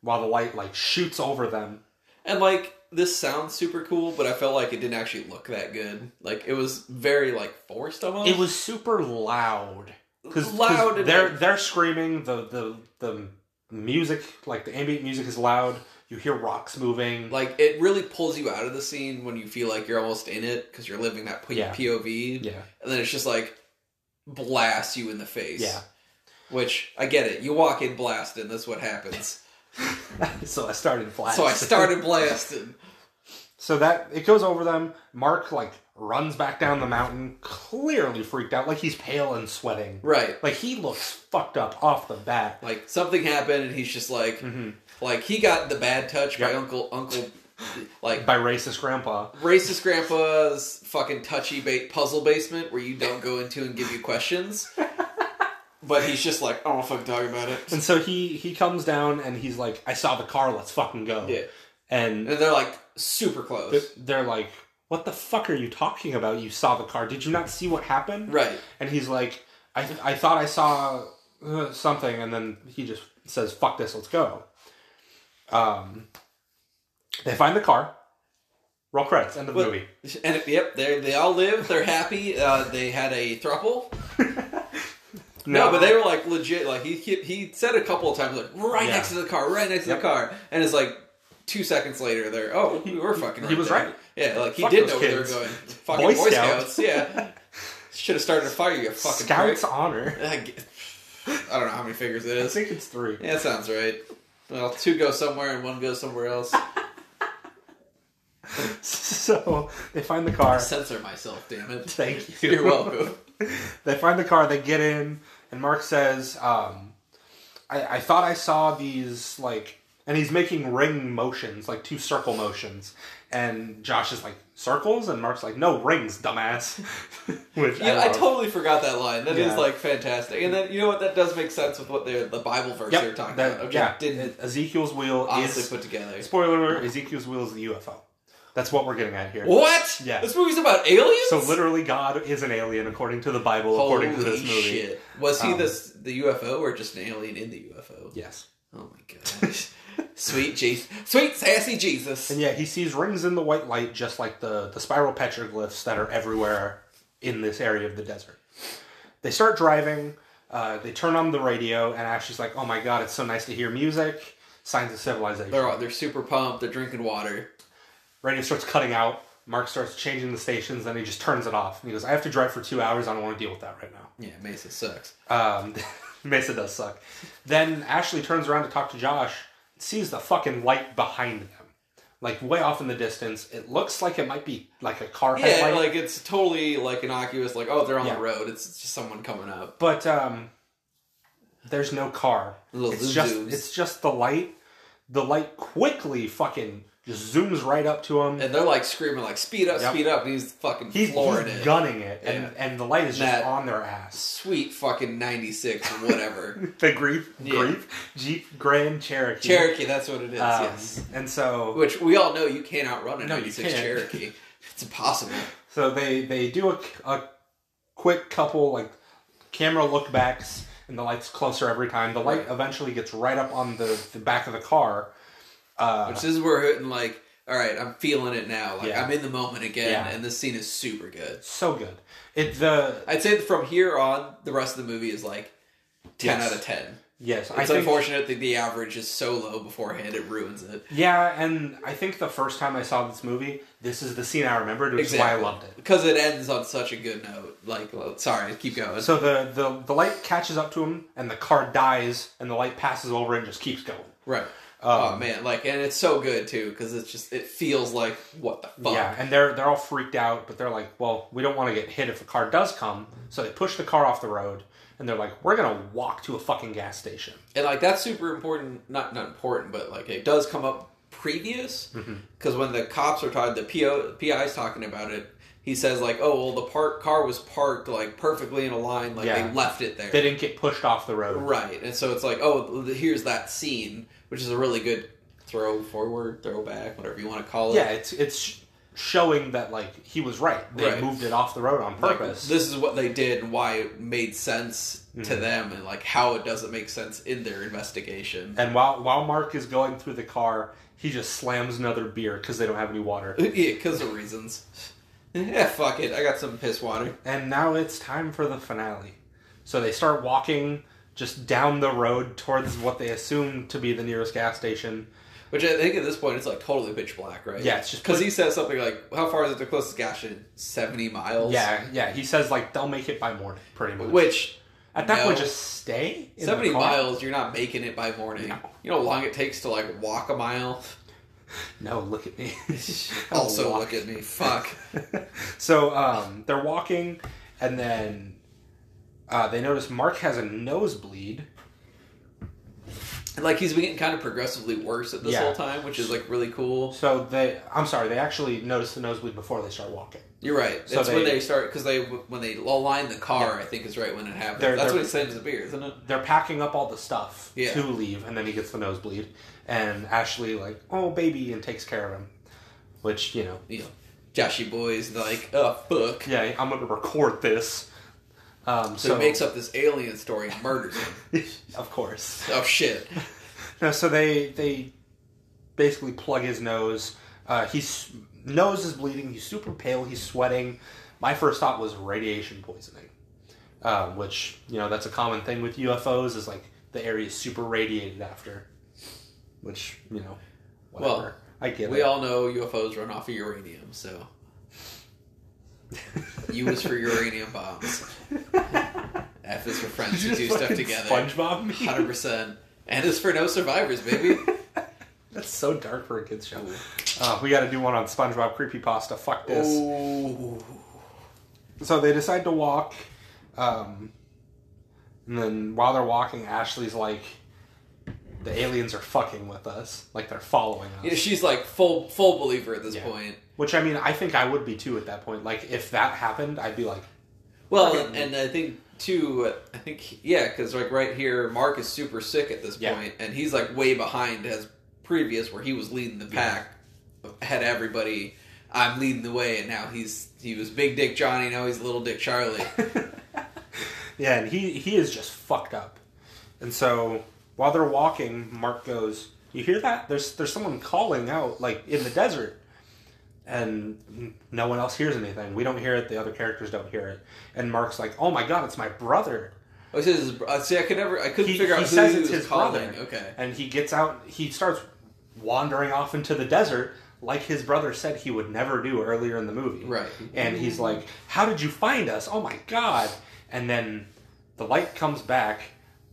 S1: while the light like shoots over them.
S2: And like this sounds super cool, but I felt like it didn't actually look that good. Like it was very like forced almost.
S1: It was super loud because
S2: Loud and,
S1: they're
S2: like-
S1: they're screaming. The the the music like the ambient music is loud. You hear rocks moving.
S2: like it really pulls you out of the scene when you feel like you're almost in it because you're living that P-
S1: Yeah.
S2: POV,
S1: yeah,
S2: and then it's just like blasts you in the face.
S1: yeah.
S2: Which I get it. You walk in blasting. That's what happens.
S1: so I started flat.
S2: So I started blasting.
S1: So that it goes over them. Mark like runs back down the mountain, clearly freaked out, like he's pale and sweating.
S2: Right.
S1: Like he looks fucked up off the bat.
S2: Like something happened and he's just like
S1: Mhm.
S2: like he got the bad touch by
S1: Yep.
S2: Uncle Uncle like
S1: By racist grandpa.
S2: racist grandpa's fucking touchy bait puzzle basement where you don't go into and give you questions. but he's just like, I don't fucking talk about it.
S1: And so he he comes down and he's like, "I saw the car. Let's fucking go."
S2: Yeah.
S1: And
S2: And they're like super close.
S1: they're like, "What the fuck are you talking about? You saw the car. Did you not see what happened?"
S2: Right.
S1: And he's like, "I I thought I saw uh, something," and then he just says, "Fuck this. Let's go." Um. They find the car. Roll credits. End of the
S2: Well-
S1: movie.
S2: And it- yep, they they all live, they're happy. Uh, they had a thruple. No, but they were like legit. Like he he, he said a couple of times, like right
S1: Yeah.
S2: next to the car, right next to the
S1: Yep.
S2: car, and it's like two seconds later they're oh we were fucking.
S1: he
S2: Right
S1: was
S2: there.
S1: right.
S2: Yeah, like he
S1: Fuck
S2: did
S1: those
S2: know where they were
S1: kids.
S2: going. Fucking Boy,
S1: Boy
S2: Scouts. Yeah, should have started a fire. You fucking
S1: Scouts
S2: prick.
S1: honor.
S2: I g- I don't know how many fingers it
S1: I
S2: is.
S1: think it's three.
S2: Yeah, that sounds right. Well, two go somewhere and one goes somewhere else.
S1: So they find the car.
S2: Censor myself, damn it.
S1: Thank you.
S2: You're welcome.
S1: They find the car. They get in, and Mark says, um, I, "I thought I saw these like," and he's making ring motions, like two circle motions. And Josh is like, "Circles," and Mark's like, "No rings, dumbass." Which
S2: Yeah, I,
S1: love.
S2: totally forgot that line. That is
S1: Yeah.
S2: like fantastic. And then you know what? That does make sense with what they're the Bible verse
S1: Yep,
S2: they're talking
S1: that-
S2: about. Okay,
S1: yeah,
S2: didn't
S1: Ezekiel's wheel
S2: honestly
S1: is
S2: put together.
S1: spoiler alert. Ezekiel's wheel is the UFO. That's what we're getting at here.
S2: What?
S1: Yeah.
S2: This movie's about aliens?
S1: So literally, God is an alien according to the Bible,
S2: Holy
S1: according to this movie.
S2: shit. Was he
S1: Um,
S2: this the UFO or just an alien in the UFO?
S1: Yes.
S2: Oh my gosh. Sweet Jesus. Sweet sassy Jesus.
S1: And yeah, he sees rings in the white light, just like the, the spiral petroglyphs that are everywhere in this area of the desert. They start driving, uh, they turn on the radio, and Ashley's like, oh my god, it's so nice to hear music. Signs of Civilization.
S2: They're all- they're super pumped. They're drinking water.
S1: Radio starts cutting out. Mark starts changing the stations, then he just turns it off. And he goes, I have to drive for two hours. I don't want to deal with that right now.
S2: Yeah, Mesa sucks.
S1: Um, Mesa does suck. Then Ashley turns around to talk to Josh, sees the fucking light behind them. Like way off in the distance. It looks like it might be like a car
S2: Yeah,
S1: headlight.
S2: like it's totally like innocuous. Like oh, they're on
S1: Yeah.
S2: the road. It's it's just someone coming up.
S1: but um, there's no car.
S2: Little
S1: it's
S2: zoom
S1: just
S2: zooms.
S1: it's just the light. The light quickly fucking just zooms right up to him.
S2: And they're like screaming, like "Speed up,
S1: Yep.
S2: speed up!" And he's fucking
S1: he's,
S2: flooring
S1: he's
S2: it.
S1: gunning it, and,
S2: Yeah.
S1: and the light is just
S2: That-
S1: on their ass.
S2: Sweet fucking ninety six or whatever.
S1: The grief,
S2: Yeah.
S1: grief, Jeep Grand Cherokee.
S2: Cherokee, that's what it is.
S1: Um,
S2: yes.
S1: And so
S2: Which we all know you can't outrun a
S1: No, you
S2: ninety six
S1: can't.
S2: Cherokee. It's impossible.
S1: So they they do a, a quick couple like camera look backs, and the light's closer every time. The light eventually gets right up on the, the back of the car. Uh,
S2: Which is where hitting like, all right, I'm feeling it now. Like
S1: Yeah.
S2: I'm in the moment again,
S1: Yeah.
S2: and this scene is super good.
S1: so good. It the
S2: I'd say that from here on, the rest of the movie is like ten
S1: Yes.
S2: out of ten.
S1: yes, I
S2: It's
S1: think
S2: unfortunate that the average is so low beforehand; it ruins it.
S1: yeah, and I think the first time I saw this movie, this is the scene I remembered, which is
S2: Exactly.
S1: why I loved it.
S2: because it ends on such a good note. Like, well, sorry, keep going.
S1: So the, the the light catches up to him, and the car dies, and the light passes over and just keeps going.
S2: right. oh man, like, and it's so good too because it's just it feels like what the fuck.
S1: Yeah, and they're they're all freaked out, but they're like, "Well, we don't want to get hit if the car does come." So they push the car off the road, and they're like, "We're gonna walk to a fucking gas station."
S2: And like that's super important. Not not important, but like it does come up previous
S1: Mm-hmm.
S2: because when the cops are talking, the PO PI's talking about it. He says like, oh well, the park car was parked like perfectly in a line. Like
S1: Yeah.
S2: they left it there.
S1: They didn't get pushed off the road.
S2: Right, and so it's like, oh, th- here's that scene, which is a really good throw forward, throwback, whatever you want to call it.
S1: Yeah, it's it's sh- showing that like he was right. They
S2: Right.
S1: moved it off the road on
S2: Like,
S1: purpose.
S2: this is what they did and why it made sense
S1: Mm-hmm.
S2: to them, and like how it doesn't make sense in their investigation.
S1: and while while Mark is going through the car, he just slams another beer because they don't have any water.
S2: yeah, because of reasons. yeah, fuck it. I got some piss water.
S1: And now it's time for the finale. So they start walking just down the road towards what they assume to be the nearest gas station.
S2: Which I think at this point it's like totally pitch black, right?
S1: Yeah, it's just
S2: because he says something like, "How far is it the closest gas station? Seventy miles."
S1: Yeah, yeah. He says like they'll make it by morning, pretty much.
S2: Which
S1: At that
S2: no.
S1: point, just stay. in the
S2: seventy
S1: car?
S2: miles, you're not making it by morning.
S1: No.
S2: You know how long it takes to like walk a mile.
S1: No, look at me.
S2: also,
S1: Walk.
S2: look at me. Fuck.
S1: so um, they're walking, and then uh, they notice Mark has a nosebleed.
S2: like he's been getting kind of progressively worse at this
S1: Yeah.
S2: whole time, which is like really cool.
S1: So they, I'm sorry, they actually notice the nosebleed before they start walking.
S2: You're right.
S1: So
S2: That's when
S1: they-
S2: they start because they when they align the car. I think is right when it happens.
S1: They're-
S2: That's
S1: they're-
S2: what he sends the beer, isn't it?
S1: They're packing up all the stuff
S2: Yeah.
S1: to leave, and then he gets the nosebleed. And Ashley like, oh baby, and takes care of him. Which you know,
S2: You know, Joshy boys like, oh fuck.
S1: yeah, I'm gonna record this. Um,
S2: So,
S1: so
S2: he makes up this alien story and murders him.
S1: of course.
S2: oh shit.
S1: No, so they they basically plug his nose. Uh, his nose is bleeding. He's super pale. He's sweating. My first thought was radiation poisoning, um, which you know that's a common thing with UFOs. Is like the area is super radiated after, which you know, whatever.
S2: Well,
S1: I get
S2: We
S1: it.
S2: all know UFOs run off of uranium, so U is for uranium bombs. F is for friends who do stuff together.
S1: SpongeBob me.
S2: Hundred percent. And is for no survivors, baby.
S1: That's so dark for a kids show. Uh, we got to do one on SpongeBob creepypasta. Fuck this.
S2: Ooh.
S1: so they decide to walk um, and then while they're walking ashley's like the aliens are fucking with us like they're following us
S2: Yeah, she's like full full believer at this
S1: Yeah.
S2: point.
S1: which i mean i think i would be too at that point like if that happened i'd be like
S2: Well,
S1: Fucking-
S2: and, and I think too, I think yeah, because like right here, Mark is super sick at this
S1: Yeah.
S2: point, and he's like way behind as previous, where he was leading the pack, had everybody. I'm leading the way, and now he's he was Big Dick Johnny, now he's Little Dick Charlie.
S1: yeah and he he is just fucked up and so while they're walking mark goes you hear that there's there's someone calling out like in the desert and no one else hears anything we don't hear it the other characters don't hear it and mark's like oh my god it's my brother
S2: Oh, it says, his- uh, see, I could never, I couldn't
S1: He-
S2: figure
S1: he
S2: out who
S1: says
S2: he
S1: it's
S2: was
S1: his
S2: calling.
S1: brother.
S2: Okay.
S1: and he gets out he starts wandering off into the desert like his brother said he would never do earlier in the movie
S2: Right.
S1: and he's like how did you find us oh my god and then the light comes back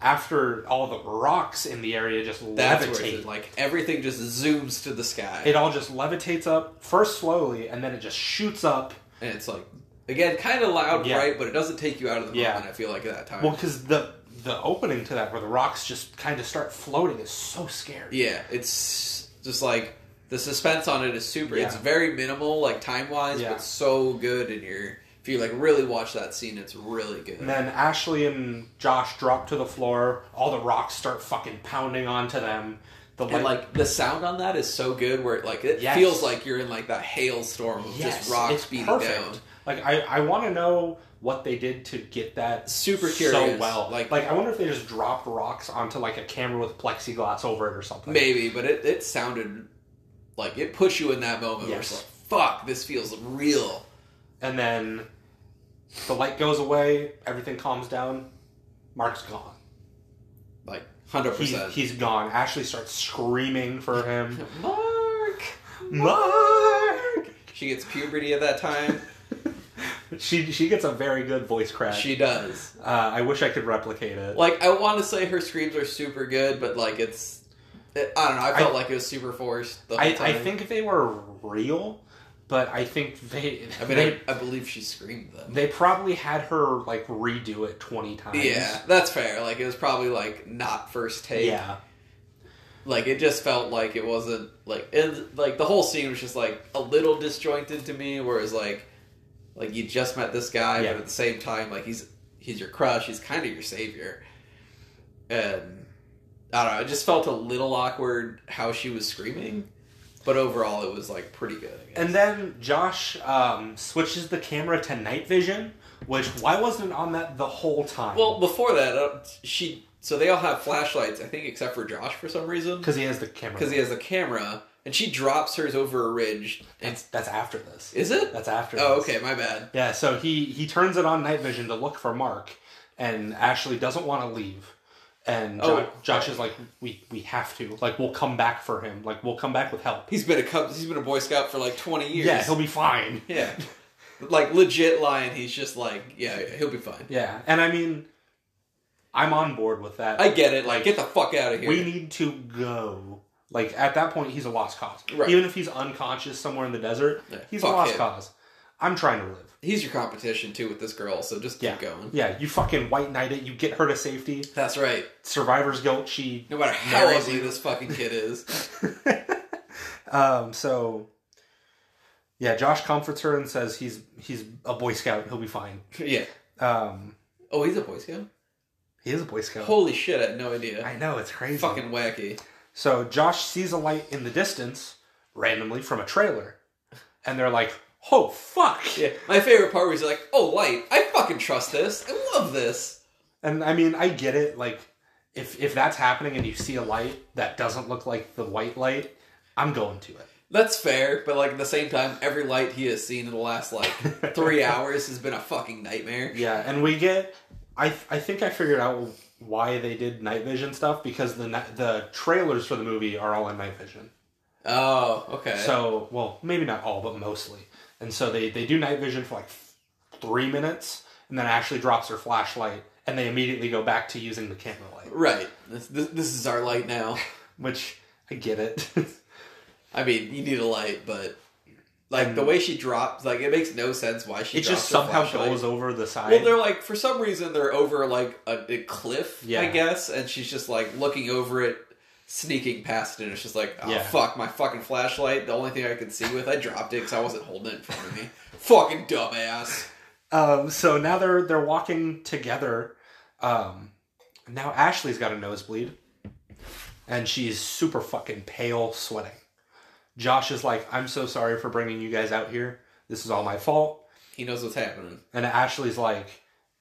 S1: after all the rocks in the area just
S2: That's where it's
S1: levitate
S2: like everything just zooms to the sky.
S1: it all just levitates up first slowly and then it just shoots up
S2: and it's like, again, kind of loud,
S1: Yeah.
S2: right? But it doesn't take you out of the
S1: Yeah.
S2: moment, I feel like, at that time.
S1: well because the the opening to that where the rocks just kind of start floating is so scary
S2: yeah, it's just like, the suspense on it is super. It's
S1: Yeah.
S2: very minimal, like time wise,
S1: Yeah.
S2: but so good in your. If you like really watch that scene, it's really good.
S1: And then Ashley and Josh drop to the floor. All the rocks start fucking pounding onto them. The light,
S2: And like the sound on that is so good, where it like it
S1: Yes.
S2: feels like you're in like that hailstorm of just rocks beating down.
S1: Like I, I want to know what they did to get that
S2: Super
S1: so
S2: curious.
S1: well. Like,
S2: Like-
S1: like I wonder if they just dropped rocks onto like a camera with plexiglass over it or something.
S2: Maybe, but it, it sounded like it put you in that moment. Where
S1: Yes.
S2: it's like, fuck, this feels real.
S1: And then the light goes away. Everything calms down. Mark's gone.
S2: Like hundred
S1: He's,
S2: percent.
S1: he's gone. Ashley starts screaming for him.
S2: Mark.
S1: Mark.
S2: She gets puberty at that time.
S1: She she gets a very good voice crack.
S2: she does.
S1: Uh, I wish I could replicate it.
S2: Like I want to say her screams are super good, but like it's. It, I don't know. I felt like it was super forced. The whole
S1: I, I
S2: time.
S1: think they were real, but I think they
S2: I mean,
S1: they,
S2: I, I believe she screamed them.
S1: they probably had her like redo it twenty times.
S2: Yeah, that's fair. Like it was probably like not first take.
S1: yeah,
S2: Like it just felt like it wasn't like and like the whole scene was just like a little disjointed to me. Whereas like like you just met this guy,
S1: Yeah.
S2: but at the same time like he's he's your crush. He's kind of your savior. And I don't know. It just felt a little awkward how she was screaming, but overall it was like pretty good. I guess.
S1: and then Josh um, switches the camera to night vision, which why wasn't it on that the whole time?
S2: well, before that, uh, she so they all have flashlights. I think except for Josh for some reason.
S1: because he has the camera.
S2: because he has a camera, and she drops hers over a ridge. And
S1: that's, that's after this.
S2: is it?
S1: That's after.
S2: Oh,
S1: this.
S2: okay, my bad.
S1: Yeah, so he he turns it on night vision to look for Mark, and Ashley doesn't want to leave, and jo-
S2: Oh.
S1: Josh is like, we we have to, like we'll come back for him, like we'll come back with help.
S2: He's been a cub. He's been a Boy Scout for like twenty years.
S1: Yeah, he'll be fine.
S2: Yeah. like legit lion. He's just like, yeah, he'll be fine.
S1: Yeah, and I mean, I'm on board with that.
S2: I get it. Like, get the fuck out of here.
S1: we need to go. Like at that point, he's a lost cause.
S2: Right.
S1: Even if he's unconscious somewhere in the desert,
S2: Yeah,
S1: he's
S2: fuck
S1: a lost
S2: him.
S1: cause. I'm trying to live.
S2: he's your competition too with this girl, so just keep
S1: Yeah.
S2: going.
S1: Yeah, you fucking white knight it. You get her to safety.
S2: That's right.
S1: Survivor's guilt. She
S2: No matter how
S1: Marries
S2: ugly
S1: you.
S2: this fucking kid is,
S1: Um, so yeah, Josh comforts her and says he's he's a Boy Scout. He'll be fine.
S2: yeah.
S1: Um,
S2: Oh, he's a Boy Scout.
S1: he is a Boy Scout.
S2: Holy shit! I had no idea.
S1: I know it's crazy.
S2: Fucking wacky.
S1: So Josh sees a light in the distance randomly from a trailer, and they're like, "Oh fuck!"
S2: Yeah. My favorite part was like, oh light. I fucking trust this. I love this.
S1: And I mean, I get it. Like, if if that's happening and you see a light that doesn't look like the white light, I'm going to it.
S2: That's fair, but like at the same time, every light he has seen in the last like three hours has been a fucking nightmare.
S1: Yeah, and we get. I I think I figured out why they did night vision stuff because the ni- the trailers for the movie are all in night vision.
S2: Oh, okay.
S1: So well, maybe not all, but mostly. And so they they do night vision for like three minutes, and then Ashley drops her flashlight, and they immediately go back to using the camera light.
S2: right, this, this, this is our light now.
S1: Which I get it.
S2: I mean, you need a light, but like the way she drops, like it makes no sense why she.
S1: Mm. it
S2: drops
S1: just
S2: her
S1: somehow
S2: flashlight.
S1: goes over the side.
S2: Well, they're like for some reason they're over like a, a cliff, I
S1: Yeah.
S2: guess, and she's just like looking over it, sneaking past it. And it's just like, oh
S1: Yeah.
S2: fuck, my fucking flashlight. The only thing I could see with, I dropped it because I wasn't holding it in front of me. fucking dumbass.
S1: Um, so now they're they're walking together. Um, now Ashley's got a nosebleed, and she's super fucking pale, sweating. Josh is like, "I'm so sorry for bringing you guys out here. This is all my fault."
S2: He knows what's happening.
S1: And Ashley's like,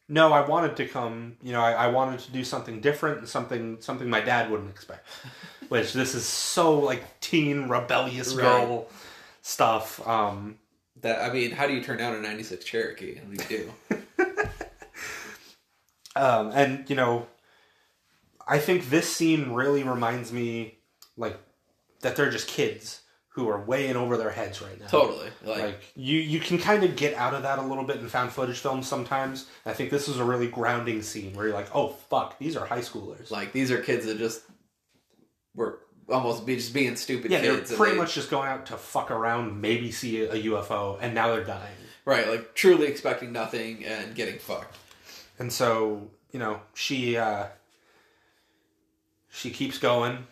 S1: "No, I wanted to come. You know, I, I wanted to do something different and something something my dad wouldn't expect." Which this is so like teen rebellious girl stuff. Um,
S2: That I mean, how do you turn down a '96 Cherokee? What do you do?
S1: Um, and you know, I think this scene really reminds me, like, that they're just kids who are way in over their heads right now.
S2: Totally. Like,
S1: Like you, you can kind of get out of that a little bit in found footage films sometimes. I think this is a really grounding scene where you're like, oh fuck, these are high schoolers.
S2: like these are kids that just were almost be just being stupid
S1: yeah,
S2: kids.
S1: they're
S2: and
S1: pretty
S2: they-
S1: much just going out to fuck around, maybe see a UFO, and now they're dying.
S2: right. Like truly expecting nothing and getting fucked.
S1: And so, you know, she uh she keeps going.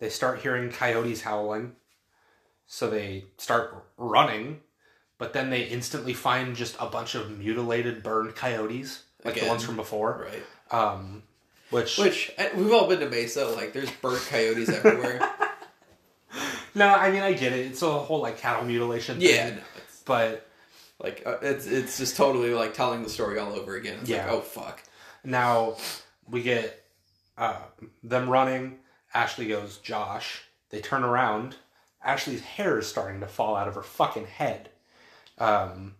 S1: They start hearing coyotes howling. So they start running, but then they instantly find just a bunch of mutilated burned coyotes, like the
S2: Again.
S1: ones from before.
S2: Right.
S1: Um which
S2: Which I, we've all been to Mesa. Like there's burnt coyotes everywhere.
S1: No, I mean I get it. It's a whole like cattle mutilation
S2: yeah.
S1: thing.
S2: No, it's,
S1: But
S2: like uh, it's it's just totally like telling the story all over again. It's
S1: Yeah.
S2: like oh fuck.
S1: now we get uh, them running. Ashley goes, Josh. They turn around. Ashley's hair is starting to fall out of her fucking head. Um,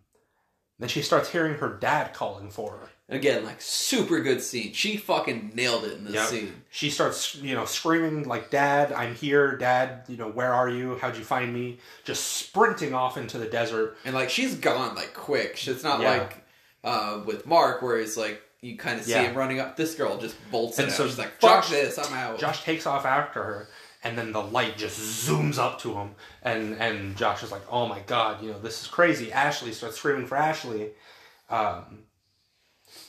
S1: then she starts hearing her dad calling for her.
S2: Again, like super good scene. She fucking nailed it in this
S1: Yep.
S2: scene.
S1: She starts, you know, screaming like, "Dad, I'm here! Dad, you know, where are you? How'd you find me?" Just sprinting off into the desert.
S2: And like she's gone like quick. It's not
S1: Yeah.
S2: like uh with Mark where it's like you kind of see
S1: Yeah.
S2: him running up. This girl just bolts
S1: And
S2: it
S1: so
S2: out. She's like, fuck
S1: Josh-
S2: this, I'm out.
S1: Josh takes off after her, and then the light just zooms up to him, and and Josh is like, "Oh my god, you know this is crazy." Ashley starts screaming for Ashley. Um,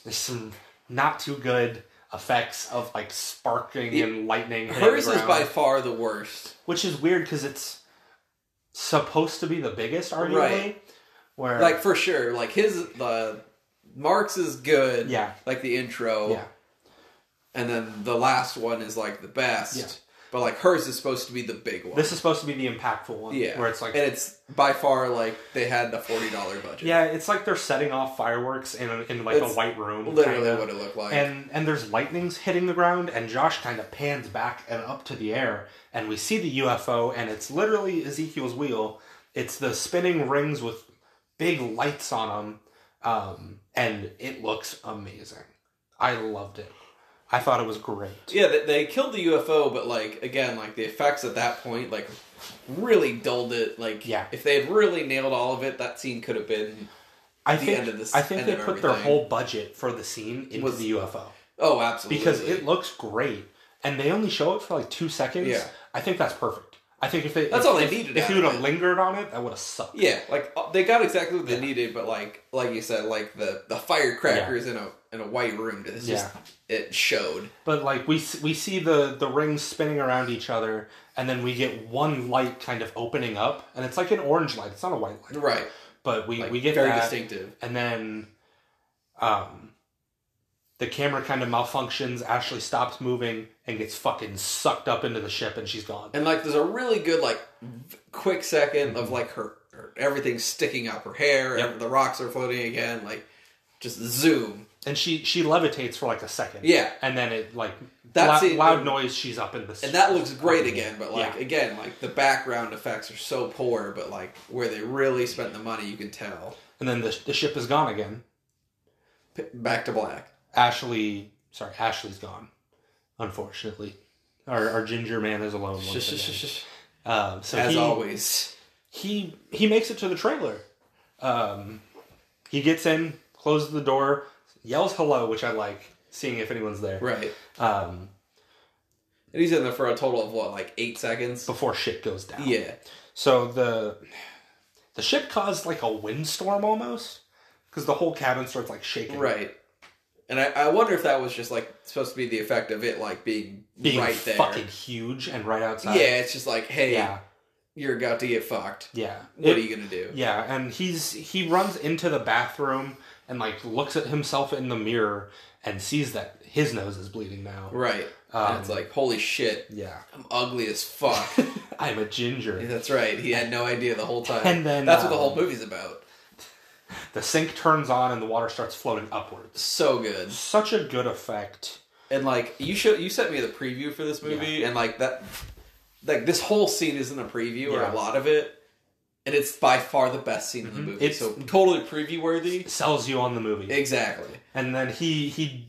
S1: there's some not too good effects of like sparking and lightning. hitting
S2: Hers
S1: the
S2: is by
S1: ground,
S2: far the worst.
S1: which is weird because it's supposed to be the biggest, arguably.
S2: Right.
S1: Where
S2: Like for sure. Like his the Mark's is good.
S1: Yeah.
S2: Like the intro.
S1: yeah,
S2: And then the last one is like the best.
S1: Yeah.
S2: But like hers is supposed to be the big one.
S1: this is supposed to be the impactful one.
S2: yeah.
S1: where it's like
S2: and it's by far like they had the forty dollar budget.
S1: yeah, it's like they're setting off fireworks in a, in like
S2: It's
S1: a white room.
S2: Literally
S1: kinda.
S2: what it looked like.
S1: and and there's lightnings hitting the ground and josh kind of pans back and up to the air and we see the ufo and it's literally ezekiel's wheel it's the spinning rings with big lights on them um, and it looks amazing i loved it i thought it was great
S2: Yeah, they, they killed the UFO, but like again, like the effects at that point, like really dulled it. Like,
S1: Yeah.
S2: if they had really nailed all of it, that scene could have been.
S1: i
S2: The
S1: think,
S2: end of this-
S1: I think
S2: end
S1: they
S2: of
S1: put their
S2: everything.
S1: whole budget for the scene into
S2: Was-
S1: the ufo
S2: Oh, absolutely.
S1: because it looks great and they only show it for like two seconds
S2: Yeah.
S1: i think that's perfect i think if they
S2: That's
S1: if-
S2: all they
S1: if-
S2: needed
S1: if
S2: out
S1: you
S2: of
S1: would have
S2: it.
S1: lingered on it that would have sucked
S2: yeah, like uh, they got exactly what they needed, but like, like you said, like the the firecrackers in a in a white room. It's just it showed.
S1: But like we s- we see the the rings spinning around each other, and then we get one light kind of opening up, and it's like an orange light. It's not a white light,
S2: Right,
S1: but we
S2: like
S1: we get
S2: very
S1: that,
S2: distinctive.
S1: and then, um, the camera kind of malfunctions. Ashley stops moving and gets fucking sucked up into the ship, and she's gone.
S2: And like, there's a really good like v- quick 2nd of like her, her everything sticking up her hair.
S1: Mm-hmm. Yep.
S2: and The rocks are floating again. Like, just zoom.
S1: And she she levitates for like a second,
S2: Yeah.
S1: and then it like
S2: That
S1: lou-
S2: scene-
S1: loud noise. She's up in the
S2: and that looks great again but like
S1: Mm-hmm. Yeah.
S2: again like the background effects are so poor but like where they really spent the money you can tell
S1: and then the the ship is gone again.
S2: P- back to black
S1: Ashley, sorry, Ashley's gone. Unfortunately, our, our ginger man is alone once again.
S2: as
S1: Um, so he,
S2: always
S1: he he makes it to the trailer. Um, he gets in, closes the door, yells hello, which I like seeing if anyone's there.
S2: right
S1: Um,
S2: and he's in there for a total of what like eight seconds
S1: before shit goes down.
S2: yeah
S1: So the the ship caused like a windstorm almost because the whole cabin starts like shaking.
S2: right and I, I wonder if that was just like supposed to be the effect of it like being,
S1: Being
S2: right there
S1: fucking huge and right outside.
S2: yeah it's just like hey
S1: Yeah.
S2: you're about to get fucked
S1: Yeah.
S2: what
S1: It-
S2: are you gonna do
S1: Yeah, and he's he runs into the bathroom and like looks at himself in the mirror and sees that his nose is bleeding now.
S2: right and it's
S1: Um,
S2: like holy shit
S1: Yeah,
S2: i'm ugly as fuck
S1: I'm a ginger.
S2: Yeah, That's right. He had no idea the whole time.
S1: And then,
S2: that's what the
S1: um,
S2: whole movie's about.
S1: The sink turns on and the water starts floating upwards.
S2: So good.
S1: Such a good effect.
S2: And like you show, you sent me the preview for this movie, and like that, like this whole scene is in the preview or
S1: Yeah. Mm-hmm.
S2: a lot of it, and it's by far the best scene in the movie.
S1: It's-
S2: so totally preview worthy.
S1: Sells you on the movie.
S2: Exactly.
S1: And then he he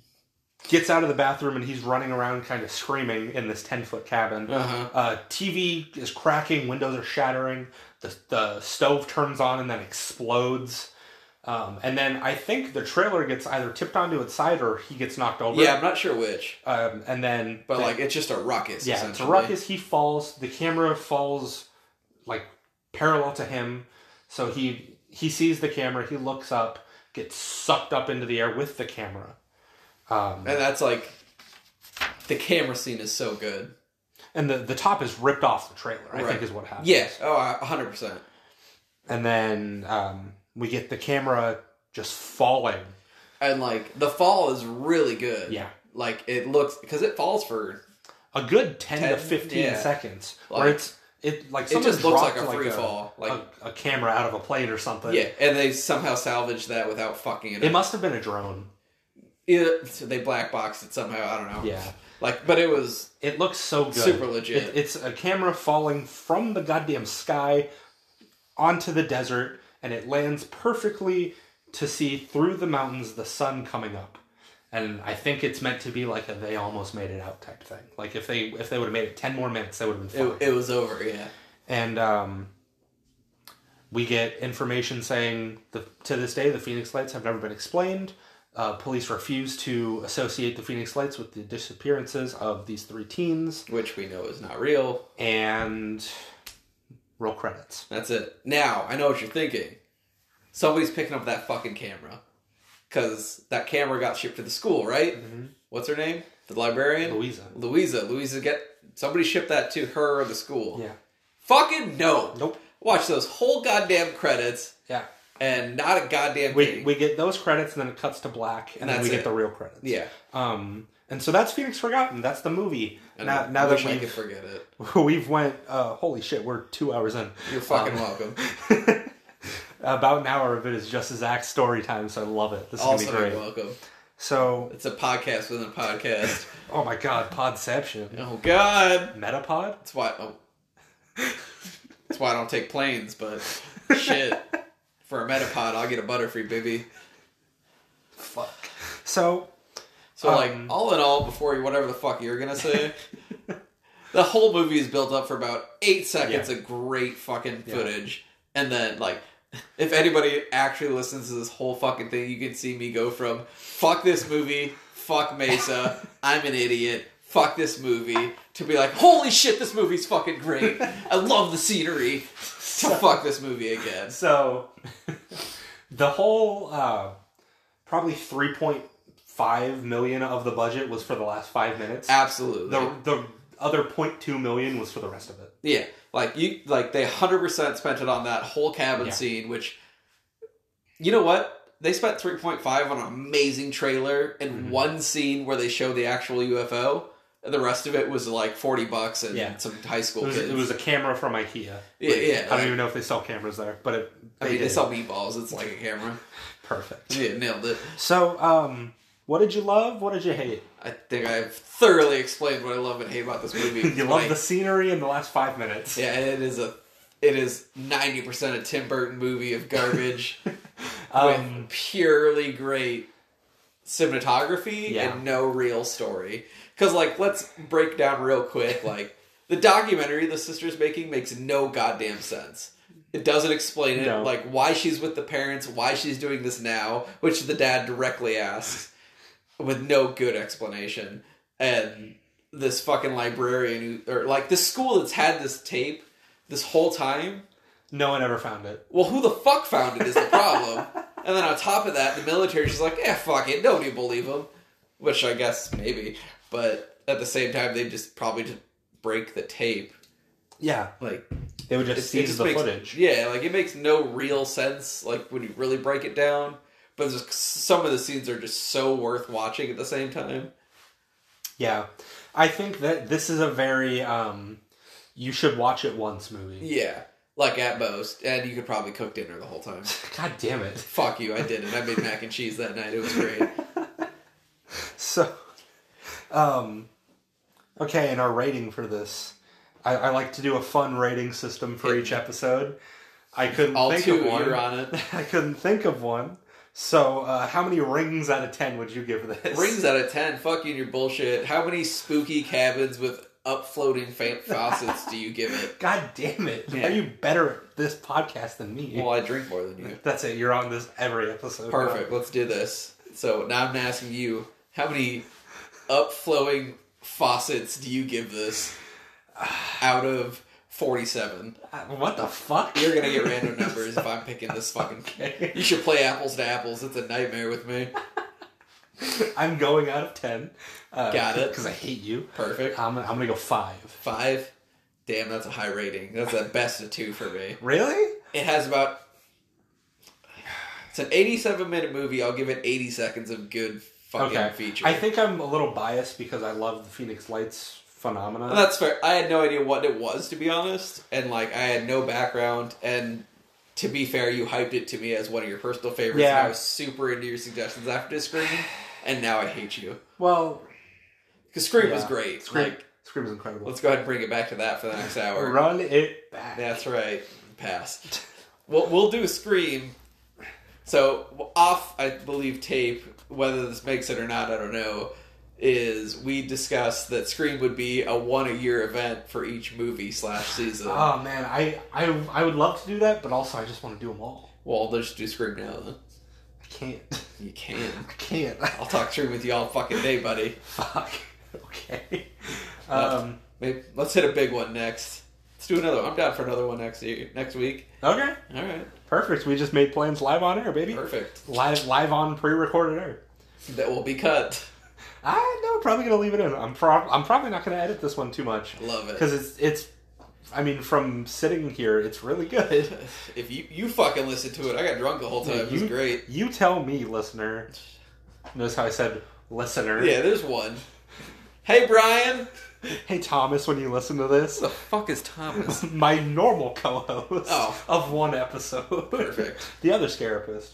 S1: gets out of the bathroom and he's running around kind of screaming in this 10 foot cabin.
S2: Uh-huh.
S1: Uh, TV is cracking, windows are shattering, the, the stove turns on and then explodes. Um, and then I think the trailer gets either tipped onto its side or he gets knocked over.
S2: Yeah, I'm not sure which,
S1: Um, and then.
S2: but
S1: the-
S2: like it's just a ruckus.
S1: yeah, it's a
S2: essentially.
S1: ruckus. He falls. The camera falls like parallel to him, so he he sees the camera. He looks up, gets sucked up into the air with the camera. Um,
S2: and that's like the camera scene is so good.
S1: and the the top is ripped off the trailer. I
S2: Right.
S1: think is what happens.
S2: Yeah, oh, a hundred percent.
S1: and then um, we get the camera just falling.
S2: And like the fall is really good.
S1: Yeah.
S2: like it looks because it falls for
S1: A good ten, to
S2: 10,
S1: fifteen
S2: yeah.
S1: seconds, where
S2: Like-
S1: it's it like
S2: it
S1: someone
S2: just looks like
S1: dropped,
S2: a free fall. Like
S1: a, a camera out of a plane or something.
S2: yeah, and they somehow salvaged that without fucking it.
S1: It
S2: up.
S1: must have been a drone.
S2: It- so they black boxed it somehow. I don't know.
S1: Yeah.
S2: like but it was
S1: It looks so good.
S2: Super legit.
S1: It- it's a camera falling from the goddamn sky onto the desert, and it lands perfectly to see through the mountains the sun coming up. And I think it's meant to be like a they almost made it out type thing. Like if they if they would have made it ten more minutes, they would have been fine.
S2: it, it was over. Yeah,
S1: and um, we get information saying the, to this day the Phoenix Lights have never been explained. Uh, police refuse to associate the Phoenix Lights with the disappearances of these three teens
S2: which we know is not real.
S1: and roll credits.
S2: That's it. Now, I know what you're thinking. Somebody's picking up that fucking camera. Because that camera got shipped to the school, right? What's her name? The librarian?
S1: Mm-hmm. Louisa.
S2: Louisa. Louisa get somebody shipped that to her or the school.
S1: Yeah.
S2: Fucking no.
S1: Nope.
S2: Watch those whole goddamn credits
S1: Yeah.
S2: and not a goddamn
S1: We,
S2: thing.
S1: we get those credits and then it cuts to black and then
S2: That's
S1: we get
S2: it.
S1: the real credits.
S2: yeah.
S1: Um and so that's Phoenix Forgotten. That's the movie.
S2: I
S1: now
S2: know.
S1: now
S2: I
S1: that
S2: wish I could
S1: we've,
S2: forget it.
S1: we've went uh, holy shit, we're two hours in. Um,
S2: You're fucking welcome.
S1: About an hour of it is just Zach's story time, so I love it. This is
S2: Also,
S1: gonna be
S2: you're
S1: great.
S2: welcome.
S1: So
S2: It's a podcast within a podcast.
S1: oh my god, Podception.
S2: oh, God.
S1: Metapod?
S2: That's why. Oh, that's why I don't take planes. But shit, for a metapod, I'll get a butterfree, baby.
S1: Fuck. So
S2: So like,
S1: Um.
S2: all in all, before you, whatever the fuck you're gonna say, the whole movie is built up for about eight seconds of great fucking footage, and then like. If anybody actually listens to this whole fucking thing, you can see me go from fuck this movie, fuck Mesa, I'm an idiot, fuck this movie, to be like, holy shit, this movie's fucking great. I love the scenery. To fuck this movie again.
S1: So the whole uh, probably 3.5 million of the budget was for the last five minutes.
S2: Absolutely.
S1: The the other 0.2 million was for the rest of it.
S2: Yeah, like you, like they hundred percent spent it on that whole cabin
S1: Yeah.
S2: scene. Which, you know what? They spent three point five on an amazing trailer and
S1: Mm-hmm.
S2: one scene where they show the actual UFO. And the rest of it was like forty bucks and
S1: Yeah.
S2: some high school
S1: It was,
S2: kids.
S1: it was a camera from IKEA.
S2: Yeah, yeah,
S1: I don't
S2: like-
S1: even know if they sell cameras there, but it,
S2: I
S1: they
S2: mean, they
S1: did.
S2: sell meatballs. It's like a camera.
S1: perfect.
S2: Yeah, nailed it.
S1: So, um, what did you love? What did you hate?
S2: I think I've thoroughly explained what I love and hate about this movie.
S1: You
S2: Like,
S1: love the scenery in the last five minutes.
S2: Yeah, it is a, it is ninety percent a Tim Burton movie of garbage.
S1: Um,
S2: with purely great cinematography
S1: Yeah.
S2: and no real story. Because, like, let's break down real quick. Like, the documentary the sister's making makes no goddamn sense. It doesn't explain it.
S1: No.
S2: Like, why she's with the parents, why she's doing this now, which the dad directly asks with no good explanation. And this fucking librarian, who, or like, this school that's had this tape this whole time
S1: no one ever found it.
S2: well, who the fuck found it is the problem. and then on top of that, the military's just like, yeah, fuck it, nobody will believe him. Which I guess maybe, but at the same time, they just probably just break the tape.
S1: Yeah,
S2: Like
S1: they would just
S2: it- it
S1: seize
S2: just
S1: the
S2: makes-
S1: footage.
S2: Yeah, like it makes no real sense. Like when you really break it down, but there's, some of the scenes are just so worth watching at the same time.
S1: Yeah, I think that this is a very um, you should watch it once movie.
S2: Yeah, like at most, and you could probably cook dinner the whole time.
S1: God damn it!
S2: fuck you, I did it. I made mac and cheese that night. It was great.
S1: So, um, okay, and our rating for this, I, I like to do a fun rating system for each episode. I couldn't
S2: All
S1: think
S2: two,
S1: of one.
S2: you're on it.
S1: I couldn't think of one, So, uh, how many rings out of ten would you give this?
S2: Rings out of ten. Fuck you and your bullshit. How many spooky cabins with up floating fa- faucets do you give it?
S1: God damn it!
S2: Yeah.
S1: Are you better at this podcast than me?
S2: Well, I drink more than you.
S1: That's it. You're on this every episode.
S2: Perfect. Let's do this. So now I'm asking you, how many upflowing faucets do you give this out of 47?
S1: Uh, What the fuck?
S2: You're gonna get random numbers if I'm picking this fucking. You should play apples to apples. It's a nightmare with me.
S1: I'm going out of ten. Uh,
S2: Got it.
S1: Because I hate you.
S2: Perfect.
S1: I'm, I'm gonna go five.
S2: Five. Damn, that's a high rating. That's a best of two for me.
S1: Really?
S2: It has about. It's an 87 minute movie. I'll give it 80 seconds of good fucking
S1: Okay.
S2: feature.
S1: I think I'm a little biased because I love the Phoenix Lights phenomena.
S2: Well, that's fair. I had no idea what it was to be honest, and like I had no background. And to be fair, you hyped it to me as one of your personal favorites. and
S1: Yeah.
S2: I was super into your suggestions after Scream, and now I hate you
S1: well,
S2: because Scream
S1: yeah.
S2: was great.
S1: Scream,
S2: Like,
S1: Scream is incredible.
S2: let's go ahead and bring it back to that for the next hour.
S1: Run it back.
S2: That's right. Pass. Well, we'll do Scream. So off, I believe tape. Whether this makes it or not, I don't know. Is we discussed that Scream would be a one a year event for each movie slash season.
S1: Oh man, I, I I would love to do that, but also I just want to do them all.
S2: Well, they'll just do Scream now. Then.
S1: I can't.
S2: You can.
S1: I can't.
S2: I'll talk Scream with you all fucking day, buddy.
S1: Fuck. Okay. Um.
S2: Maybe, let's hit a big one next. Let's do another. one. I'm down for another one next year, next week.
S1: Okay.
S2: All right,
S1: Perfect. We just made plans live on air, baby.
S2: perfect.
S1: Live, live on pre-recorded air.
S2: That will be cut.
S1: I no, probably gonna leave it in. I'm prob- I'm probably not gonna edit this one too much
S2: Love it.
S1: because it's it's. I mean, from sitting here, it's really good.
S2: If you you fucking listen to it, I got drunk the whole time. it was
S1: you,
S2: great.
S1: You tell me, listener. Notice how I said listener.
S2: Yeah, there's one. Hey Brian.
S1: Hey Thomas, when you listen to this,
S2: Who the fuck is Thomas?
S1: my normal co-host
S2: Oh.
S1: of one episode.
S2: Perfect.
S1: the other scarapist.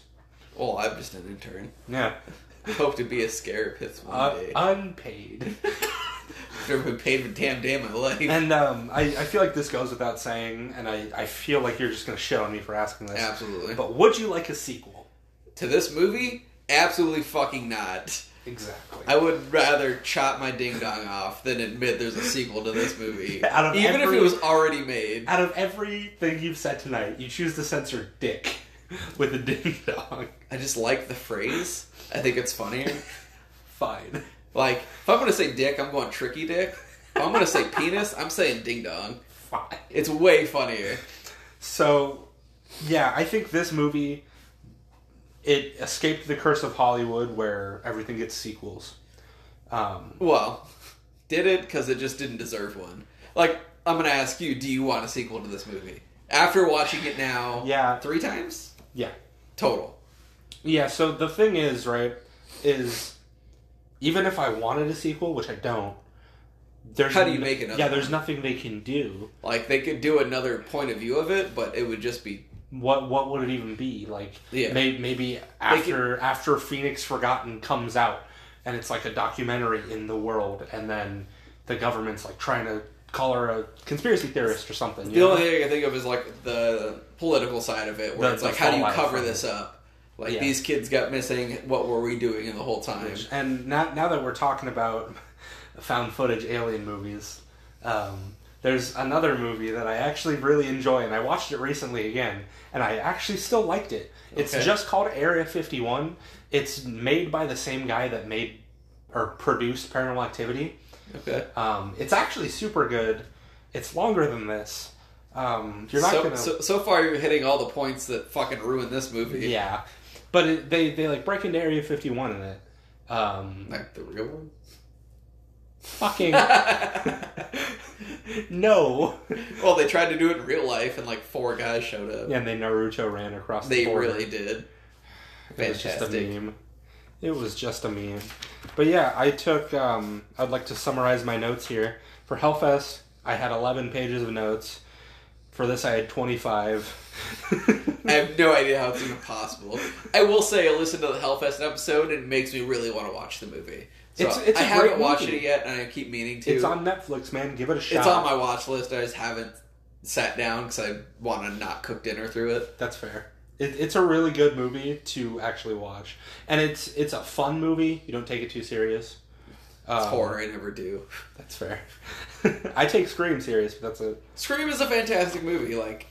S2: Well, I'm just an intern.
S1: Yeah.
S2: I hope to be a scarapith one
S1: Uh,
S2: day.
S1: unpaid.
S2: I've never been paid for a damn day in my life.
S1: and um, I, I feel like this goes without saying, and I, I feel like you're just gonna shit on me for asking this.
S2: Absolutely.
S1: But would you like a sequel?
S2: to this movie? Absolutely fucking not.
S1: Exactly.
S2: I would rather chop my ding dong off than admit there's a sequel to this movie.
S1: Out of
S2: Even
S1: every-
S2: if it was already made.
S1: Out of everything you've said tonight, you choose to censor dick with a ding dong.
S2: I just like the phrase. I think it's funnier.
S1: Fine.
S2: Like, if I'm going to say dick, I'm going tricky dick. If I'm going to say penis, I'm saying ding dong.
S1: Fine.
S2: It's way funnier.
S1: So, yeah, I think this movie it escaped the curse of Hollywood, where everything gets sequels. Um,
S2: Well, did it because it just didn't deserve one. Like, I'm going to ask you, do you want a sequel to this movie? After watching it now
S1: yeah,
S2: three times?
S1: yeah,
S2: Total.
S1: yeah. So the thing is, right, is even if I wanted a sequel, which I don't, there's
S2: How do you make another
S1: Yeah,
S2: one?
S1: there's nothing they can do.
S2: Like, they could do another point of view of it, but it would just be
S1: What what would it even be like?
S2: Yeah.
S1: may, maybe after after Phoenix Forgotten comes out, and it's like a documentary in the world, and then the government's like trying to call her a conspiracy theorist or something. you
S2: The
S1: know?
S2: only thing I can think of is like the political side of it, where
S1: The-
S2: it's
S1: the
S2: like, how do you
S1: fallout
S2: cover
S1: from
S2: this up? Like
S1: Yeah.
S2: these kids got missing. What were we doing in the whole time?
S1: And now, now that we're talking about found footage alien movies, um, there's another movie that I actually really enjoy, and I watched it recently again, and I actually still liked it. It's
S2: Okay.
S1: just called Area 51. It's made by the same guy that made or produced Paranormal Activity.
S2: Okay,
S1: Um, it's actually super good. It's longer than this. Um, you're not
S2: so,
S1: gonna
S2: so so far you're hitting all the points that fucking ruined this movie.
S1: yeah, but it, they they like break into Area 51 in it. Um,
S2: like the real one.
S1: fucking no.
S2: well, they tried to do it in real life, and like four guys showed up.
S1: And then Naruto ran across
S2: They
S1: the border.
S2: really did.
S1: it was just a
S2: Fantastic.
S1: meme. It was just a meme. But yeah, I took. Um, I'd like to summarize my notes here. For Hellfest, I had 11 pages of notes. For this, I had 25.
S2: I have no idea how it's even possible. I will say, I listened to the Hellfest episode, and it makes me really want to watch the movie. So
S1: It's- it's
S2: I
S1: a
S2: haven't
S1: great
S2: watched
S1: movie.
S2: it yet, and I keep meaning to.
S1: it's on Netflix, man. Give it a shot.
S2: It's on my watch list. I just haven't sat down because I want to not cook dinner through it.
S1: That's fair. It, it's a really good movie to actually watch, and it's it's a fun movie. You don't take it too serious.
S2: It's
S1: Um,
S2: horror. I never do.
S1: That's fair. I take Scream serious, but that's it.
S2: Scream is a fantastic movie. Like,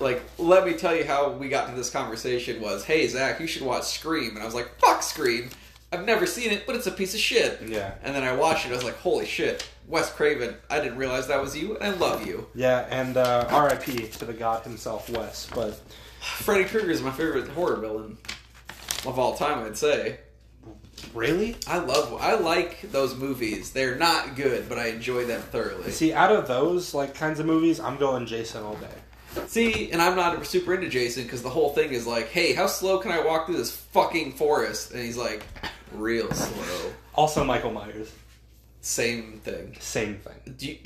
S2: like let me tell you how we got to this conversation was, hey Zach, you should watch Scream, and I was like, fuck Scream. I've never seen it, but it's a piece of shit.
S1: Yeah.
S2: And then I watched it. I was like, holy shit, Wes Craven. I didn't realize that was you, and I love you.
S1: Yeah, and uh, R.I.P. to the god himself, Wes. But
S2: Freddy Krueger is my favorite horror villain of all time. I'd say.
S1: really,
S2: I love. I like those movies. They're not good, but I enjoy them thoroughly.
S1: see, out of those like kinds of movies, I'm going Jason all day.
S2: See, and I'm not super into Jason because the whole thing is like, hey, how slow can I walk through this fucking forest? And he's like, real slow.
S1: Also, Michael Myers,
S2: Same thing.
S1: same thing.
S2: Do you,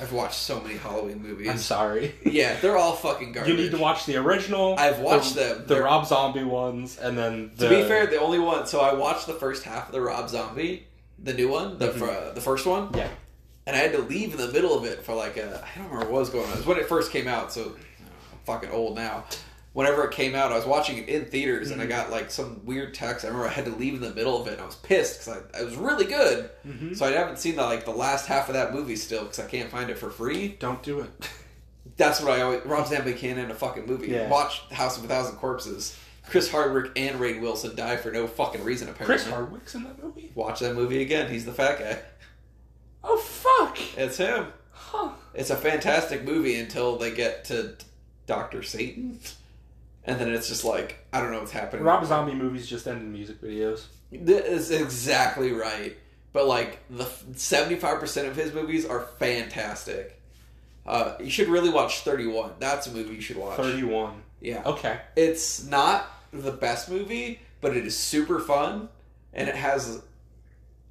S2: I've watched so many Halloween movies.
S1: I'm sorry.
S2: Yeah, they're all fucking garbage.
S1: You need to watch the original.
S2: I've watched
S1: the,
S2: them.
S1: The
S2: They're-
S1: Rob Zombie ones, and then the,
S2: To be fair, the only one. So I watched the first half of the Rob Zombie, the new one,
S1: Mm-hmm.
S2: the fr- the first one,
S1: yeah,
S2: and I had to leave in the middle of it for like a I don't remember what was going on. It was when it first came out, so I'm fucking old now. Whenever it came out, I was watching it in theaters,
S1: Mm-hmm.
S2: and I got like some weird text. I remember I had to leave in the middle of it. and I was pissed because I it was really good,
S1: Mm-hmm.
S2: so I haven't seen the like the last half of that movie still because I can't find it for free.
S1: don't do it.
S2: That's what I always Rob Zombie can't end a fucking movie.
S1: Yeah.
S2: Watch House of a Thousand Corpses. Chris Hardwick and Rain Wilson die for no fucking reason. Apparently,
S1: Chris Hardwick's in that movie.
S2: watch that movie again. He's the fat guy.
S1: Oh fuck!
S2: It's him.
S1: Huh.
S2: It's a fantastic movie until they get to Doctor Satan, and then it's just like I don't know what's happening.
S1: Rob Zombie movies just end in music videos.
S2: This is exactly right, but like the seventy-five percent of his movies are fantastic. Uh, you should really watch Thirty One. That's a movie you should watch.
S1: Thirty-one.
S2: Yeah,
S1: Okay.
S2: it's not the best movie, but it is super fun, and it has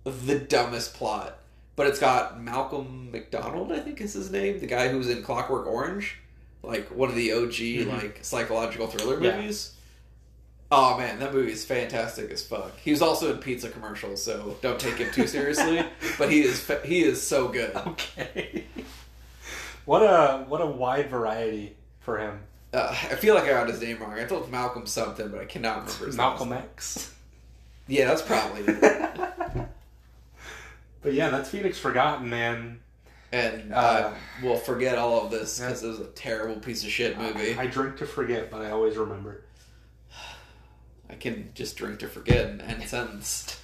S2: the dumbest plot. But it's got Malcolm McDonald, I think is his name, the guy who's in Clockwork Orange, like one of the OG like psychological thriller
S1: Mm-hmm. Yeah.
S2: movies. Oh man, that movie is fantastic as fuck. He was also in pizza commercials, so don't take him too seriously. but he is fa- he is so good.
S1: Okay. what a what a wide variety for him.
S2: Uh, I feel like I got his name wrong. I told Malcolm something, but I cannot remember his last
S1: Malcolm X.
S2: Yeah, that's probably it.
S1: But yeah, that's Phoenix Forgotten, man.
S2: and
S1: Uh,
S2: uh, we'll forget all of this because it was a terrible piece of shit movie. I,
S1: I drink to forget, but I always remember.
S2: can just drink to forget and end sentence.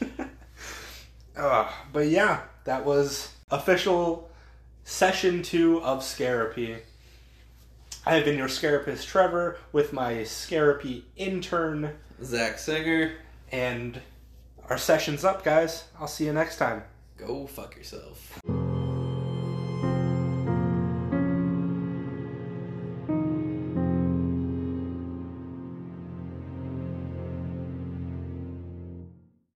S1: Uh, but yeah, that was official session two of Scarapy. I have been your Scarapist Trevor with my Scarapy intern,
S2: Zach Singer,
S1: and our session's up, guys. I'll see you next time.
S2: go fuck yourself.